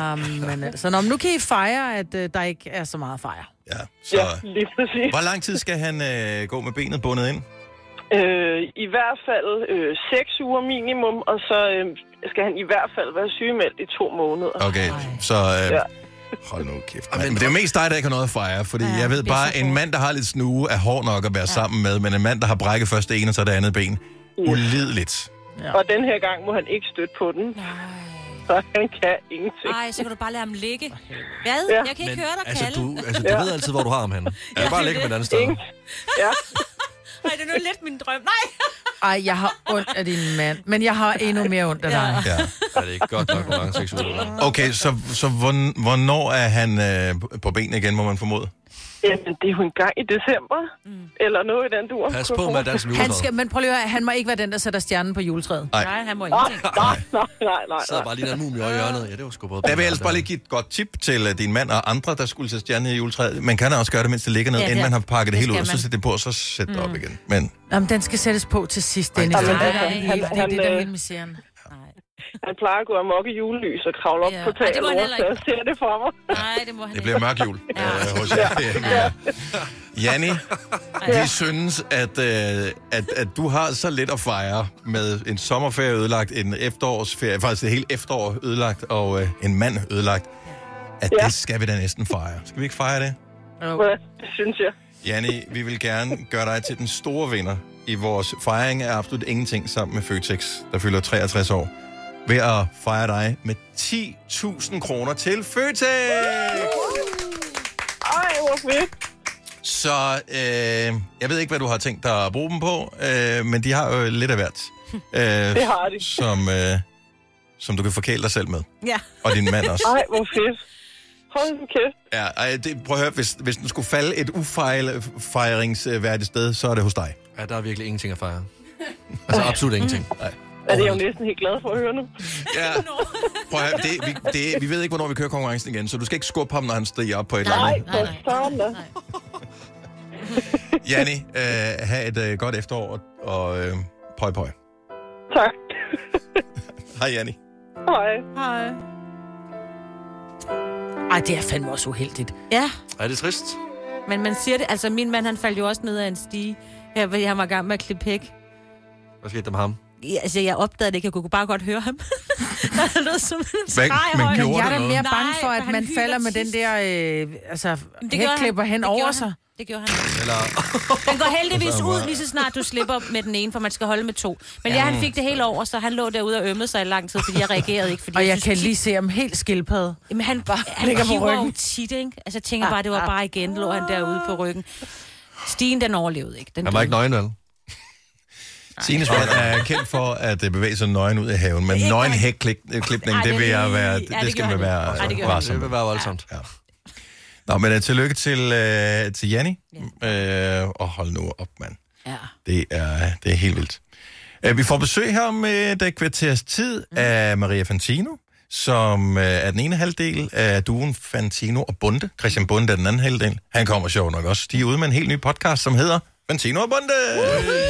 Speaker 3: Um, men altså, nå, men nu kan I fejre, at uh, der ikke er så meget at fejre.
Speaker 1: Ja, så,
Speaker 15: ja lige præcis.
Speaker 1: Hvor lang tid skal han øh, gå med benet bundet ind?
Speaker 15: Øh, I hvert fald øh, 6 uger minimum, og så øh, skal han i hvert fald være sygemeldt i to måneder.
Speaker 1: Okay, så... Øh,
Speaker 15: Ja.
Speaker 1: Hold nu kæft. mand. Men det er jo mest dig, der ikke har noget at fejre, fordi ja, jeg ved bare, en mand, der har lidt snue, er hård nok at være ja. sammen med, men en mand, der har brækket først det ene og så det andet ben, ulideligt.
Speaker 15: Ja. Og den her gang må han ikke støtte på den. Så han kan ingenting.
Speaker 5: Nej, så kan du bare lade ham ligge. Hvad?
Speaker 15: Ja.
Speaker 5: Jeg kan ikke
Speaker 4: Men,
Speaker 5: høre dig
Speaker 4: altså,
Speaker 5: kalde.
Speaker 4: du, altså, du
Speaker 15: Ja.
Speaker 4: ved altid, hvor du har ham henne. Du kan bare lægge med et andet sted.
Speaker 15: Ikke? Ja.
Speaker 5: Nej, det er nu lidt min drøm. Nej.
Speaker 3: Ej, jeg har ondt af din mand, men jeg har endnu mere ondt af dig.
Speaker 1: Ja.
Speaker 4: Er det ikke godt nok, hvor mange seksuelle
Speaker 1: Okay, så, så hvorn- hvornår er han øh, på benene igen, må man formode?
Speaker 15: Jamen, det er jo en gang i december, mm. eller noget i den dur.
Speaker 4: Pas på med at danse med
Speaker 3: Han
Speaker 4: juletræet.
Speaker 3: skal, men prøv lige at høre, han må ikke være den, der sætter stjernen på juletræet.
Speaker 1: Nej.
Speaker 5: Nej, han må
Speaker 15: Nej,
Speaker 5: ingenting.
Speaker 15: nej, nej, nej, nej.
Speaker 4: Sidder bare lige der en mumie i hjørnet. Ja, det var sgu både...
Speaker 1: Der vil jeg ellers bare lige give et godt tip til øh, din mand og andre, der skulle sætte stjerne i juletræet. Man kan også gøre det, mens det ligger ned,
Speaker 3: Ja,
Speaker 1: ja,
Speaker 3: det
Speaker 1: inden
Speaker 3: er-
Speaker 1: man har pakket det
Speaker 3: det
Speaker 1: hele ud,
Speaker 3: skal
Speaker 1: og så
Speaker 3: man. Mm.
Speaker 1: sæt det på, og så sæt det op igen. Men
Speaker 3: Jamen, den skal sættes på til sidst, Dennis.
Speaker 1: Ej,
Speaker 3: Nej,
Speaker 1: men
Speaker 3: det
Speaker 15: altså,
Speaker 3: er
Speaker 15: han-
Speaker 3: helt- det er
Speaker 15: han,
Speaker 3: det, der er
Speaker 15: øh,
Speaker 3: hele misæren.
Speaker 15: Han plejer at gå amok i julelys og kravle op
Speaker 5: Ja.
Speaker 15: ja. på
Speaker 5: Ej, det
Speaker 15: taget,
Speaker 5: må han
Speaker 15: og
Speaker 5: heller
Speaker 15: så
Speaker 5: ikke.
Speaker 15: jeg ser det for mig.
Speaker 5: Nej, det må han
Speaker 1: det
Speaker 5: ikke.
Speaker 1: bliver mørk jul øh, hos jer. Ja. Janni, vi synes, at, øh, at, at du har så lidt at fejre med en sommerferie ødelagt, en efterårsferie, faktisk et helt efterår ødelagt, og øh, en mand ødelagt, at
Speaker 15: Ja.
Speaker 1: det skal vi da næsten fejre. Skal vi ikke fejre det?
Speaker 15: Ja, det synes jeg.
Speaker 1: Janni, vi vil gerne gøre dig til den store vinder i vores fejring af absolut ingenting sammen med Føtex, der fylder 63 år, ved at fejre dig med 10.000 kroner til Føtex!
Speaker 15: Ej, hvor fedt.
Speaker 1: Så øh, jeg ved ikke, hvad du har tænkt dig at bruge dem på, øh, men de har jo lidt af hvert. Øh, det
Speaker 15: har de.
Speaker 1: Som, øh, som du kan forkæle dig selv med.
Speaker 5: Ja.
Speaker 1: Og din mand også.
Speaker 15: Ej, hvor fedt. Hold nu kæft.
Speaker 1: Ja, ej, det, prøv at høre, hvis, hvis den skulle falde et ufejringsværdigt sted, så er det hos dig.
Speaker 4: Ja, der er virkelig ingenting at fejre. Altså, absolut ingenting.
Speaker 1: Mm.
Speaker 15: Ja, det er jeg jo næsten helt glad for at høre nu.
Speaker 1: Ja. Prøv at høre, det, vi, det, vi ved ikke, hvornår vi kører konkurrencen igen, så du skal ikke skubbe ham, når han stiger op på et eller
Speaker 15: Nej,
Speaker 1: andet.
Speaker 15: for søren da.
Speaker 1: Janni, øh, have et øh, godt efterår, og øh, pøj pøj.
Speaker 15: Tak.
Speaker 1: Hej, Janni.
Speaker 15: Hej.
Speaker 3: Hej. Ej, det er fandme også uheldigt.
Speaker 5: Ja,
Speaker 4: Er det trist?
Speaker 5: men man siger det. Altså, min mand, han faldt jo også ned af en stige. Her, fordi han var i gang med at klippe hæk.
Speaker 4: Hvad skete der med ham?
Speaker 5: Ja, altså, jeg opdagede det ikke. Jeg kunne bare godt høre ham. Han lød som en
Speaker 1: Hvad- men
Speaker 5: højt.
Speaker 1: gjorde det
Speaker 3: Jeg er da
Speaker 1: noget?
Speaker 3: mere bange
Speaker 5: Nej,
Speaker 3: for, at
Speaker 5: han
Speaker 3: man
Speaker 5: hyler
Speaker 3: falder med den
Speaker 5: tit.
Speaker 3: der øh, altså,
Speaker 5: Men det gjorde
Speaker 3: hækklipper
Speaker 5: han.
Speaker 3: hen
Speaker 5: Det
Speaker 3: over
Speaker 5: gjorde han.
Speaker 3: sig.
Speaker 5: Det gjorde han.
Speaker 4: Eller...
Speaker 5: Den går heldigvis ud lige så snart du slipper med den ene, for man skal holde med to. Men ja,
Speaker 3: Ja.
Speaker 5: han fik det hele over, så han lå derude og ømmede sig i lang tid, fordi jeg reagerede ikke. Fordi
Speaker 3: Og jeg
Speaker 5: synes,
Speaker 3: kan
Speaker 5: de-
Speaker 3: lige se ham helt skildpadde.
Speaker 5: Jamen, han, bare han
Speaker 3: ligger på
Speaker 5: hiver
Speaker 3: ryggen.
Speaker 5: jo tit, ikke? Altså, jeg tænker bare, det var bare igen, lå han derude på ryggen. Stigen, den overlevede ikke. Den
Speaker 4: Han var
Speaker 5: døde.
Speaker 4: ikke nøgen, vel?
Speaker 1: Sines mand er kendt for at øh, bevæge sig nøgen ud i haven, men nøgen hækklipning,
Speaker 4: Ej,
Speaker 1: det
Speaker 4: det
Speaker 1: vil
Speaker 4: er
Speaker 1: jeg
Speaker 4: lige-
Speaker 1: være,
Speaker 4: ja,
Speaker 1: det,
Speaker 4: det
Speaker 1: det skal
Speaker 4: gør han
Speaker 1: man
Speaker 4: ikke.
Speaker 1: være
Speaker 4: Nej, det gør
Speaker 1: øh,
Speaker 4: han
Speaker 1: varsom.
Speaker 4: ikke. Det vil være voldsomt.
Speaker 1: Ja. Nå, men uh, tillykke til, uh, til Janni. Ja. Uh, og hold nu op, mand.
Speaker 5: Ja.
Speaker 1: Det er, det er helt vildt. Uh, vi får besøg her om uh, et kvarters tid mm. af Maria Fantino, som uh, er den ene halvdel af duen Fantino og Bunde. Christian Bunde er den anden halvdel. Han kommer sjov nok også. De er ude med en helt ny podcast, som hedder Fantino og Bunde.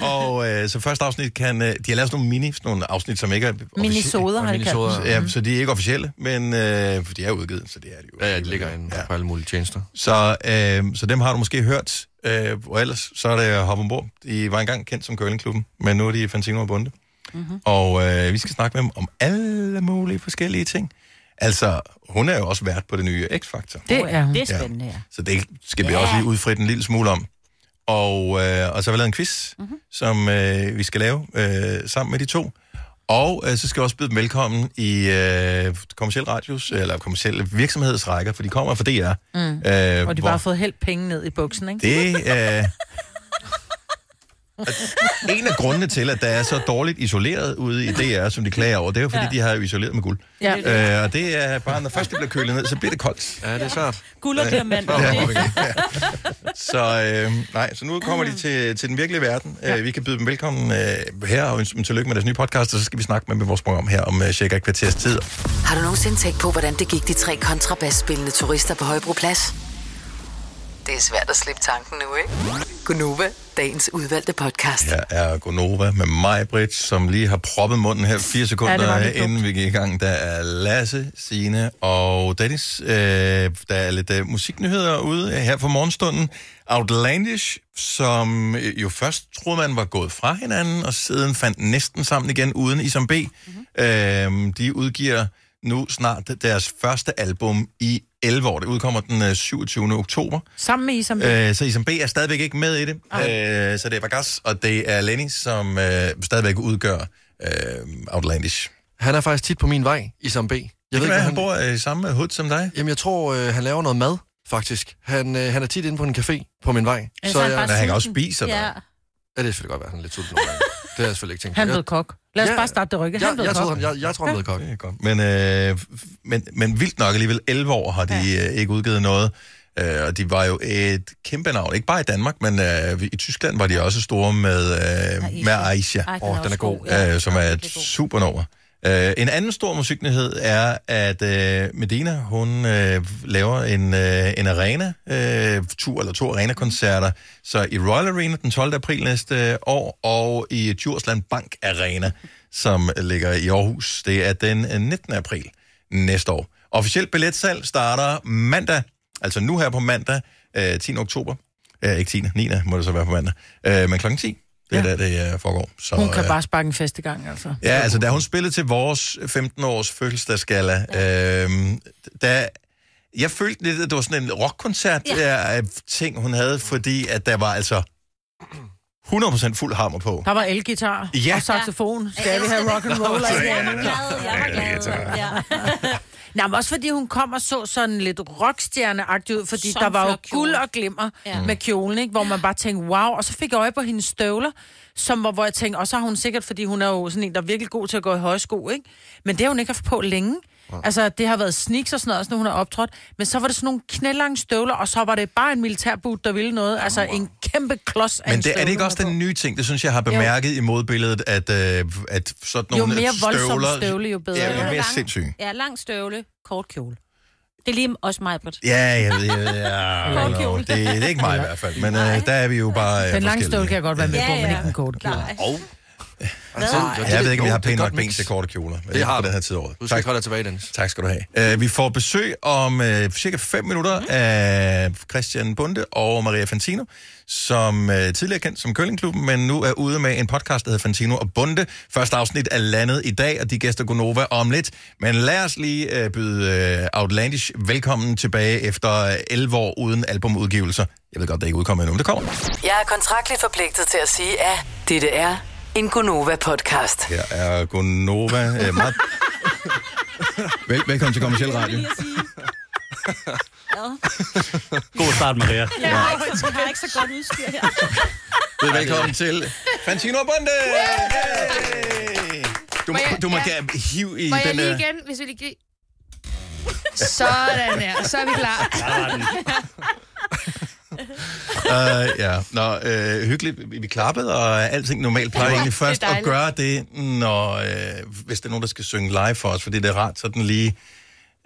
Speaker 1: Og øh, så første afsnit kan... Øh, de har lavet sådan nogle mini, sådan nogle afsnit, som ikke er... offici-
Speaker 3: Minisoder, har de kaldt dem.
Speaker 1: Ja, så de er ikke officielle, men øh, for de er udgivet, så det er de jo. Ja, de ligger inde ja. på alle mulige tjenester. Så, øh, så dem har du måske hørt, øh, og ellers så er det Hop ombord. De var engang kendt som Curlingklubben, men nu er de Fantino og Bunde.
Speaker 2: Mhm.
Speaker 1: Mm-hmm. Og øh, vi skal snakke med dem om alle mulige forskellige ting. Altså, hun er jo også vært på det nye X-Factor.
Speaker 5: Det er hun. Det er spændende, ja.
Speaker 1: Så det skal vi også lige udfritte en lille smule om. Og, øh, og så har vi lavet en quiz,
Speaker 5: Mhm.
Speaker 1: mm-hmm. som øh, vi skal lave øh, sammen med de to. Og øh, så skal jeg også byde dem velkommen i øh, kommersiel radios, eller kommersielle virksomhedsrækker, for de kommer fra DR.
Speaker 3: Mm. Øh,
Speaker 1: Øh,
Speaker 3: og de
Speaker 1: hvor-
Speaker 3: bare har fået helt penge ned i buksen, ikke?
Speaker 1: Det øh, at en af grundene til, at der er så dårligt isoleret ude i DR, som de klager over, det er jo fordi, ja.
Speaker 3: Ja.
Speaker 1: de har jo isoleret med guld.
Speaker 3: Ja.
Speaker 1: Øh, og det er bare, når først det bliver kølet ned, så bliver det koldt. Ja, det er svært.
Speaker 5: Guld og diamant.
Speaker 1: Ja. Så øh, nej, så nu kommer de til, til den virkelige verden. Ja. Øh, vi kan byde dem velkommen øh, her og ønske dem tillykke med deres nye podcast, og så skal vi snakke med dem i vores program her om øh, cirka et kvarters tid.
Speaker 14: Har du nogensinde tænkt på, hvordan det gik de tre kontrabasspillende turister på Højbroplads? Det er svært at slippe tanken nu, ikke? Gunova, dagens udvalgte podcast.
Speaker 1: Her er Gonova med mig, Britt, som lige har proppet munden her fire
Speaker 14: Ja, det
Speaker 1: sekunder,
Speaker 14: var
Speaker 1: ja,
Speaker 14: lidt dumt.
Speaker 1: inden vi gik i gang. Der er Lasse, Sine og Dennis. Øh, der er lidt øh, musiknyheder ude øh, her for morgenstunden. Outlandish, som øh, jo først troede man var gået fra hinanden, og siden fandt næsten sammen igen uden Isam B. Mm-hmm.
Speaker 14: Mhm.
Speaker 1: Øh, de udgiver nu snart deres første album i 11 år. Det udkommer den øh, 27. oktober.
Speaker 3: Sammen med I som Altså,
Speaker 1: Øh, så Isam B er stadigvæk ikke med i det. Øh, så det er Bagas, og det er Lenny, som øh, stadigvæk udgør øh, Outlandish.
Speaker 4: Han er faktisk tit på min vej i som B. Jeg
Speaker 1: kan være, han øh,
Speaker 4: bor
Speaker 1: i samme hud som dig.
Speaker 4: Jamen, jeg tror, øh, han laver noget mad, faktisk. Han, øh, han er tit inde på en café på min vej.
Speaker 3: Altså, han er bare
Speaker 4: jeg...
Speaker 3: Men han kan også sulten. spise, eller
Speaker 4: ja.
Speaker 3: hvad?
Speaker 4: ja, det er selvfølgelig godt være, han er lidt sulten nogle gange. Det har jeg selvfølgelig ikke tænkt på.
Speaker 3: Han
Speaker 4: Jeg-
Speaker 3: blev kok. Lad os
Speaker 4: Ja.
Speaker 3: bare starte det rygge. Han
Speaker 4: Jeg,
Speaker 3: blev
Speaker 4: jeg,
Speaker 3: kok.
Speaker 4: troede, ham- jeg, jeg tror, han blev kok.
Speaker 1: Men, øh, f- men, men vildt nok alligevel, 11 år har de øh, ikke udgivet noget. Øh, og de var jo et kæmpe navn, ikke bare i Danmark, men øh, i Tyskland var de også store med, øh, med Aisha,
Speaker 4: Ej, den er Åh, den er også god. god,
Speaker 1: øh, som er et supernummer. Øh, en anden stor musiknyhed er, at øh, Medina, hun øh, laver en, øh, en arena-tur, eller to arena-koncerter, så i Royal Arena den 12. april næste øh, år, og i Djursland Bank Arena, som ligger i Aarhus, det er den øh, 19. april næste år. Officielt billetsalg starter mandag, altså nu her på mandag, øh, 10. oktober. Øh, ikke 10. 9. må det så være på mandag. Øh, men klokken 10, det er ja. der, det øh, foregår. Så,
Speaker 3: Hun kan
Speaker 1: øh,
Speaker 3: bare sparke en fest i gang, altså.
Speaker 1: Ja, altså da hun spillede til vores 15-års fødselsdagsgala, øh, der, jeg følte lidt, at det var sådan en rockkoncert ja. øh, ting, hun havde, fordi at der var altså 100% fuld hammer på.
Speaker 3: Der var elgitar
Speaker 1: Ja.
Speaker 3: og saxofon.
Speaker 5: Ja.
Speaker 3: Skal vi have rock and roll?
Speaker 1: Nå,
Speaker 3: altså?
Speaker 1: så er det.
Speaker 3: Nej, men også fordi hun kom og så sådan lidt rockstjerneagtig ud, fordi
Speaker 5: Som
Speaker 3: der var jo
Speaker 5: flot kjole.
Speaker 3: guld og glimmer
Speaker 5: Ja.
Speaker 3: ja. med kjolen, ikke? hvor man bare tænkte, wow. Og så fik jeg øje på hendes støvler, som var, hvor jeg tænkte, og så har hun sikkert, fordi hun er jo sådan en, der er virkelig god til at gå i høje sko, ikke? Men det har hun ikke haft på længe. Altså, det har været sneaks og sådan noget, også, når hun er optrådt. Men så var det sådan nogle knælange støvler, og så var det bare en militærbut, der ville noget. Altså, en kæmpe klods af en
Speaker 1: Men det, er det
Speaker 3: støvle,
Speaker 1: ikke
Speaker 3: hun
Speaker 1: også
Speaker 3: har på.
Speaker 1: den nye ting, det synes jeg har bemærket jo. i modbilledet, at, øh, at sådan
Speaker 3: Jo
Speaker 1: nogle
Speaker 3: mere voldsom
Speaker 1: støvler,
Speaker 3: støvle, jo bedre.
Speaker 1: Ja, jo
Speaker 5: Ja.
Speaker 1: mere
Speaker 5: Lang-
Speaker 1: sindssyge.
Speaker 5: Ja, lang støvle, kort kjole. Det er lige også mig, Britt.
Speaker 1: Ja, jeg ved, jeg ved, ja,
Speaker 5: Kort
Speaker 1: no,
Speaker 5: kjole.
Speaker 1: det, det er ikke mig i hvert fald, men øh, der er vi jo bare øh,
Speaker 3: Den lange
Speaker 1: forskellige.
Speaker 3: støvle kan jeg godt være med
Speaker 1: Ja,
Speaker 3: på, men
Speaker 1: ja.
Speaker 3: ikke den korte kjole.
Speaker 1: Og
Speaker 4: Altså,
Speaker 1: Ja, jeg ved ikke, om jeg har pænt nok ben til korte kjoler.
Speaker 4: Det har
Speaker 1: du. Den her tid af året. Du skal holde dig tilbage, Dennis. Tak skal du have. Uh, vi får besøg om uh, cirka 5 minutter af Christian Bunde og Maria Fantino, som uh, tidligere er kendt som Køllingklubben, men nu er ude med en podcast, der hedder Fantino og Bunde. Første afsnit er landet i dag, og de gæster Gonova om lidt. Men lad os lige uh, byde uh, Outlandish velkommen tilbage efter 11 år uden albumudgivelser. Jeg ved godt, det er ikke udkommet endnu, men det kommer.
Speaker 14: Jeg er kontraktligt forpligtet til at sige, at dette er en Gonova-podcast.
Speaker 1: Her er Gonova. Øh, meget... Vel, velkommen til Kommerciel Radio. God start, Maria.
Speaker 2: Jeg har ikke så, jeg har ikke så godt udstyr her.
Speaker 1: Velkommen til Fantino Bonde.
Speaker 5: Øh,
Speaker 1: Du må,
Speaker 16: Må jeg-
Speaker 1: du må
Speaker 16: ja.
Speaker 1: gerne hive i
Speaker 16: Må jeg
Speaker 1: den øh,
Speaker 16: lige
Speaker 1: der...
Speaker 16: igen, hvis vi lige giver... Sådan der, så er vi klar.
Speaker 1: Uh, ja. Nå, øh, hyggeligt. Vi vi klappede, og alting normalt plejer
Speaker 16: Ja,
Speaker 1: egentlig
Speaker 16: det er
Speaker 1: først at
Speaker 16: dejligt.
Speaker 1: gøre det, når, øh, hvis der er nogen, der skal synge live for os, fordi det er rart sådan lige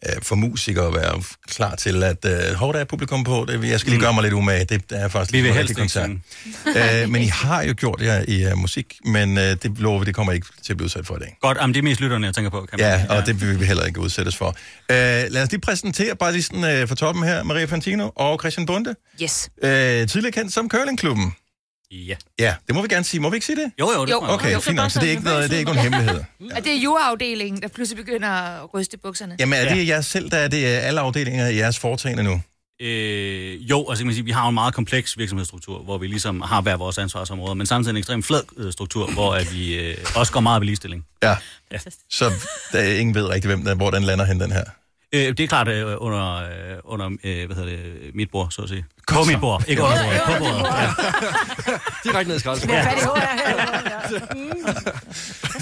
Speaker 1: øh, for musikere at være klar til, at øh, hov, der er publikum på, det, jeg skal lige gøre mig lidt umage, det er faktisk
Speaker 17: Mm. Vi vil
Speaker 1: en
Speaker 17: helst
Speaker 1: rigtig
Speaker 17: ikke
Speaker 1: Øh, men I har jo gjort jer i øh, musik, men øh, det lover vi, det kommer I ikke til at blive udsat for i dag.
Speaker 17: Godt, jamen, det er mest lytterne, jeg tænker på. Kan man
Speaker 1: Ja,
Speaker 17: sige.
Speaker 1: og det vil vi heller ikke udsættes for. Øh, lad os lige præsentere, bare lige sådan øh, fra toppen her, Maria Fantino og Christian Bunde.
Speaker 5: Yes.
Speaker 1: Øh, tidligere kendt som Curlingklubben.
Speaker 17: Ja.
Speaker 1: Ja, det må vi gerne sige. Må vi ikke sige det?
Speaker 17: Jo, jo, det må man
Speaker 1: Okay,
Speaker 17: godt.
Speaker 1: fint nok. Så det er ikke, noget, det er ikke nogen hemmelighed.
Speaker 16: Og det er juraafdelingen, der pludselig begynder at ryste bukserne.
Speaker 1: Jamen, er det jer selv, der er det øh, alle afdelinger i jeres foretagende nu?
Speaker 17: Øh, jo, altså kan man sige, vi har jo en meget kompleks virksomhedsstruktur, hvor vi ligesom har hver vores ansvarsområder, men samtidig en ekstremt flad øh, struktur, hvor at vi øh, også går meget ved ligestilling.
Speaker 1: Ja. Så der, er ingen ved rigtig, hvem der, hvor den lander hen, den her.
Speaker 17: Øh, det er klart øh, under, øh, under øh, hvad hedder det, mit bord, så at sige. På mit bord, ikke under bordet, på bordet.
Speaker 4: Direkte ned i skraldespanden.
Speaker 17: Ja.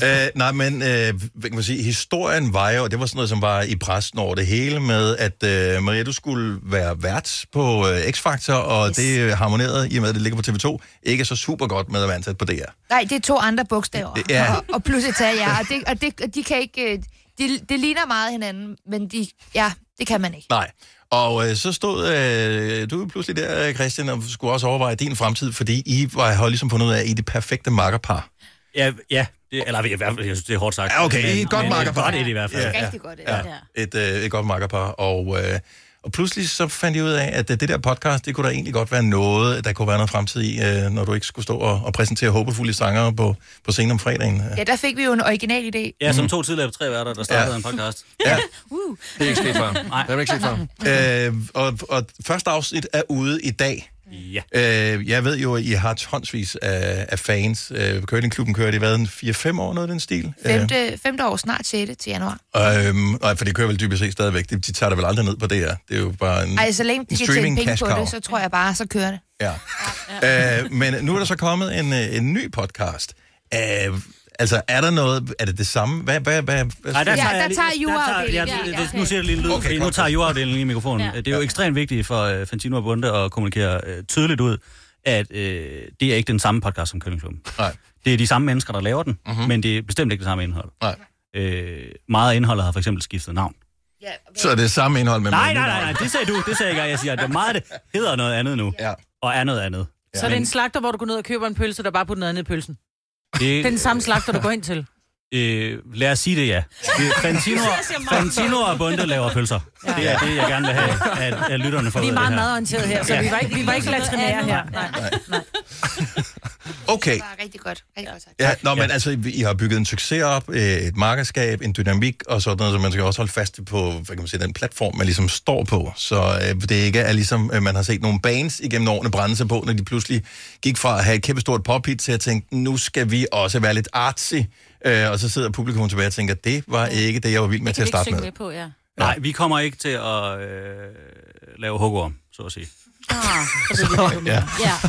Speaker 1: Øh, nej, men øh, hvad kan man sige, historien var jo, og det var sådan noget, som var i pressen over det hele, med at øh, Maria, du skulle være vært på øh, X-Factor, og yes. det øh, harmonerede, i og med at det ligger på TV2, ikke så super godt med at være ansat på DR.
Speaker 16: Nej, det er to andre bogstaver.
Speaker 1: Ja.
Speaker 16: Og, og pludselig tager jeg, og, det, og, det, og de kan ikke... øh, De, det ligner meget hinanden, men de, ja, det kan man ikke.
Speaker 1: Nej. Og øh, så stod øh, du pludselig der, øh, Christian, og skulle også overveje din fremtid, fordi I var, har ligesom fundet ud af, at I er det perfekte makkerpar.
Speaker 17: Ja, ja det, eller i hvert fald, jeg synes, det er hårdt sagt.
Speaker 1: Ja, okay, I er et godt
Speaker 17: men, øh,
Speaker 1: makkerpar.
Speaker 17: Godt er det i hvert fald.
Speaker 1: Ja, ja. Rigtig
Speaker 16: godt
Speaker 1: Ja, et, øh, et godt makkerpar. Og, øh, og pludselig så fandt jeg ud af, at øh, det der podcast, det kunne der egentlig godt være noget, der kunne være noget fremtid i, øh, når du ikke skulle stå og, og præsentere håbefulde sanger på, på scenen om fredagen.
Speaker 16: Ja, der fik vi jo en original idé.
Speaker 17: Ja,
Speaker 1: Mm.
Speaker 17: som to tidligere tre værter, der startede ja. en podcast.
Speaker 1: Ja.
Speaker 16: Uh.
Speaker 17: Det er ikke sket før.
Speaker 1: Nej. Det er ikke set før. Øh, og, og første afsnit er ude i dag.
Speaker 17: Ja.
Speaker 1: Øh, jeg ved jo, at I har tonsvis af, af fans. Øh, Curlingklubben kører det i hvad, en 4-5 år, noget af den stil?
Speaker 16: Femte, femte år, snart 6. til januar.
Speaker 1: Øh, øhm, nej, for det kører vel dybest set stadigvæk. De, de tager det vel aldrig ned på DR. Det er jo bare en,
Speaker 16: Ej, så længe de
Speaker 1: en
Speaker 16: kan tjene
Speaker 1: Mm. streaming
Speaker 16: penge
Speaker 1: cash
Speaker 16: på
Speaker 1: cow.
Speaker 16: det, så tror jeg bare, så kører det.
Speaker 1: Ja. øh, men nu er der så kommet en, øh, en ny podcast. Øh, altså, er der noget... Er det det samme? Hvad, hvad, hvad, hvad
Speaker 17: Nej, der tager,
Speaker 16: der
Speaker 17: jeg
Speaker 16: tager
Speaker 17: lige-
Speaker 16: juraafdelingen.
Speaker 17: ja, det-
Speaker 16: Ja,
Speaker 17: det-
Speaker 16: okay.
Speaker 17: Nu siger det lige lyd, okay, nu tager juraafdelingen i mikrofonen. Ja. Det er jo ekstremt vigtigt for uh, Fantino og Bunde at kommunikere uh, tydeligt ud, at uh, det er ikke den samme podcast som Køllingklubben.
Speaker 1: Nej. Mhm.
Speaker 17: Det er de samme mennesker, der laver den, mm-hmm. men det er bestemt ikke det samme indhold.
Speaker 1: Nej.
Speaker 17: Øh, meget af indholdet har for eksempel skiftet navn.
Speaker 1: Så er det samme indhold med
Speaker 17: Nej, nej, nej, nej, det sagde du, det sagde jeg ikke. Jeg siger, at det er meget af det hedder noget andet nu,
Speaker 1: ja.
Speaker 17: og er noget andet.
Speaker 3: Så er det en slagter, hvor du går ned og køber en pølse, der bare putter noget andet i pølsen.
Speaker 17: det,
Speaker 3: Det er den samme slagter, du går ind til.
Speaker 17: Øh, lad os sige det, ja. Det, Fantino, Fantino og Bunde laver pølser. Ja. Det er det, jeg gerne vil have, at, at lytterne får
Speaker 3: Vi
Speaker 17: ud
Speaker 3: er
Speaker 17: af det
Speaker 3: meget
Speaker 17: her.
Speaker 3: madorienteret her, så
Speaker 17: Ja.
Speaker 3: vi var ikke, vi var ikke latrinære her. Nej.
Speaker 1: Okay.
Speaker 16: Det var rigtig godt. Rigtig godt sagt.
Speaker 1: Ja, nå, men altså, I- I har bygget en succes op, øh, et markedskab, en dynamik og sådan noget, så man skal også holde fast på, hvad kan man sige, den platform, man ligesom står på. Så øh, det ikke er ligesom, øh, man har set nogle bands igennem årene brænde sig på, når de pludselig gik fra at have et kæmpe stort pop til at tænke, nu skal vi også være lidt artsy. Øh, og så sidder publikum tilbage og tænker, det var ikke det, jeg var vild med til at starte med.
Speaker 5: på, ja.
Speaker 17: Nej, vi kommer ikke til at øh, lave hukkorm, så at sige.
Speaker 1: Ah. Ja.
Speaker 16: Ja.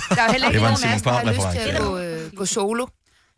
Speaker 16: Der er jo heller ikke
Speaker 17: Det var en
Speaker 16: nogen af os,
Speaker 17: Simon
Speaker 16: der har lyst
Speaker 17: Kvamm-reference,
Speaker 16: til at
Speaker 17: ja.
Speaker 16: gå, øh, gå solo.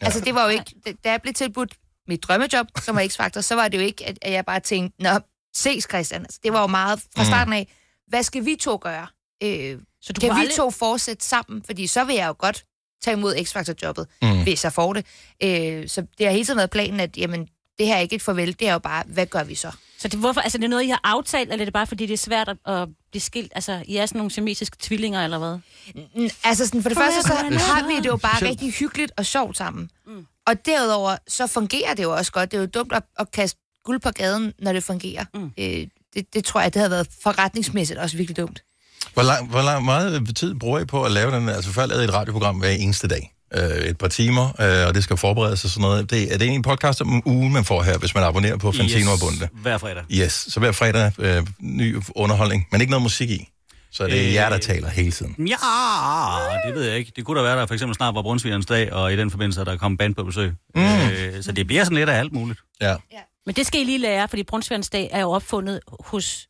Speaker 16: Altså, det var jo ikke... Da- Da jeg blev tilbudt mit drømmejob, som var X-Factor, så var det jo ikke, at at jeg bare tænkte, nå, ses Christian. Altså, det var jo meget fra
Speaker 5: Mm.
Speaker 16: starten af, hvad skal vi to gøre? Øh, så
Speaker 5: du
Speaker 16: du kan
Speaker 5: kunne
Speaker 16: vi
Speaker 5: aldrig-
Speaker 16: to fortsætte sammen? Fordi så vil jeg jo godt tage imod X-Factor-jobbet,
Speaker 5: Mm.
Speaker 16: mm. hvis jeg får det. Øh, så det har hele tiden været planen, at jamen, det her er ikke et farvel, det er jo bare, hvad gør vi så?
Speaker 5: Så det, hvorfor, altså, det er noget, I har aftalt, eller er det bare, fordi det er svært at, at blive skilt? Altså, I er sådan nogle siamesiske tvillinger, eller hvad?
Speaker 16: Mm, Altså, sådan, for det
Speaker 5: Kom
Speaker 16: første
Speaker 5: her,
Speaker 16: så
Speaker 5: Brian.
Speaker 16: har vi det jo bare
Speaker 5: Specielt.
Speaker 16: rigtig hyggeligt og sjovt sammen. Mm. Og derudover, så fungerer det jo også godt. Det er jo dumt at, at kaste guld på gaden, når det fungerer. Mm. Øh, det, det tror jeg, det havde været forretningsmæssigt også virkelig dumt.
Speaker 1: Hvor, lang, hvor lang, meget tid bruger I på at lave den? Altså før lavede I et radioprogram hver eneste dag. Øh, et par timer, øh, og det skal forberedes og sådan noget. Det, er det en podcast om ugen, man får her, hvis man abonnerer på Fantino og Bunde?
Speaker 17: hver fredag.
Speaker 1: Yes, så hver fredag øh, ny underholdning, men ikke noget musik i. Så det er
Speaker 17: Øh.
Speaker 1: jer, der taler hele tiden.
Speaker 17: Ja, det ved jeg ikke. Det kunne da være, der for eksempel snart var Brunsvigernes dag, og i den forbindelse er der kom band på besøg. Mm. Øh, så det bliver sådan lidt af alt muligt.
Speaker 1: Ja.
Speaker 5: Men det skal I lige lære, fordi Brunsværens dag er jo opfundet hos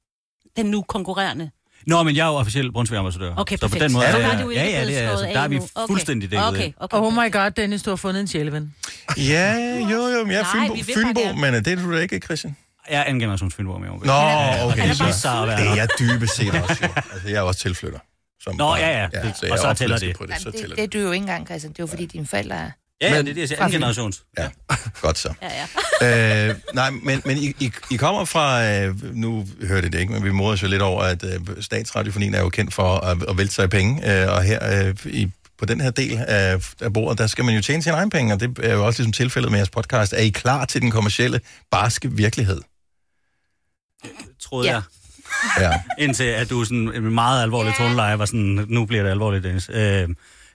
Speaker 5: den nu konkurrerende.
Speaker 17: Nå, men jeg er jo officielt Brunsviger-ambassadør.
Speaker 5: Okay,
Speaker 17: så på
Speaker 5: perfekt.
Speaker 17: den måde
Speaker 5: Så
Speaker 17: jeg-
Speaker 5: har du ikke
Speaker 17: ja, ja,
Speaker 5: blevet
Speaker 17: det er,
Speaker 5: slået
Speaker 17: altså, der
Speaker 5: af
Speaker 17: er vi
Speaker 5: endnu. Okay.
Speaker 17: fuldstændig dækket
Speaker 5: Okay.
Speaker 17: ind.
Speaker 3: Okay, oh my god, Dennis, du har fundet en sjæleven.
Speaker 1: Ja, jo, jo, men jeg er
Speaker 3: Nej,
Speaker 1: Fynbo,
Speaker 3: vi vil bare
Speaker 1: Fynbo
Speaker 3: gerne.
Speaker 1: men øh, det er du da ikke, Christian?
Speaker 17: Jeg er anden generations Fynbo, med
Speaker 1: Nå, okay.
Speaker 17: Det
Speaker 1: så-
Speaker 17: viser sig at være
Speaker 1: Det er
Speaker 17: nok.
Speaker 1: jeg dybest set også, jo. Altså, jeg er også tilflytter. Som
Speaker 17: Nå,
Speaker 1: barn.
Speaker 17: ja, ja. Det-
Speaker 1: jeg
Speaker 17: og
Speaker 1: er
Speaker 17: så tæller
Speaker 1: opflasket
Speaker 17: det.
Speaker 1: På det,
Speaker 16: Jamen,
Speaker 1: så
Speaker 16: det,
Speaker 1: tæller
Speaker 16: det, det er du jo ikke engang, Christian. Det er jo fordi, dine forældre er...
Speaker 17: Ja, ja, det er det, jeg siger.
Speaker 16: Fra
Speaker 17: Anden
Speaker 16: Fyn.
Speaker 17: generations.
Speaker 1: Ja, godt så.
Speaker 5: Ja, ja.
Speaker 1: øh, nej, men, men I, I, I kommer fra, øh, nu hørte I det ikke, men vi morer jo lidt over, at øh, statsradiofonien er jo kendt for at, at vælte sig i penge, øh, og her øh, i, på den her del af, af bordet, der skal man jo tjene sine egne penge, og det er jo også ligesom tilfældet med jeres podcast. Er I klar til den kommercielle, barske virkelighed?
Speaker 17: troede
Speaker 1: Ja.
Speaker 17: ja. jeg.
Speaker 1: Ja.
Speaker 17: Indtil at du sådan en meget alvorlig ja. toneleje var sådan, nu bliver det alvorligt, Dennis. Øh,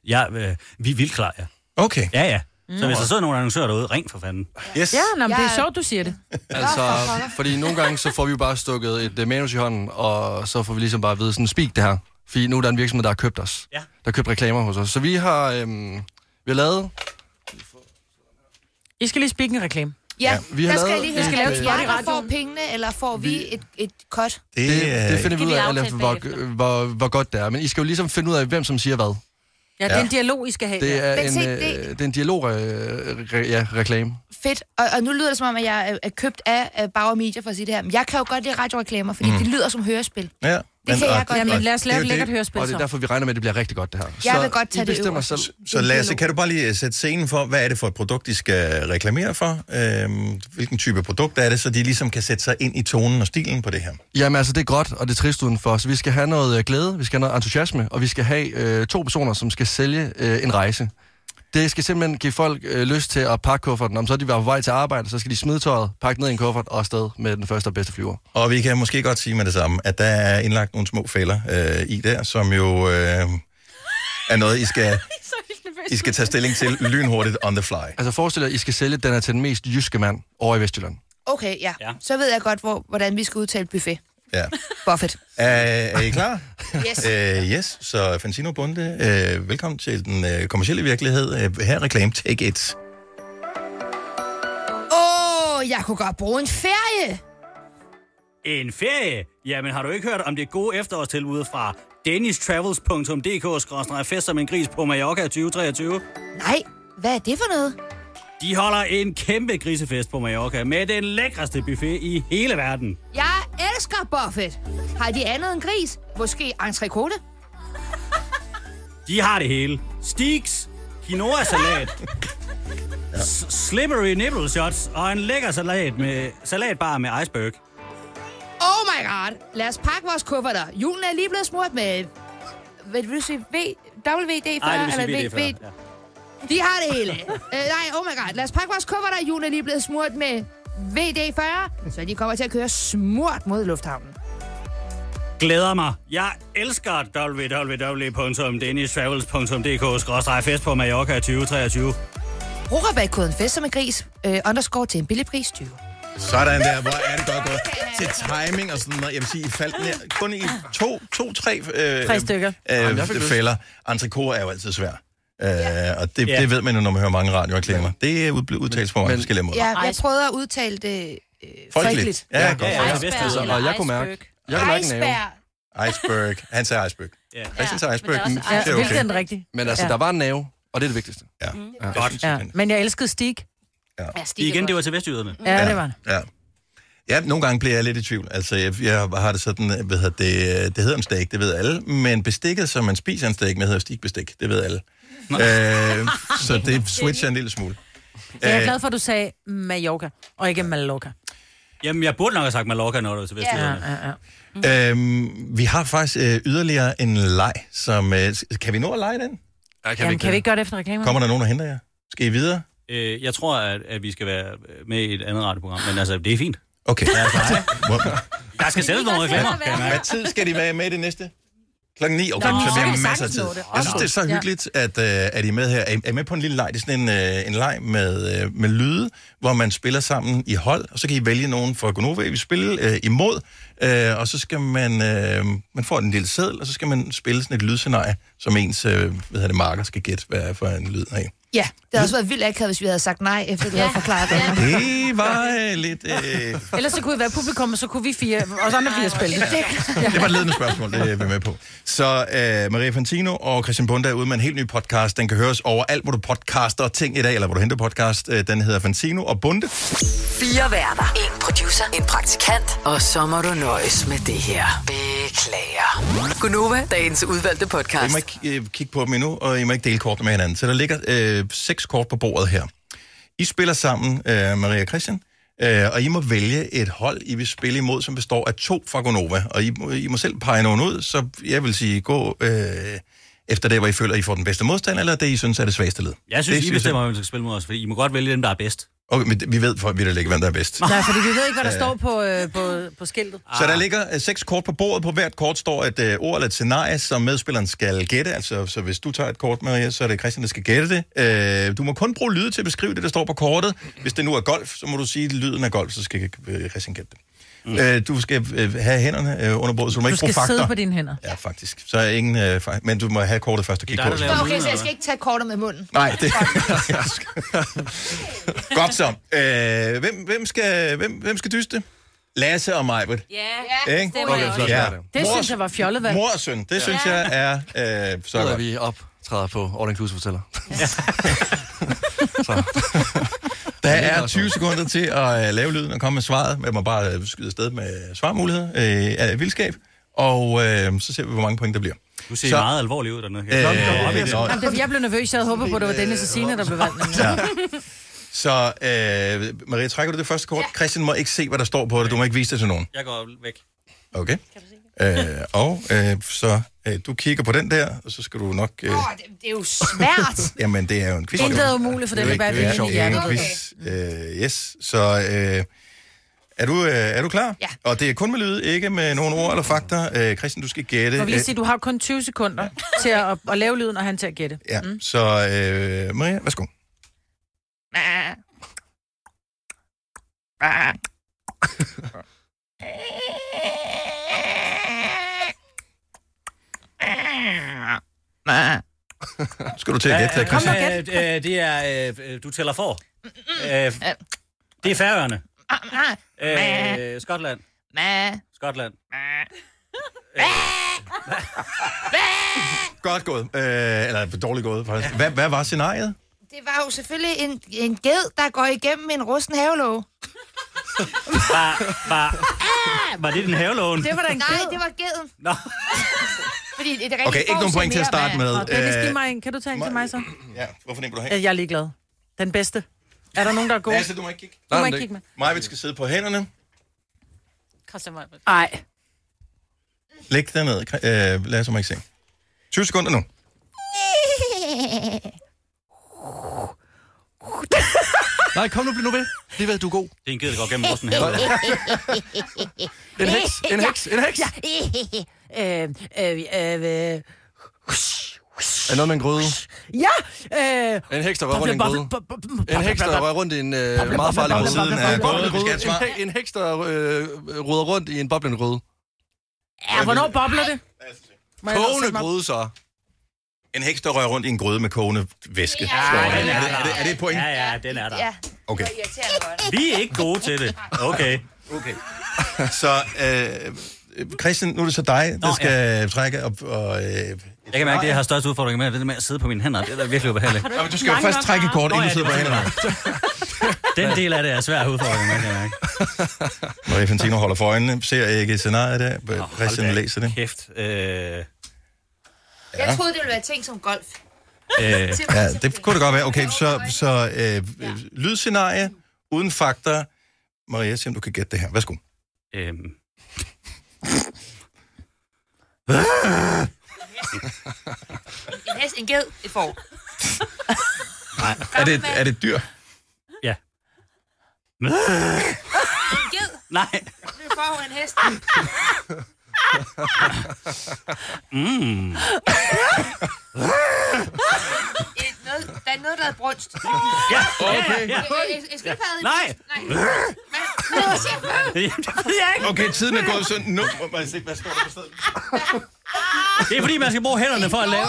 Speaker 17: jeg, øh, vi er vildt klar, ja.
Speaker 1: Okay.
Speaker 17: Ja, ja. Så
Speaker 3: Mm.
Speaker 17: hvis der sidder nogle annoncører derude, ring for fanden.
Speaker 1: Yes.
Speaker 3: Ja, nå, men det er
Speaker 16: Jeg-
Speaker 3: sjovt, du siger det.
Speaker 4: Altså,
Speaker 3: Nå, for pokker.
Speaker 4: fordi nogle gange, så får vi jo bare stukket et uh, manus i hånden, og så får vi ligesom bare at vide, sådan, speak det her. Fordi nu er der en virksomhed, der har købt os. Ja. Der har købt reklamer hos os. Så vi har, øhm, vi har lavet...
Speaker 3: I skal lige spikke en reklame.
Speaker 16: Ja,
Speaker 4: Ja, vi har
Speaker 16: der skal
Speaker 4: lavet
Speaker 16: jeg lige høre,
Speaker 4: Vi skal
Speaker 16: skal
Speaker 4: lave
Speaker 16: er
Speaker 4: et
Speaker 16: det
Speaker 4: spot i
Speaker 16: jer, der får pengene, eller får vi et, et cut?
Speaker 1: Det,
Speaker 4: det, øh, det finder vi
Speaker 16: Kan
Speaker 4: ud
Speaker 16: vi
Speaker 4: af,
Speaker 16: aftale
Speaker 4: eller, hvor, hvor, hvor godt det er. Men I skal jo ligesom finde ud af, hvem som siger hvad.
Speaker 3: Ja, det er en dialog, I skal have.
Speaker 4: Det
Speaker 3: der.
Speaker 4: er en, øh, det er en dialog-reklame. Øh, ja, reklame.
Speaker 16: Fedt. Og, og nu lyder det som om, at jeg er, er købt af, af Bauer Media for at sige det her. Men jeg kan jo godt lide radioreklamer, fordi
Speaker 4: Mm.
Speaker 16: mm. det lyder som hørespil.
Speaker 1: Ja.
Speaker 16: kan jeg godt lide. Jamen, lad os lave
Speaker 4: det er
Speaker 16: et
Speaker 4: jo
Speaker 16: lækkert
Speaker 4: det,
Speaker 16: hørespil
Speaker 4: Og det er
Speaker 16: så.
Speaker 4: derfor, vi regner med, at det bliver rigtig godt, det her.
Speaker 16: Jeg vil godt tage
Speaker 4: I
Speaker 16: det
Speaker 4: bestemmer
Speaker 16: øverste.
Speaker 4: selv.
Speaker 1: Så Lasse, kan du bare lige øh, sætte scenen for, hvad er det for et produkt, de skal reklamere for? Øhm, hvilken type produkt er det, så de ligesom kan sætte sig ind i tonen og stilen på det her?
Speaker 4: Jamen altså, det er gråt, og det er trist udenfor. Så vi skal have noget øh, glæde, vi skal have noget entusiasme, og vi skal have øh, to personer, som skal sælge øh, en rejse. Det skal simpelthen give folk øh, lyst til at pakke kufferten. Om så de var på vej til arbejde, så skal de smide tøjet, pakke ned i en kuffert og afsted med den første og bedste flyver.
Speaker 1: Og vi kan måske godt sige med det samme, at der er indlagt nogle små fælder øh, i der, som jo øh, er noget, I skal, I skal tage stilling til lynhurtigt on the fly.
Speaker 4: Altså forestil jer, I skal sælge den her til den mest jyske mand over i Vestjylland.
Speaker 16: Okay, ja. ja. Så ved jeg godt, hvor, hvordan vi skal udtale buffet.
Speaker 1: Ja.
Speaker 16: Buffett.
Speaker 1: Er, er I klar?
Speaker 16: Yes.
Speaker 1: Øh, yes, så Fantino Bunde, øh, velkommen til den øh, kommercielle virkelighed. Øh, her er reklame Take It.
Speaker 16: Åh, oh, jeg kunne godt bruge en ferie.
Speaker 17: En ferie? Jamen har du ikke hørt om det gode efterårstilbud fra dannistravels.dk-fest som en gris på Mallorca 2023?
Speaker 16: Nej, hvad er det for noget?
Speaker 17: De holder en kæmpe grisefest på Mallorca med den lækreste buffet i hele verden.
Speaker 16: Jeg elsker Buffett. Har de andet end gris? Måske entrecôte?
Speaker 17: De har det hele. Steaks, quinoa-salat, s- slippery nipple shots og en lækker salat med, salatbar med iceberg.
Speaker 16: Oh my god. Lad os pakke vores kufferter. Julen er lige blevet smurt med... Hvad vil du sige? V... WD40?
Speaker 17: Ej, det vil sige
Speaker 16: eller
Speaker 17: VD40,
Speaker 16: V- De har det hele. øh, nej, oh my god. Lad os pakke vores kufferter. Julen er lige blevet smurt med VD40. Så de kommer til at køre smurt mod lufthavnen.
Speaker 17: Glæder mig. Jeg elsker www.dennistravels.dk-fest på Mallorca 2023.
Speaker 16: Brug rabatkoden fest som en gris. Øh, underscore til en billig pris 20.
Speaker 1: Sådan der, hvor er det godt gået. Til timing og sådan noget. Jeg vil sige, I faldt ned kun i to, to tre, øh,
Speaker 3: Tre stykker.
Speaker 1: Øh,
Speaker 3: Jamen, jeg fik lyst.
Speaker 1: fælder. Entrecôte er jo altid svær. Øh, og det, det ved man jo, når man hører mange radioreklamer. Det er ud- blevet udtalt på mange forskellige måder.
Speaker 16: Ja, jeg prøvede at udtale det øh, folkeligt.
Speaker 1: Ja, ja, godt.
Speaker 4: ja, ja. Iceberg
Speaker 1: Så-
Speaker 4: eller
Speaker 1: og jeg kunne mærke.
Speaker 4: iceberg. Jeg kunne mærke en nerve.
Speaker 16: Iceberg.
Speaker 1: Iceberg. Han sagde iceberg.
Speaker 17: Ja.
Speaker 1: Christian sagde iceberg.
Speaker 3: men der er
Speaker 1: Det er
Speaker 3: også iceberg. Hvilket er den rigtige?
Speaker 4: Men altså,
Speaker 3: Ja.
Speaker 4: der var en nerve, og det er det vigtigste.
Speaker 1: Ja.
Speaker 3: Mm.
Speaker 4: ja.
Speaker 17: Godt.
Speaker 3: Ja, men jeg elskede Stig.
Speaker 17: Ja, Igen, det var til vestjyderne.
Speaker 3: Ja, det var det.
Speaker 1: Ja. Ja, nogle gange bliver jeg lidt i tvivl. Altså, jeg, jeg har det sådan, hvad hedder det, det hedder en steak, det ved alle. Men bestikket, som man spiser en steak med, hedder stikbestik. Det ved alle. Øh, så det switcher en lille smule.
Speaker 3: Så jeg er
Speaker 1: Øh,
Speaker 3: glad for, at du sagde Mallorca, og ikke Mallorca.
Speaker 17: Jamen, jeg burde nok have sagt Mallorca, når det var til vestjyderne.
Speaker 3: Ja, ja, ja.
Speaker 1: Øhm, vi har faktisk øh, yderligere en leg, som... Øh, s- kan vi nå at lege den?
Speaker 4: Ja,
Speaker 3: Jamen, kan vi ikke gøre det efter reklamer?
Speaker 1: Kommer der nogen og henter jer? Skal I videre?
Speaker 17: Øh, jeg tror, at, at vi skal være med i et andet radioprogram, men altså, det er fint. altså,
Speaker 1: Okay.
Speaker 17: Der skal sælges nogle reklamer.
Speaker 1: Hvad tid skal de være med i det næste? Klokken 9, okay,
Speaker 17: Nå,
Speaker 1: så
Speaker 17: så
Speaker 1: vi
Speaker 17: kan
Speaker 1: har
Speaker 17: vi
Speaker 1: masser af
Speaker 17: sagtens
Speaker 1: tid.
Speaker 17: nå det.
Speaker 1: Jeg synes, det er så
Speaker 17: Ja.
Speaker 1: hyggeligt, at, øh, at I er med her. Er I- Er I med på en lille leg? Det er sådan en, øh, en leg med, øh, med lyde, hvor man spiller sammen i hold, og så kan I vælge nogen fra Gonova, I vil spille øh, imod, øh, og så skal man, øh, man får en lille seddel, og så skal man spille sådan et lydscenarie, som ens øh, hvad hedder det, marker skal gætte, hvad er for en lyd af.
Speaker 16: Ja, det havde også været vildt akavet, hvis vi havde sagt nej, efter du havde forklaret det.
Speaker 1: Det var øh, lidt... Øh,
Speaker 3: Ellers så kunne vi være publikum, og så kunne vi fire, os andre fire spille.
Speaker 1: Det var et ledende spørgsmål, det er vi med på. Så øh, Maria Fantino og Christian Bunda er ude med en helt ny podcast. Den kan høres overalt, hvor du podcaster ting i dag, eller hvor du henter podcast. Øh, Den hedder Fantino og Bunde.
Speaker 14: Fire værter. En producer. En praktikant. Og så må du nøjes med det her. Beklager. Gunova, dagens udvalgte
Speaker 1: I
Speaker 14: podcast.
Speaker 1: må ikke øh, kigge på dem endnu, og I må ikke dele kortene med hinanden. Så der ligger øh, seks kort på bordet her. I spiller sammen, øh, Maria og Christian, øh, og I må vælge et hold, I vil spille imod, som består af to fra Gonova. Og I, må- I må selv pege nogen ud, så jeg vil sige, gå øh, efter det, hvor I føler, I får den bedste modstand, eller det, I synes er det svageste led.
Speaker 17: Jeg
Speaker 1: det,
Speaker 17: synes, I bestemmer, hvem der skal spille mod os, fordi I må godt vælge dem, der er bedst.
Speaker 1: Okay, men vi ved for vidt ikke, hvem der er bedst.
Speaker 3: Nej, fordi vi ved ikke, hvad der står på, øh, på, på skiltet.
Speaker 1: Så der ligger øh, seks kort på bordet. På hvert kort står et øh, ord eller et scenarie, som medspilleren skal gætte. Altså, så hvis du tager et kort, Maria, så er det Christian, der skal gætte det. Øh, du må kun bruge lyde til at beskrive det, der står på kortet. Hvis det nu er golf, så må du sige, at lyden er golf, så skal øh, Christian gætte det. Mm. Øh, du skal øh, have hænderne øh, under bordet, så du må
Speaker 3: Du
Speaker 1: ikke bruge
Speaker 3: skal sidde
Speaker 1: fakta.
Speaker 3: på dine hænder.
Speaker 1: Ja, faktisk. Så er ingen, øh, fak- men du må have kortet først og kigge på.
Speaker 16: Nå, okay, så jeg skal ikke tage kortet med munden.
Speaker 1: Nej, det... Godt så. Øh, hvem, hvem, skal, hvem, hvem skal dyste? Lasse og Majbrit.
Speaker 16: Ja,
Speaker 1: Ikke?
Speaker 3: Det
Speaker 1: Mor og
Speaker 3: synes jeg var fjollet valg.
Speaker 1: Mor og søn, det synes
Speaker 3: Ja.
Speaker 1: jeg er øh, så
Speaker 4: Så er
Speaker 1: godt.
Speaker 4: vi op, træder på All Inclusive Hoteller.
Speaker 1: Der er 20 sekunder til at øh, lave lyden og komme med svaret. Man må bare øh, skyde afsted med svarmulighed øh, af vildskab. Og øh, så ser vi, hvor mange point der bliver.
Speaker 17: Du ser
Speaker 1: så,
Speaker 17: meget alvorlig ud dernede.
Speaker 1: Øh,
Speaker 17: Jeg kan godt-
Speaker 1: det-
Speaker 17: Nå,
Speaker 3: Jamen, det, er, fordi, jeg blev nervøs. Jeg havde håbet på, at det var Dennis og Signe, der blev valgt. Men-
Speaker 1: øh,
Speaker 3: øh,
Speaker 1: Ja. Så øh, Maria, trækker du det første kort? Ja. Christian må ikke se, hvad der står på det. Du må ikke vise det til nogen.
Speaker 17: Jeg går væk.
Speaker 1: Okay. Øh, og øh, så øh, du kigger på den der, og så skal du nok... Øh,
Speaker 16: Det er jo svært.
Speaker 1: Jamen, det er jo en quiz.
Speaker 3: Intet er umuligt for
Speaker 1: Det er
Speaker 3: dem,
Speaker 1: ikke-
Speaker 3: der
Speaker 1: det er
Speaker 3: bærer vinen i
Speaker 1: ikke-
Speaker 3: hjertet.
Speaker 1: det er ikke en quiz. Øh, yes, så øh, er, du, øh, er du klar? Ja. Og det er kun med lyd, ikke med nogen ord eller fakta. Øh, Christian, du skal gætte.
Speaker 3: Jeg vil lige
Speaker 1: øh,
Speaker 3: sige, du har kun 20 sekunder til at, at lave lyden, og han til at gætte.
Speaker 1: ja. Så øh, Maria, værsgo. Skal du til at gætte
Speaker 17: Øh,
Speaker 1: det, Christian?
Speaker 17: øh, øh, øh, Det er, øh, øh, du tæller for. Øh, Det er Færøerne.
Speaker 16: Ah,
Speaker 17: Øh, Skotland. Skotland.
Speaker 1: Godt gået. Øh, eller dårligt gået, faktisk. Hvad, hvad var scenariet?
Speaker 16: Det var jo selvfølgelig en, en ged, der går igennem en rusten havelåge.
Speaker 17: Var, var, var det den havelån?
Speaker 16: Nej, det var geden.
Speaker 17: Nå.
Speaker 16: Fordi det er rigtig
Speaker 1: Okay, ikke nogen point til at starte med.
Speaker 3: Og Dennis,
Speaker 1: Øh,
Speaker 3: giv mig en. Kan du tage en til mig så?
Speaker 1: Ja, hvorfor den vil du have?
Speaker 3: Ja, Jeg er ligeglad. Den bedste. Er der nogen, der er gode?
Speaker 1: Lasse, du må ikke kigge.
Speaker 3: Du må ikke kigge med.
Speaker 1: Maja, vi skal sidde på hænderne.
Speaker 5: Christian Møjbøl.
Speaker 3: Ej.
Speaker 1: Læg dig ned. Kri- Øh, Lasse må ikke se. 20 sekunder nu.
Speaker 4: Nej, kom nu, bliv nu ved. Lige ved, du er god.
Speaker 17: Det er en ged, der går gennem rusten her.
Speaker 4: En heks, en heks, en heks.
Speaker 3: Ja. Øh, øh, øh, øh.
Speaker 4: Er noget med en gryde?
Speaker 3: Ja! Øh,
Speaker 4: En heks, der rører rundt i en gryde. En heks, der rører rundt i en øh, meget farlig
Speaker 1: På
Speaker 4: gryde.
Speaker 1: siden af
Speaker 4: En
Speaker 1: gryden,
Speaker 4: boblende
Speaker 1: vi skal have et
Speaker 4: gryde.
Speaker 1: svar.
Speaker 4: En he- En heks, der øh, ruder rundt i en boblende gryde.
Speaker 3: Ja, hvornår bobler det? Må jeg sætte
Speaker 4: Kogende
Speaker 3: mig-
Speaker 4: gryde, så.
Speaker 1: En heks, der rører rundt i en gryde med kogende væske. Ja, er, det, er, det, er det et point?
Speaker 17: Ja, ja, den er der.
Speaker 16: Ja,
Speaker 1: Okay.
Speaker 16: det var irriterende godt.
Speaker 17: Vi er ikke gode til det. Okay.
Speaker 1: okay. Så øh, Christian, nu er det så dig, der
Speaker 17: Nå,
Speaker 1: skal øh, trække op. Og, øh, jeg
Speaker 17: Jeg kan mærke, at det jeg har størst udfordring med, er det der med at sidde på mine hænder. Det er da virkelig ubehageligt.
Speaker 1: Nå, men du skal jo først trække et kort,
Speaker 17: Nå,
Speaker 1: inden
Speaker 17: ja,
Speaker 1: du sidder på
Speaker 17: det var
Speaker 1: hænderne.
Speaker 17: Den del af det er svær udfordring, med, kan jeg mærke.
Speaker 1: Marie Fantino holder for øjnene, ser ikke scenariet der. Christian
Speaker 17: Hold da
Speaker 1: læser det.
Speaker 17: Kæft. Øh,
Speaker 16: Jeg troede, det ville være ting som golf.
Speaker 17: øh,
Speaker 1: Ja, det kunne det godt være. Okay, så, så øh, øh, lydscenarie uden fakta. Maria, se om du kan gætte det her. Værsgo.
Speaker 17: Øhm. Øhm.
Speaker 16: En hest, en ged, et får.
Speaker 1: Er det, er det et dyr?
Speaker 16: En ged.
Speaker 17: Nej.
Speaker 16: Nu får hun en hest.
Speaker 17: Mm.
Speaker 16: Et noget, der er noget, der hedder brunst.
Speaker 17: Ja, okay.
Speaker 16: Ja, ja. Skipadet.
Speaker 17: Nej.
Speaker 16: Men, men, chef,
Speaker 1: Okay, tiden er gået, så nu må jeg se, hvad står der på stedet.
Speaker 17: Det er fordi, man skal bruge hænderne for at lave.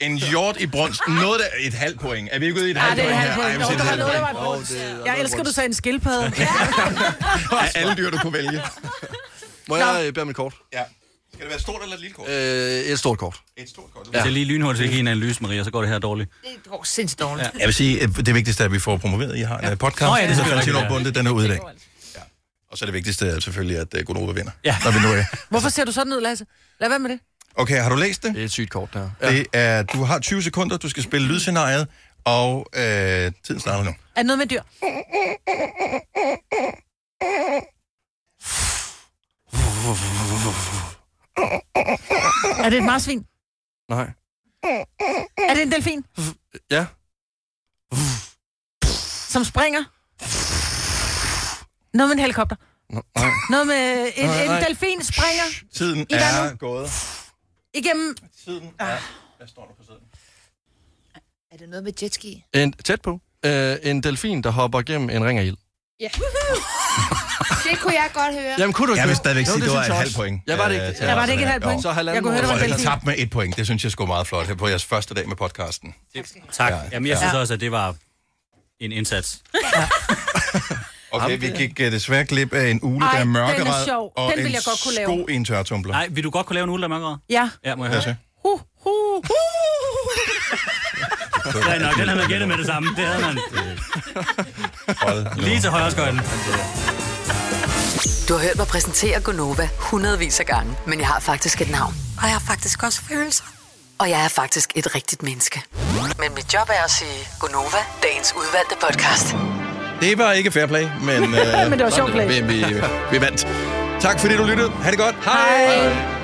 Speaker 1: En hjort i brunst. Noget der, et halvt point. Er vi ikke ude i et
Speaker 3: Ja,
Speaker 1: halvt
Speaker 3: det er
Speaker 1: point
Speaker 3: et
Speaker 1: her?
Speaker 3: halvt point.
Speaker 1: Ej, jeg vil sige,
Speaker 3: Nå, der var
Speaker 1: det er
Speaker 3: noget,
Speaker 1: et
Speaker 3: der var
Speaker 1: halvt
Speaker 3: et
Speaker 1: point.
Speaker 3: brunst. Jeg elsker, du sagde en skildpadde.
Speaker 1: Af alle dyr, du kunne vælge.
Speaker 4: Må jeg øh, bære mit kort?
Speaker 1: Ja. Skal det være et stort eller et lille kort?
Speaker 4: Øh, et stort kort.
Speaker 1: Et stort kort.
Speaker 17: Hvis jeg lige lynhurtigt skal give en analyse, Maria, så går det her dårligt.
Speaker 16: det går sindssygt dårligt.
Speaker 1: Jeg vil sige, at det vigtigste er, at vi får promoveret, I har en ja. podcast.
Speaker 17: Nå ja, det
Speaker 1: så
Speaker 17: skal vi
Speaker 1: Fantino
Speaker 17: rigtig
Speaker 1: Bunde, den er ude i dag. Ja. Og så er det vigtigste er selvfølgelig, at uh, Gunova vinder. Ja. Når vi nu er.
Speaker 3: Hvorfor ser du sådan ud, Lasse? Lad være med det.
Speaker 1: Okay, har du læst det? Det
Speaker 4: er et sygt kort, der.
Speaker 1: Ja. Det er, du har 20 sekunder, du skal spille lydscenariet, og øh, tiden starter nu.
Speaker 3: Er det noget med dyr? Er det et marsvin?
Speaker 4: Nej.
Speaker 3: Er det en delfin,
Speaker 4: Ja.
Speaker 3: som springer? Noget med en helikopter?
Speaker 4: Nej.
Speaker 3: Noget med en,
Speaker 1: Nej, nej.
Speaker 3: en delfin springer
Speaker 1: Tiden
Speaker 3: I hvad
Speaker 1: er
Speaker 3: nu?
Speaker 1: gået.
Speaker 3: igennem...
Speaker 1: Tiden
Speaker 16: Ah.
Speaker 1: er... Hvad står der på siden?
Speaker 16: Er det noget med jetski?
Speaker 4: En, tæt på. Øh, en delfin, der hopper gennem en ring af ild.
Speaker 16: Ja. det kunne jeg godt høre.
Speaker 4: Jamen, kunne du ikke
Speaker 1: Jeg vil
Speaker 4: det?
Speaker 1: stadigvæk
Speaker 4: Jo,
Speaker 1: sige,
Speaker 4: det
Speaker 1: det var
Speaker 4: synes
Speaker 1: et
Speaker 4: jeg
Speaker 1: halvt
Speaker 4: også.
Speaker 1: point.
Speaker 4: Ja, var det ikke-
Speaker 1: øh, til
Speaker 4: ja, var
Speaker 1: os.
Speaker 4: det ikke et
Speaker 1: Ja.
Speaker 4: halvt point?
Speaker 1: Jo.
Speaker 4: Så halvanden Jeg kunne høre, det
Speaker 1: Og
Speaker 4: var en
Speaker 1: I
Speaker 4: delfin.
Speaker 1: tabte med et point. Det synes jeg sgu meget flot her på jeres første dag med podcasten.
Speaker 17: Tak.
Speaker 1: Ja.
Speaker 17: Jamen, jeg synes
Speaker 1: Ja.
Speaker 17: også, at det var en indsats.
Speaker 1: Okay, vi gik uh, desværre glip af en ule,
Speaker 3: Ej,
Speaker 1: der er
Speaker 3: den er
Speaker 1: mørkeret,
Speaker 3: sjov.
Speaker 1: og
Speaker 3: Den vil
Speaker 1: en
Speaker 3: jeg godt kunne
Speaker 1: sko
Speaker 3: lave.
Speaker 1: i en tørretumbler.
Speaker 17: Nej, vil du godt kunne lave en uld af mørkere?
Speaker 3: Ja.
Speaker 17: Ja, må jeg
Speaker 1: Lad os se.
Speaker 17: høre. Ja, nok, den havde man gættet med det samme. Det havde man. Lige til højre skøjten.
Speaker 14: Du har hørt mig præsentere Gonova hundredvis af gange, men jeg har faktisk et navn.
Speaker 18: Og jeg har faktisk også følelser.
Speaker 14: Og jeg er faktisk et rigtigt menneske. Men mit job er at sige Gonova, dagens udvalgte podcast.
Speaker 1: Det var ikke fair play, men, øh,
Speaker 14: Men det var sjov play.
Speaker 1: Men vi, vi vandt. Tak fordi du lyttede. Ha' det godt. Hej. Hej.